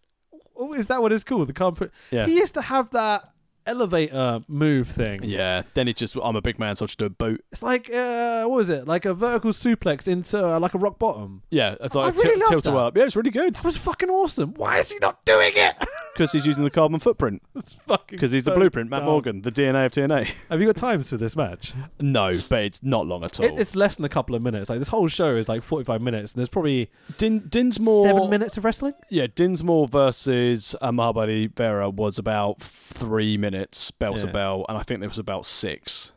[SPEAKER 2] oh, is that what it's called? The carpet.
[SPEAKER 3] Yeah.
[SPEAKER 2] He used to have that elevator move thing.
[SPEAKER 3] Yeah. Then it just, I'm a big man, so I'll just do a boot.
[SPEAKER 2] It's like uh, what was it? Like a vertical suplex into uh, like a rock bottom.
[SPEAKER 3] Yeah. It's like
[SPEAKER 2] I really
[SPEAKER 3] a
[SPEAKER 2] love
[SPEAKER 3] tilt
[SPEAKER 2] that.
[SPEAKER 3] up. Yeah, it's really good
[SPEAKER 2] That was fucking awesome. Why is he not doing it? [LAUGHS]
[SPEAKER 3] because he's using the carbon footprint
[SPEAKER 2] It's fucking
[SPEAKER 3] because he's the
[SPEAKER 2] so
[SPEAKER 3] blueprint. Matt
[SPEAKER 2] dumb.
[SPEAKER 3] Morgan, the DNA of TNA.
[SPEAKER 2] Have you got times for this match?
[SPEAKER 3] no, but it's not long at all.
[SPEAKER 2] It, it's less than a couple of minutes. Like this whole show is like forty-five minutes, and there's probably
[SPEAKER 3] Din- Dinsmore.
[SPEAKER 2] seven minutes of wrestling.
[SPEAKER 3] Yeah, Dinsmore versus uh, Mahabali Vera was about three minutes, bell to
[SPEAKER 2] Yeah.
[SPEAKER 3] bell, and I think there was about six.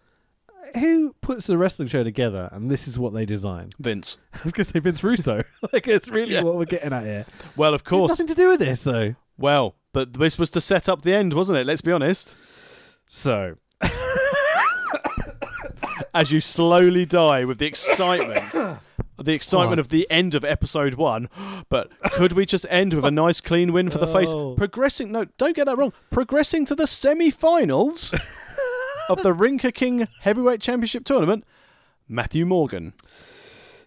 [SPEAKER 2] Who puts the wrestling show together? And this is what they design. [LAUGHS]
[SPEAKER 3] Vince.
[SPEAKER 2] I was gonna say Vince Russo. [LAUGHS] like it's really
[SPEAKER 3] Yeah.
[SPEAKER 2] what we're getting at here. Of
[SPEAKER 3] Well, of
[SPEAKER 2] [LAUGHS]
[SPEAKER 3] course.
[SPEAKER 2] Nothing to do with this though.
[SPEAKER 3] Well, but this was to set up the end, wasn't it? Let's be honest.
[SPEAKER 2] So
[SPEAKER 3] As you slowly die with the [COUGHS] excitement, the excitement of the end of episode one. But could we just end with a nice clean win for the face?
[SPEAKER 2] Oh.
[SPEAKER 3] Progressing, no, don't get that wrong. Progressing to the semi finals of the Rinker King Heavyweight Championship Tournament, Matthew Morgan.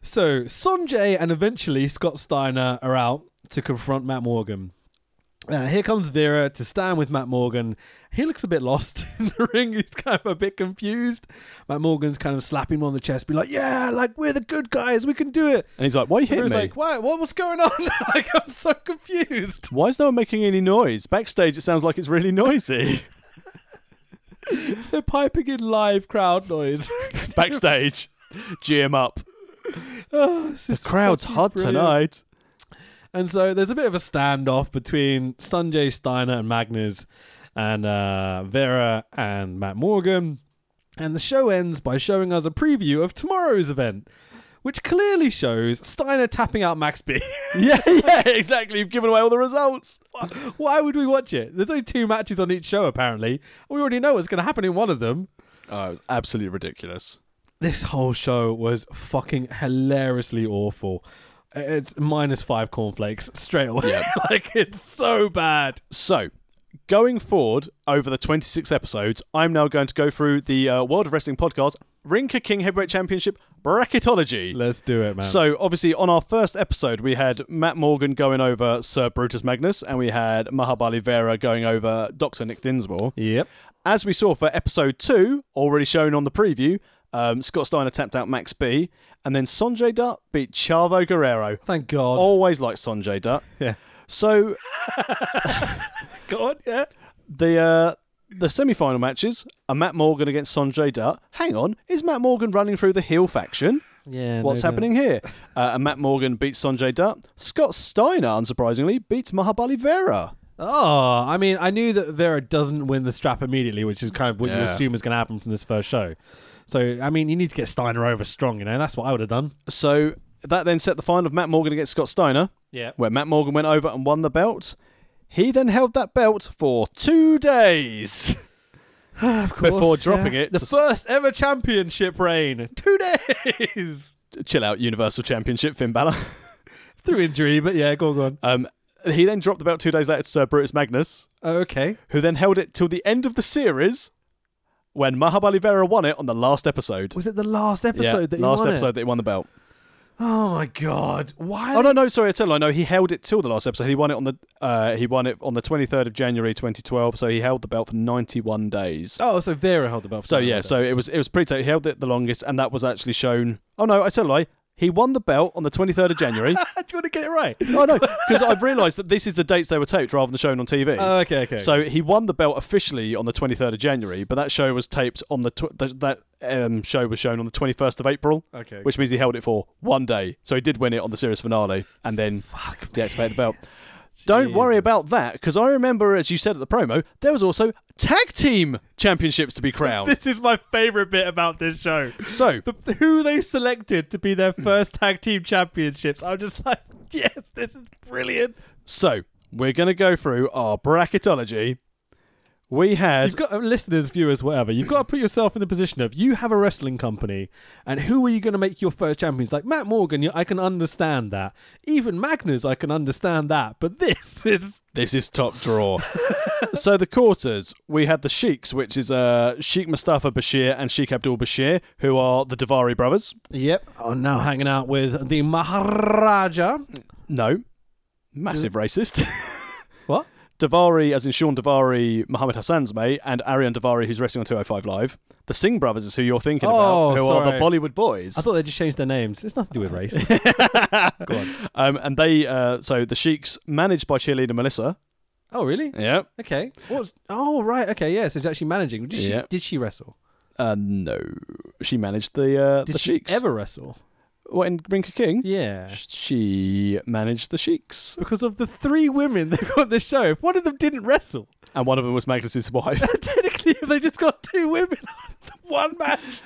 [SPEAKER 2] So Sanjay and eventually Scott Steiner are out, to confront Matt Morgan. Uh, here comes Vera to stand with Matt Morgan. He looks a bit lost [LAUGHS] in the ring. He's kind of a bit confused. Matt Morgan's kind of slapping him on the chest, be like, "Yeah, like we're the good guys. We can do it."
[SPEAKER 3] And he's like, "Why are you
[SPEAKER 2] And
[SPEAKER 3] hitting
[SPEAKER 2] Vera's
[SPEAKER 3] me?
[SPEAKER 2] like, "Why? What? What's going on? [LAUGHS] like, I'm so confused."
[SPEAKER 3] Why is no one making any noise? Backstage, it sounds like it's really [LAUGHS] noisy.
[SPEAKER 2] [LAUGHS] They're piping in live crowd [LAUGHS] noise.
[SPEAKER 3] Backstage, GM up.
[SPEAKER 2] the
[SPEAKER 3] Crowd's hot tonight.
[SPEAKER 2] [LAUGHS]
[SPEAKER 3] [LAUGHS]
[SPEAKER 2] And so there's a bit of a standoff between Sanjay Steiner and Magnus and uh, Vera and Matt Morgan. And the show ends by showing us a preview of tomorrow's event, which clearly shows Steiner tapping out Max B. [LAUGHS]
[SPEAKER 3] Yeah, yeah, exactly. You've given away all the results.
[SPEAKER 2] Why would we watch it? There's only two matches on each show, apparently. We already know what's going to happen in one of them.
[SPEAKER 3] Oh, it was absolutely ridiculous.
[SPEAKER 2] This whole show was fucking hilariously awful. It's minus five cornflakes straight away. [LAUGHS] like, it's so bad.
[SPEAKER 3] So, going forward over the 26 episodes, I'm now going to go through the uh, World of Wrestling podcast Rinka King Heavyweight Championship bracketology.
[SPEAKER 2] Let's do it, man.
[SPEAKER 3] So obviously, on our first episode, we had Matt Morgan going over Sir Brutus Magnus, and we had Mahabali Vera going over Doctor Nick Dinsmore.
[SPEAKER 2] yep.
[SPEAKER 3] As we saw for episode two, already shown on the preview, um, Scott Steiner tapped out Max B, and then Sanjay Dutt beat Chavo Guerrero.
[SPEAKER 2] Thank God.
[SPEAKER 3] Always like Sanjay Dutt.
[SPEAKER 2] Yeah.
[SPEAKER 3] So
[SPEAKER 2] God, yeah.
[SPEAKER 3] the uh, the semi final matches are Matt Morgan against Sanjay Dutt. Hang on, is Matt Morgan running through the heel faction?
[SPEAKER 2] Yeah.
[SPEAKER 3] What's happening here? Uh, and Matt Morgan beats Sanjay Dutt. Scott Steiner, unsurprisingly, beats Mahabali Vera.
[SPEAKER 2] Oh, I mean, I knew that Vera doesn't win the strap immediately, which is kind of what you
[SPEAKER 3] Yeah.
[SPEAKER 2] assume is going to happen from this first show. So, I mean, you need to get Steiner over strong, you know? That's what I would have done.
[SPEAKER 3] So that then set the final of Matt Morgan against Scott Steiner,
[SPEAKER 2] Yeah.
[SPEAKER 3] where Matt Morgan went over and won the belt. He then held that belt for
[SPEAKER 2] [SIGHS]
[SPEAKER 3] two days before dropping it.
[SPEAKER 2] The
[SPEAKER 3] to s-
[SPEAKER 2] first ever championship reign. Two days. [LAUGHS]
[SPEAKER 3] chill out, Universal Championship, Finn Balor. [LAUGHS]
[SPEAKER 2] Through injury, but yeah, go on, go on.
[SPEAKER 3] Um, he then dropped the belt two days later to Sir Brutus Magnus,
[SPEAKER 2] Okay.
[SPEAKER 3] who then held it till the end of the series, when Mahabali Vera won it on the last episode.
[SPEAKER 2] Was it the last episode
[SPEAKER 3] yeah,
[SPEAKER 2] that he
[SPEAKER 3] last
[SPEAKER 2] won it?
[SPEAKER 3] episode that he won the belt.
[SPEAKER 2] Oh, my God. Why?
[SPEAKER 3] Oh no, no, sorry, I tell you, no. He held it till the last episode. He won it on the uh, he won it on the twenty third of January, twenty twelve. So he held the belt for ninety one days.
[SPEAKER 2] Oh, so Vera held the belt. for
[SPEAKER 3] so
[SPEAKER 2] nine
[SPEAKER 3] yeah,
[SPEAKER 2] days. [LAUGHS]
[SPEAKER 3] so it was it was pretty tight. He held it the longest, and that was actually shown. Oh no, I tell a lie. He won the belt on the twenty third of January.
[SPEAKER 2] Do you want to get it right?
[SPEAKER 3] oh no, because I've realised that this is the dates they were taped rather than shown on TV.
[SPEAKER 2] Oh, okay, okay.
[SPEAKER 3] So he won the belt officially on the 23rd of January, but that show was taped on the tw- th- that um, show was shown on the 21st of April,
[SPEAKER 2] Okay.
[SPEAKER 3] which means he held it for one day. So he did win it on the series finale, and then deactivate the belt. Don't worry about that, because I remember, as you said at the promo, there was also tag team championships to be
[SPEAKER 2] [LAUGHS] [LAUGHS]
[SPEAKER 3] crowned.
[SPEAKER 2] this is my favorite bit about this show.
[SPEAKER 3] so
[SPEAKER 2] The, who they selected to be their first tag team championships. I'm just like, [LAUGHS] yes, this is brilliant.
[SPEAKER 3] So we're going to go through our bracketology. We had
[SPEAKER 2] You've got uh, listeners, viewers, whatever. You've got to put yourself in the position of you have a wrestling company, and who are you going to make your first champions? Like Matt Morgan, you- I can understand that. Even Magnus, I can understand that. But this [LAUGHS] is
[SPEAKER 3] this is top draw. [LAUGHS] so the quarters we had the Sheiks, which is uh, Sheikh Mustafa Bashir and Sheikh Abdul Bashir, who are the Davari brothers.
[SPEAKER 2] yep. Oh, now hanging out with the Maharaja.
[SPEAKER 3] No, massive racist. [LAUGHS]
[SPEAKER 2] What?
[SPEAKER 3] Davari, as in Sean Davari, Muhammad Hassan's mate, and Arian Davari, who's wrestling on 205 Live. The Singh brothers is who you're thinking
[SPEAKER 2] Oh,
[SPEAKER 3] about, who are the
[SPEAKER 2] sorry.
[SPEAKER 3] Bollywood boys. [LAUGHS]
[SPEAKER 2] I thought they just changed their names. It's nothing to do with [LAUGHS] race.
[SPEAKER 3] um, and they, uh, so the Sheiks, managed by cheerleader Melissa.
[SPEAKER 2] oh, really?
[SPEAKER 3] Yeah.
[SPEAKER 2] Okay. What? Oh, right. Okay. Yeah. So it's actually managing. Did she?
[SPEAKER 3] Yeah.
[SPEAKER 2] Did she wrestle?
[SPEAKER 3] Uh, no, she managed the uh,
[SPEAKER 2] Did
[SPEAKER 3] the
[SPEAKER 2] she
[SPEAKER 3] Sheiks.
[SPEAKER 2] ever wrestle?
[SPEAKER 3] What in Rinka King?
[SPEAKER 2] Yeah.
[SPEAKER 3] She managed the Sheiks,
[SPEAKER 2] Because of the three women that got the show, if one of them didn't wrestle, [LAUGHS]
[SPEAKER 3] and one of them was Magnus's wife.
[SPEAKER 2] technically, if they just got two women on the [LAUGHS] one match.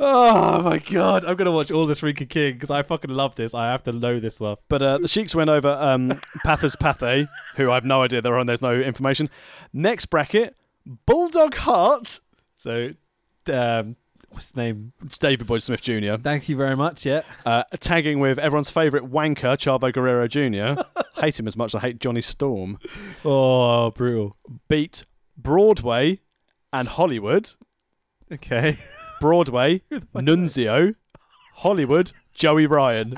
[SPEAKER 2] Oh my god! I'm gonna watch all this Rika King because I fucking love this. I have to know this stuff.
[SPEAKER 3] but uh, the Sheiks went over um, Pathas Pathe, who I've no idea they're on. There's no information. Next bracket, Bulldog Heart.
[SPEAKER 2] So, um, what's his name?
[SPEAKER 3] It's David Boyd Smith Jr.
[SPEAKER 2] Thank you very much. Yeah.
[SPEAKER 3] Uh, tagging with everyone's favourite wanker, Chavo Guerrero
[SPEAKER 2] [LAUGHS]
[SPEAKER 3] Jr. hate him as much as I hate Johnny Storm.
[SPEAKER 2] Oh, brutal.
[SPEAKER 3] Beat Broadway and Hollywood.
[SPEAKER 2] Okay.
[SPEAKER 3] Broadway, Nunzio, Hollywood, Joey Ryan.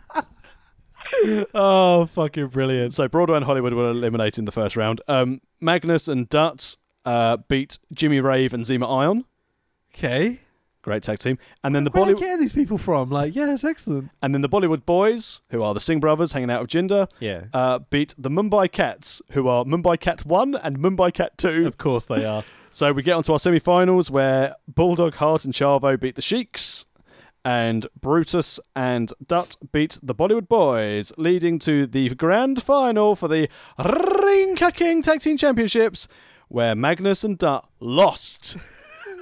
[SPEAKER 2] Oh, fucking brilliant.
[SPEAKER 3] So Broadway and Hollywood were eliminated in the first round. Um, Magnus and Dutt uh, beat Jimmy Rave and Zima Ion.
[SPEAKER 2] Okay.
[SPEAKER 3] Great tag team. And then the
[SPEAKER 2] Where do you
[SPEAKER 3] Bollywood
[SPEAKER 2] get these people from? Like, yeah, it's excellent.
[SPEAKER 3] and then the Bollywood boys, who are the Singh brothers hanging out of Jinder,
[SPEAKER 2] Yeah.
[SPEAKER 3] uh, beat the Mumbai Cats, who are Mumbai Cat 1 and Mumbai Cat 2.
[SPEAKER 2] Of course they are.
[SPEAKER 3] So we get onto our semi-finals where Bulldog Hart and Chavo beat the Sheiks, and Brutus and Dutt beat the Bollywood Boys, leading to the grand final for the Rinka King Tag Team Championships, where Magnus and Dutt lost.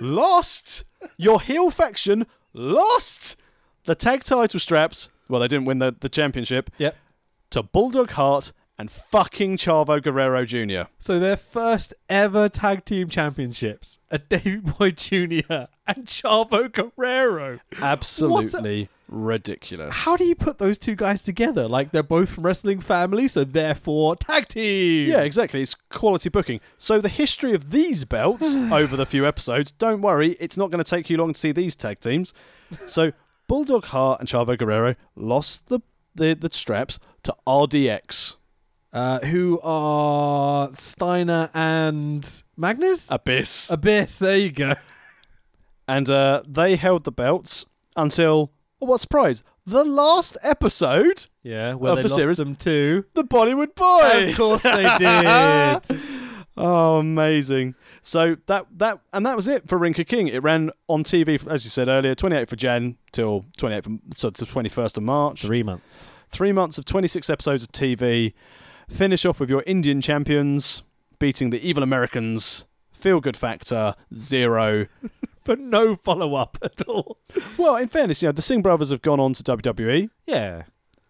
[SPEAKER 3] lost. Your heel faction lost the tag title straps. Well, they didn't win the, the championship
[SPEAKER 2] [LAUGHS] yep.
[SPEAKER 3] to Bulldog Hart and fucking Chavo Guerrero Jr.
[SPEAKER 2] So their first ever tag team championships are David Boy Jr. and Chavo Guerrero.
[SPEAKER 3] Absolutely ridiculous.
[SPEAKER 2] How do you put those two guys together? Like they're both from wrestling family, so therefore tag team.
[SPEAKER 3] Yeah, exactly. It's quality booking. So the history of
[SPEAKER 2] [SIGHS]
[SPEAKER 3] these belts over the few episodes, don't worry, it's not going to take you long to see these tag teams.
[SPEAKER 2] [LAUGHS]
[SPEAKER 3] So Bulldog Hart and Chavo Guerrero lost the the, the straps to RDX.
[SPEAKER 2] Uh, who are Steiner and Magnus?
[SPEAKER 3] Abyss.
[SPEAKER 2] Abyss. There you go.
[SPEAKER 3] and uh, they held the belts until oh, what surprise? The last episode,
[SPEAKER 2] Yeah. Well,
[SPEAKER 3] Of
[SPEAKER 2] they
[SPEAKER 3] the
[SPEAKER 2] lost
[SPEAKER 3] series.
[SPEAKER 2] them too.
[SPEAKER 3] the Bollywood Boys.
[SPEAKER 2] Of course they did.
[SPEAKER 3] Oh, amazing! So that that and that was it for Rinka King. It ran on TV, as you said earlier, 28th of Jan till 28th, of, so to 21st of March. Three.
[SPEAKER 2] [LAUGHS] Three months.
[SPEAKER 3] months of 26 episodes of TV. Finish off with your Indian champions beating the evil Americans. Feel good factor zero.
[SPEAKER 2] But no follow up at all.
[SPEAKER 3] well, in fairness, you know the Singh brothers have gone on to WWE,
[SPEAKER 2] Yeah.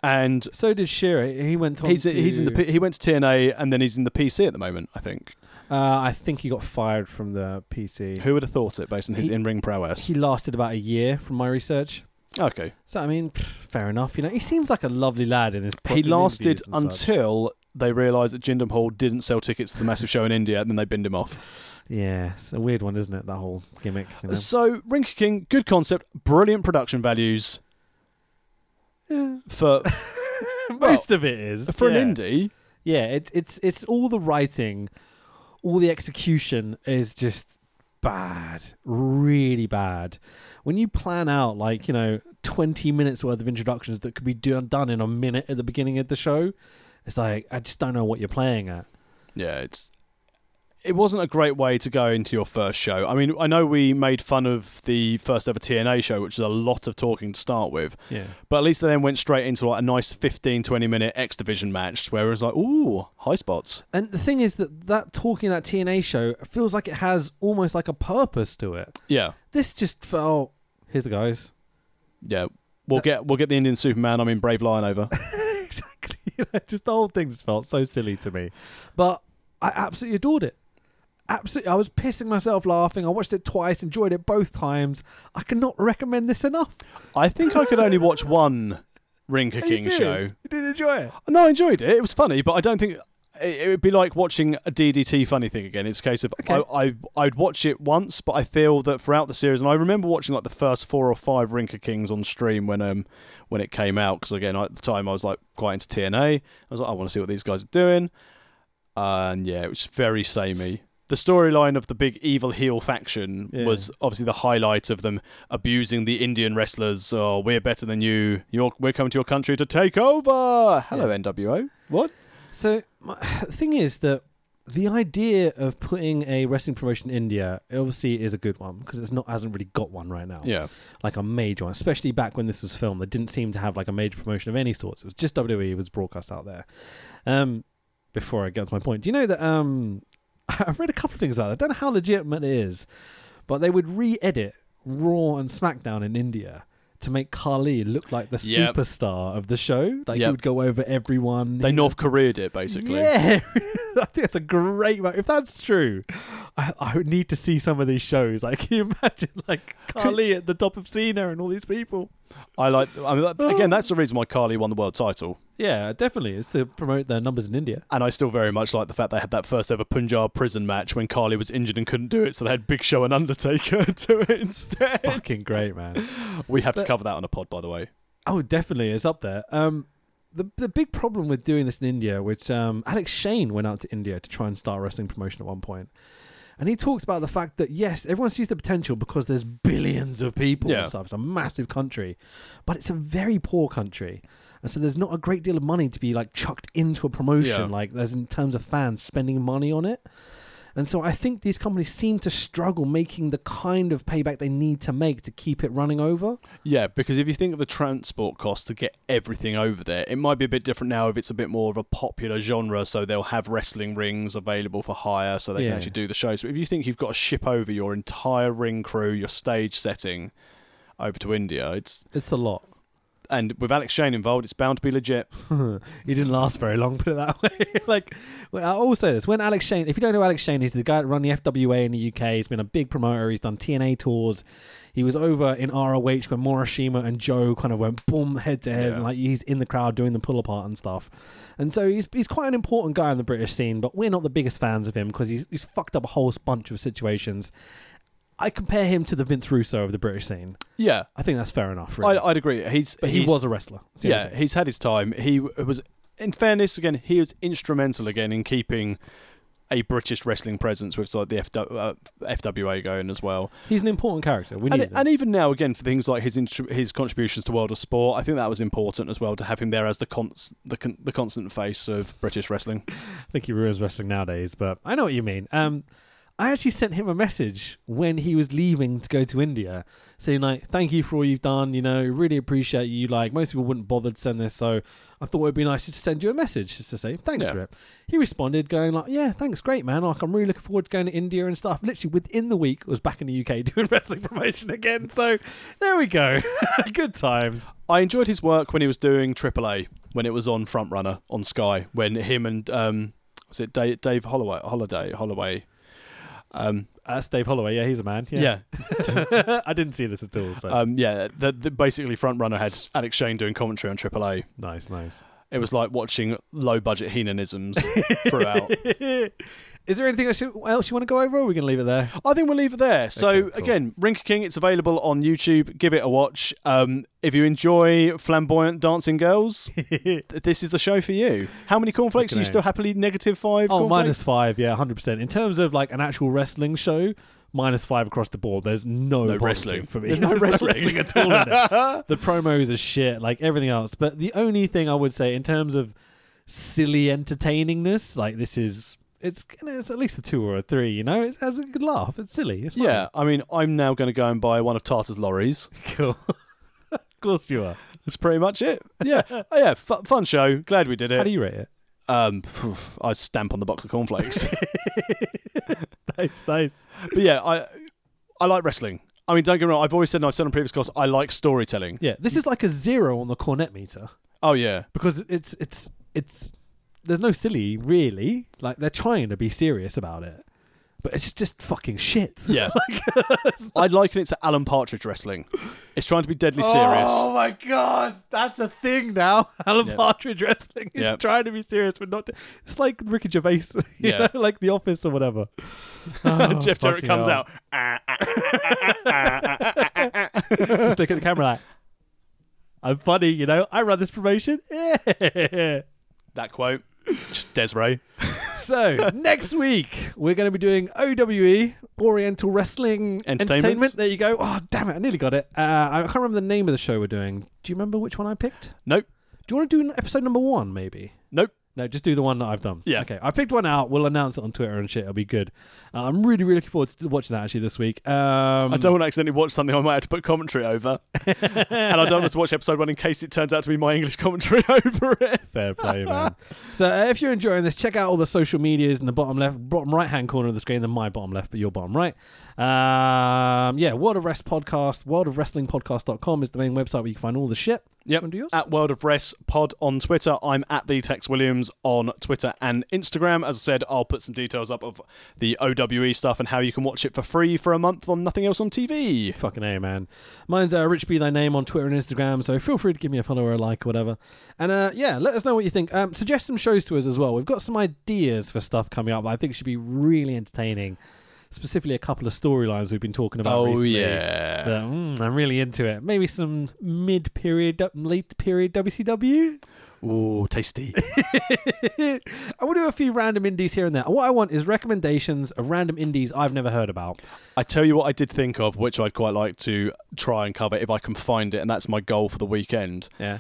[SPEAKER 3] and
[SPEAKER 2] So did Shearer. He went on.
[SPEAKER 3] he's
[SPEAKER 2] to,
[SPEAKER 3] he's in the P- he went to TNA, and then he's in the PC at the moment. I think.
[SPEAKER 2] Uh, I think he got fired from the PC.
[SPEAKER 3] Who would have thought it based on his
[SPEAKER 2] He-
[SPEAKER 3] in-ring prowess?
[SPEAKER 2] He lasted about a year from my research.
[SPEAKER 3] okay.
[SPEAKER 2] So I mean, pff, fair enough. You know, he seems like a lovely lad in his. pro-
[SPEAKER 3] he
[SPEAKER 2] in
[SPEAKER 3] lasted
[SPEAKER 2] interviews and such.
[SPEAKER 3] until they realised that Jindam Hall didn't sell tickets to the massive show in India, and then they binned him off.
[SPEAKER 2] Yeah, it's a weird one, isn't it? That whole gimmick. You know?
[SPEAKER 3] So Rinka King, good concept, brilliant production values.
[SPEAKER 2] [LAUGHS]
[SPEAKER 3] For
[SPEAKER 2] Most of it is
[SPEAKER 3] for
[SPEAKER 2] yeah.
[SPEAKER 3] an indie,
[SPEAKER 2] Yeah, it's it's it's all the writing, all the execution is just bad, really bad. When you plan out like you know twenty minutes worth of introductions that could be done done in a minute at the beginning of the show, it's like I just don't know what you're playing at.
[SPEAKER 3] yeah, it's it wasn't a great way to go into your first show. I mean, I know we made fun of the first ever TNA show, which is a lot of talking to start with,
[SPEAKER 2] Yeah.
[SPEAKER 3] but at least they then went straight into like a nice 15, 20 minute X Division match, where it was like, ooh, high spots.
[SPEAKER 2] And the thing is that that talking that TNA show feels like it has almost like a purpose to it.
[SPEAKER 3] Yeah,
[SPEAKER 2] This just felt here's the guys.
[SPEAKER 3] yeah. We'll get we'll get the Indian Superman. I mean, Brave
[SPEAKER 2] [LAUGHS]
[SPEAKER 3] Lion over.
[SPEAKER 2] exactly. [LAUGHS] You know, just the whole thing just felt so silly to me, but I absolutely adored it. Absolutely, I was pissing myself laughing. I watched it twice, enjoyed it both times. I cannot recommend this enough.
[SPEAKER 3] I think I could only watch one Rinka
[SPEAKER 2] Are you
[SPEAKER 3] King show.
[SPEAKER 2] serious? You did enjoy it.
[SPEAKER 3] No, I enjoyed it. It was funny, but I don't think it, it would be like watching a DDT funny thing again. It's a case of I, I I'd watch it once, but I feel that throughout the series, and I remember watching like the first four or five Rinka Kings on stream when um when it came out because again I- at the time I was like quite into TNA. I was like I want to see what these guys are doing, and yeah, it was very samey. The storyline of the big evil heel faction
[SPEAKER 2] Yeah.
[SPEAKER 3] was obviously the highlight of them abusing the Indian wrestlers. Oh, we're better than you. You're, we're coming to your country to take over. Hello, NWO. What?
[SPEAKER 2] So, my, [SIGHS] the thing is that the idea of putting a wrestling promotion in India obviously is a good one because it's not hasn't really got one right now.
[SPEAKER 3] Yeah.
[SPEAKER 2] like a major one, especially back when this was filmed. They didn't seem to have like a major promotion of any sorts. It was just WWE was broadcast out there. Um, before I get to my point, do you know that um, [LAUGHS] I've read a couple of things about it. I don't know how legitimate it is, but they would re-edit Raw and SmackDown in India to make Khali look like the
[SPEAKER 3] Yep.
[SPEAKER 2] superstar of the show. Like he
[SPEAKER 3] Yep.
[SPEAKER 2] would go over everyone.
[SPEAKER 3] They North Korea'd it basically. [LAUGHS]
[SPEAKER 2] Yeah, [LAUGHS] I think that's a great. mo- If that's true, I, I would need to see some of these shows. Like, can you imagine, like Carly at the top of Cena and all these people?
[SPEAKER 3] I like. I mean, that, again, that's the reason why Carly won the world title,
[SPEAKER 2] Yeah, definitely. It's to promote their numbers in India.
[SPEAKER 3] and I still very much like the fact they had that first ever Punjab prison match when Carly was injured and couldn't do it, so they had Big Show and Undertaker [LAUGHS] do it instead.
[SPEAKER 2] Fucking great, man.
[SPEAKER 3] We have to
[SPEAKER 2] But-
[SPEAKER 3] cover that on a pod, by the way.
[SPEAKER 2] Oh, definitely, it's up there. Um, the the big problem with doing this in India, which um, Alex Shane went out to India to try and start wrestling promotion at one point, and he talks about the fact that yes, everyone sees the potential because there's billions of people.
[SPEAKER 3] Yeah.
[SPEAKER 2] and stuff. It's a massive country, but it's a very poor country, and so there's not a great deal of money to be like chucked into a promotion,
[SPEAKER 3] Yeah.
[SPEAKER 2] like there's in terms of fans spending money on it. And so I think these companies seem to struggle making the kind of payback they need to make to keep it running over.
[SPEAKER 3] Yeah, because if you think of the transport cost to get everything over there, it might be a bit different now if it's a bit more of a popular genre, so they'll have wrestling rings available for hire so they
[SPEAKER 2] Yeah.
[SPEAKER 3] can actually do the shows. But if you think you've got to ship over your entire ring crew, your stage setting over to India, it's
[SPEAKER 2] It's a lot.
[SPEAKER 3] and with Alex Shane involved, it's bound to be legit.
[SPEAKER 2] he didn't last very long, put it that way. [LAUGHS] like, well, I'll always say this. When Alex Shane, if you don't know Alex Shane, he's the guy that run the FWA in the UK. He's been a big promoter. He's done TNA tours. He was over in ROH when Morishima and Joe kind of went boom head to head.
[SPEAKER 3] Yeah.
[SPEAKER 2] and Like, he's in the crowd doing the pull apart and stuff. And so he's, he's quite an important guy in the British scene, but we're not the biggest fans of him because he's, he's fucked up a whole bunch of situations. I compare him to the Vince Russo of the British scene.
[SPEAKER 3] Yeah,
[SPEAKER 2] I think that's fair enough, really.
[SPEAKER 3] I, I'd agree. He's
[SPEAKER 2] but he
[SPEAKER 3] he's-
[SPEAKER 2] was a wrestler. That's the only
[SPEAKER 3] yeah,
[SPEAKER 2] thing.
[SPEAKER 3] he's had his time. He w- was, in fairness, again, he was instrumental again in keeping a British wrestling presence with like the FW, uh, FWA going as well.
[SPEAKER 2] He's an important character. We need
[SPEAKER 3] And,
[SPEAKER 2] him.
[SPEAKER 3] and even now, again, for things like his intr- his contributions to world of sport, I think that was important as well to have him there as the cons- the, con- the constant face of British wrestling.
[SPEAKER 2] I think he ruins wrestling nowadays, but I know what you mean. Um, I actually sent him a message when he was leaving to go to India, saying like, "Thank you for all you've done. You know, really appreciate you. Like, most people wouldn't bother to send this, so I thought it'd be nice to send you a message just to say thanks
[SPEAKER 3] Yeah.
[SPEAKER 2] for it." He responded, going like, "Yeah, thanks, great man. Like, I'm really looking forward to going to India and stuff." Literally within the week, was back in the UK [LAUGHS] doing wrestling promotion again. So there we go, [LAUGHS] good times.
[SPEAKER 3] I enjoyed his work when he was doing AAA when it was on Front Runner on Sky when him and um was it Dave, Dave Holloway Holiday Holloway um
[SPEAKER 2] That's Dave Holloway. Yeah, he's a man.
[SPEAKER 3] yeah,
[SPEAKER 2] Yeah, [LAUGHS] I didn't see this at all. So
[SPEAKER 3] um yeah the, the, basically Front Runner had Alex Shane doing commentary on AAA.
[SPEAKER 2] nice, nice.
[SPEAKER 3] It was like watching low budget [LAUGHS] hedonisms throughout.
[SPEAKER 2] [LAUGHS] Is there anything else you else you want to go over? Or are we going to leave it
[SPEAKER 3] [LAUGHS]
[SPEAKER 2] there?
[SPEAKER 3] I think we'll leave it there. So
[SPEAKER 2] Okay, cool.
[SPEAKER 3] again, Rinker King, it's available on YouTube. Give it a watch. Um, if you enjoy flamboyant dancing [LAUGHS] girls, th- this is the show for you. How many cornflakes
[SPEAKER 2] Fucking
[SPEAKER 3] are you
[SPEAKER 2] hell.
[SPEAKER 3] still happily negative five?
[SPEAKER 2] Oh,
[SPEAKER 3] cornflakes?
[SPEAKER 2] minus five. Yeah, hundred percent. In terms of like an actual wrestling show, minus five across the board. There's no,
[SPEAKER 3] No
[SPEAKER 2] positive
[SPEAKER 3] wrestling.
[SPEAKER 2] for me. [LAUGHS]
[SPEAKER 3] There's no wrestling. [LAUGHS]
[SPEAKER 2] at all. In it. The promos are shit, like everything else. But the only thing I would say in terms of silly entertainingness, like this is. It's, you know, it's at least a two or a three, you know? It has a good laugh. It's silly. It's funny.
[SPEAKER 3] Yeah, I mean, I'm now going to go and buy one of Tartar's [LAUGHS] lorries.
[SPEAKER 2] [LAUGHS] Cool. [LAUGHS] of course you are.
[SPEAKER 3] That's pretty much it.
[SPEAKER 2] [LAUGHS]
[SPEAKER 3] Yeah, oh, yeah, fu- fun show. Glad we did
[SPEAKER 2] How
[SPEAKER 3] it.
[SPEAKER 2] do you rate it?
[SPEAKER 3] um, phew, I stamp on the box of [LAUGHS] cornflakes.
[SPEAKER 2] Nice, nice.
[SPEAKER 3] but yeah, I, I like wrestling. I mean, don't get me wrong. I've always said, and I've said on previous calls, I like storytelling.
[SPEAKER 2] Yeah, this is like a zero on the cornet meter.
[SPEAKER 3] Oh yeah,
[SPEAKER 2] because it's it's it's there's no silly really like they're trying to be serious about it but it's just fucking shit [LAUGHS]
[SPEAKER 3] Yeah. I'd liken it to Alan Partridge wrestling. It's trying to be deadly serious.
[SPEAKER 2] Oh my god that's a thing now [LAUGHS] alan
[SPEAKER 3] Yep.
[SPEAKER 2] partridge wrestling it's
[SPEAKER 3] Yep.
[SPEAKER 2] trying to be serious but not it's like ricky gervais [LAUGHS] you
[SPEAKER 3] Yeah.
[SPEAKER 2] know like the office or whatever
[SPEAKER 3] [LAUGHS]
[SPEAKER 2] Oh,
[SPEAKER 3] Jeff
[SPEAKER 2] fucking
[SPEAKER 3] Jarrett comes
[SPEAKER 2] hell.
[SPEAKER 3] out. "Ah, ah,
[SPEAKER 2] just look at the camera like i'm funny you know i run this promotion [LAUGHS] yeah
[SPEAKER 3] That quote. Just Desiree.
[SPEAKER 2] So next week we're going to be doing OWE Oriental Wrestling
[SPEAKER 3] Entertainment.
[SPEAKER 2] There you go. Oh damn it! I nearly got it. Uh, I can't remember the name of the show we're doing. Do you remember which one I picked?
[SPEAKER 3] Nope.
[SPEAKER 2] Do you want to do an episode number one maybe?
[SPEAKER 3] Nope.
[SPEAKER 2] No, just do the one that I've done.
[SPEAKER 3] Yeah.
[SPEAKER 2] Okay. I picked one out. We'll announce it on Twitter and shit. It'll be good. Uh, I'm really, really looking forward to watching that actually this week. Um,
[SPEAKER 3] I don't want to accidentally watch something I might have to put
[SPEAKER 2] [LAUGHS]
[SPEAKER 3] commentary over. and I don't want to watch episode one in case it turns out to be my English commentary [LAUGHS] over it.
[SPEAKER 2] Fair play, man. so uh, if you're enjoying this, check out all the social medias in the bottom left, bottom right hand corner of the screen. Then my bottom left, but your bottom right. Um, yeah, World of Rest podcast, World of Wrestling Podcast.com is the main website where you can find all the shit.
[SPEAKER 3] Yep.
[SPEAKER 2] Wanna do yours?
[SPEAKER 3] At World of Rest Pod on Twitter. I'm at the Tex Williams on Twitter and Instagram. As I said, I'll put some details up of the OWE stuff and how you can watch it for free for a month on nothing else on TV.
[SPEAKER 2] Fucking A, man. Mine's uh, Rich Be Thy Name on Twitter and Instagram, so feel free to give me a follow or a like or whatever. And uh, yeah, let us know what you think. Um, suggest some shows to us as well. We've got some ideas for stuff coming up that I think should be really entertaining. Specifically, a couple of storylines we've been talking about recently.
[SPEAKER 3] yeah.
[SPEAKER 2] that, mm, I'm really into it. Maybe some mid period, late period WCW.
[SPEAKER 3] Ooh, tasty.
[SPEAKER 2] I will do a few random indies here and there. What I want is recommendations of random indies I've never heard about.
[SPEAKER 3] [LAUGHS] I tell you what, I did think of, which I'd quite like to try and cover if I can find it, and that's my goal for the weekend.
[SPEAKER 2] Yeah.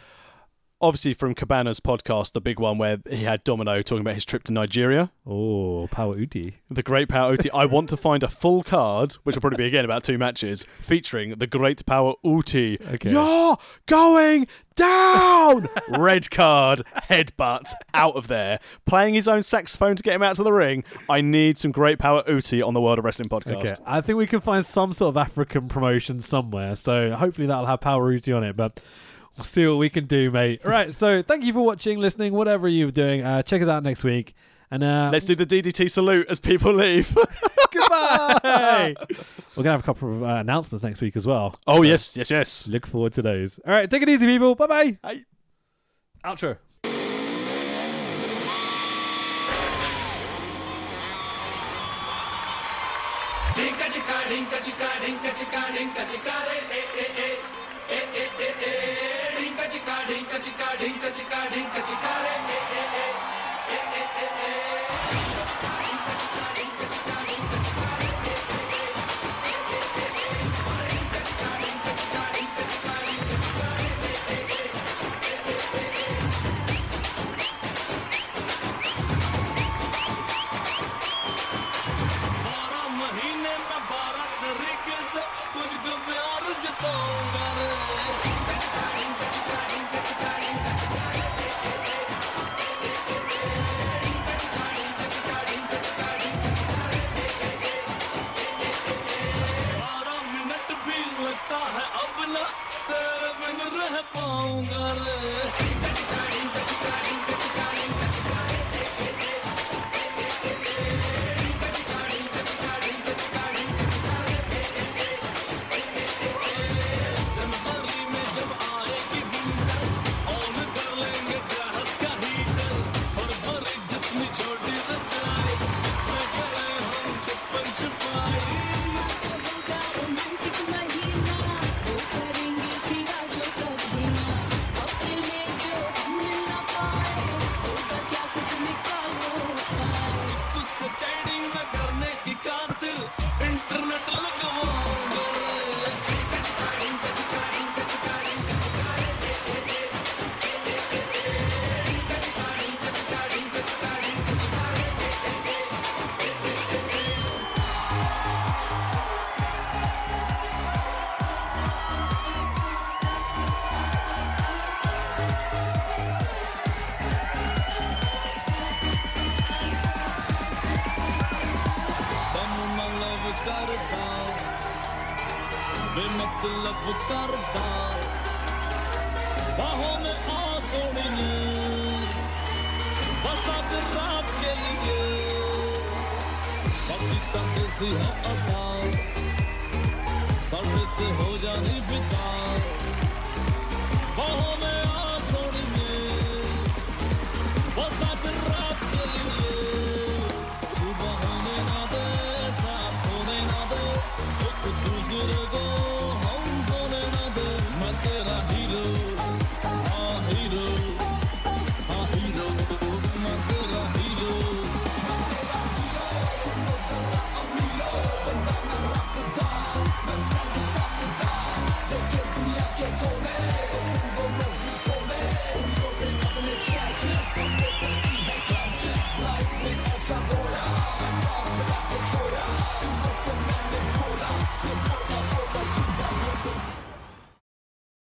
[SPEAKER 3] Obviously, from Cabana's podcast, the big one where he had Domino talking about his trip to Nigeria,
[SPEAKER 2] Oh, Power Uti.
[SPEAKER 3] the Great Power Uti. I want to find a full card, which will probably be again about two matches, featuring the Great Power Uti.
[SPEAKER 2] Okay.
[SPEAKER 3] You're going down! Red card, headbutt, out of there. Playing his own saxophone to get him out to the ring. I need some Great Power Uti on the World of Wrestling podcast.
[SPEAKER 2] Okay, I think we can find some sort of African promotion somewhere. So hopefully that'll have Power Uti on it, but we'll see what we can do, mate. All right, so thank you for watching, listening, whatever you're doing. Uh, check us out next week. And uh,
[SPEAKER 3] Let's do the DDT salute as people leave.
[SPEAKER 2] goodbye. We're going to have a couple of uh, announcements next week as well.
[SPEAKER 3] oh, yes, yes, yes.
[SPEAKER 2] Look forward to those. All right, take it easy, people. Bye bye.
[SPEAKER 3] Hey.
[SPEAKER 2] Outro.
[SPEAKER 5] Rinka chica, rinka chica, rinka chica, rinka chica, re, eh, eh, eh. Eh, eh, eh, eh. Rinka chica, rinka chica, rinka chica, rinka chica, re, eh, eh, eh. Eh, eh, eh, eh.
[SPEAKER 6] बारह महीने में बारह तरीके से कुछ को प्यार जताऊंगा रे बारह मिनट भी लगता है अब ना तेरे बिन रह पाऊंगा रे जनवरी में जब आएगी winter, on कर लेंगे चाहत का heater। फरवरी जितनी छोटी रचाए, जिसमें गए हम छुपन छुपाए।
[SPEAKER 7] चलूंगा रोमांटिक महीना वो करेंगे सिवा जो कभी ना अप्रैल में जो हम मिलना पाए होगा क्या कुछ निकालो पाए
[SPEAKER 6] तुझसे चैटिंग न करने की खातिर इंटरनेट लगवाऊंगा रे। तुम लव करदा बेमतलब करदा बाहों में आ सोनी बस आज रात के लिए बाकी तंग सी है अदा तो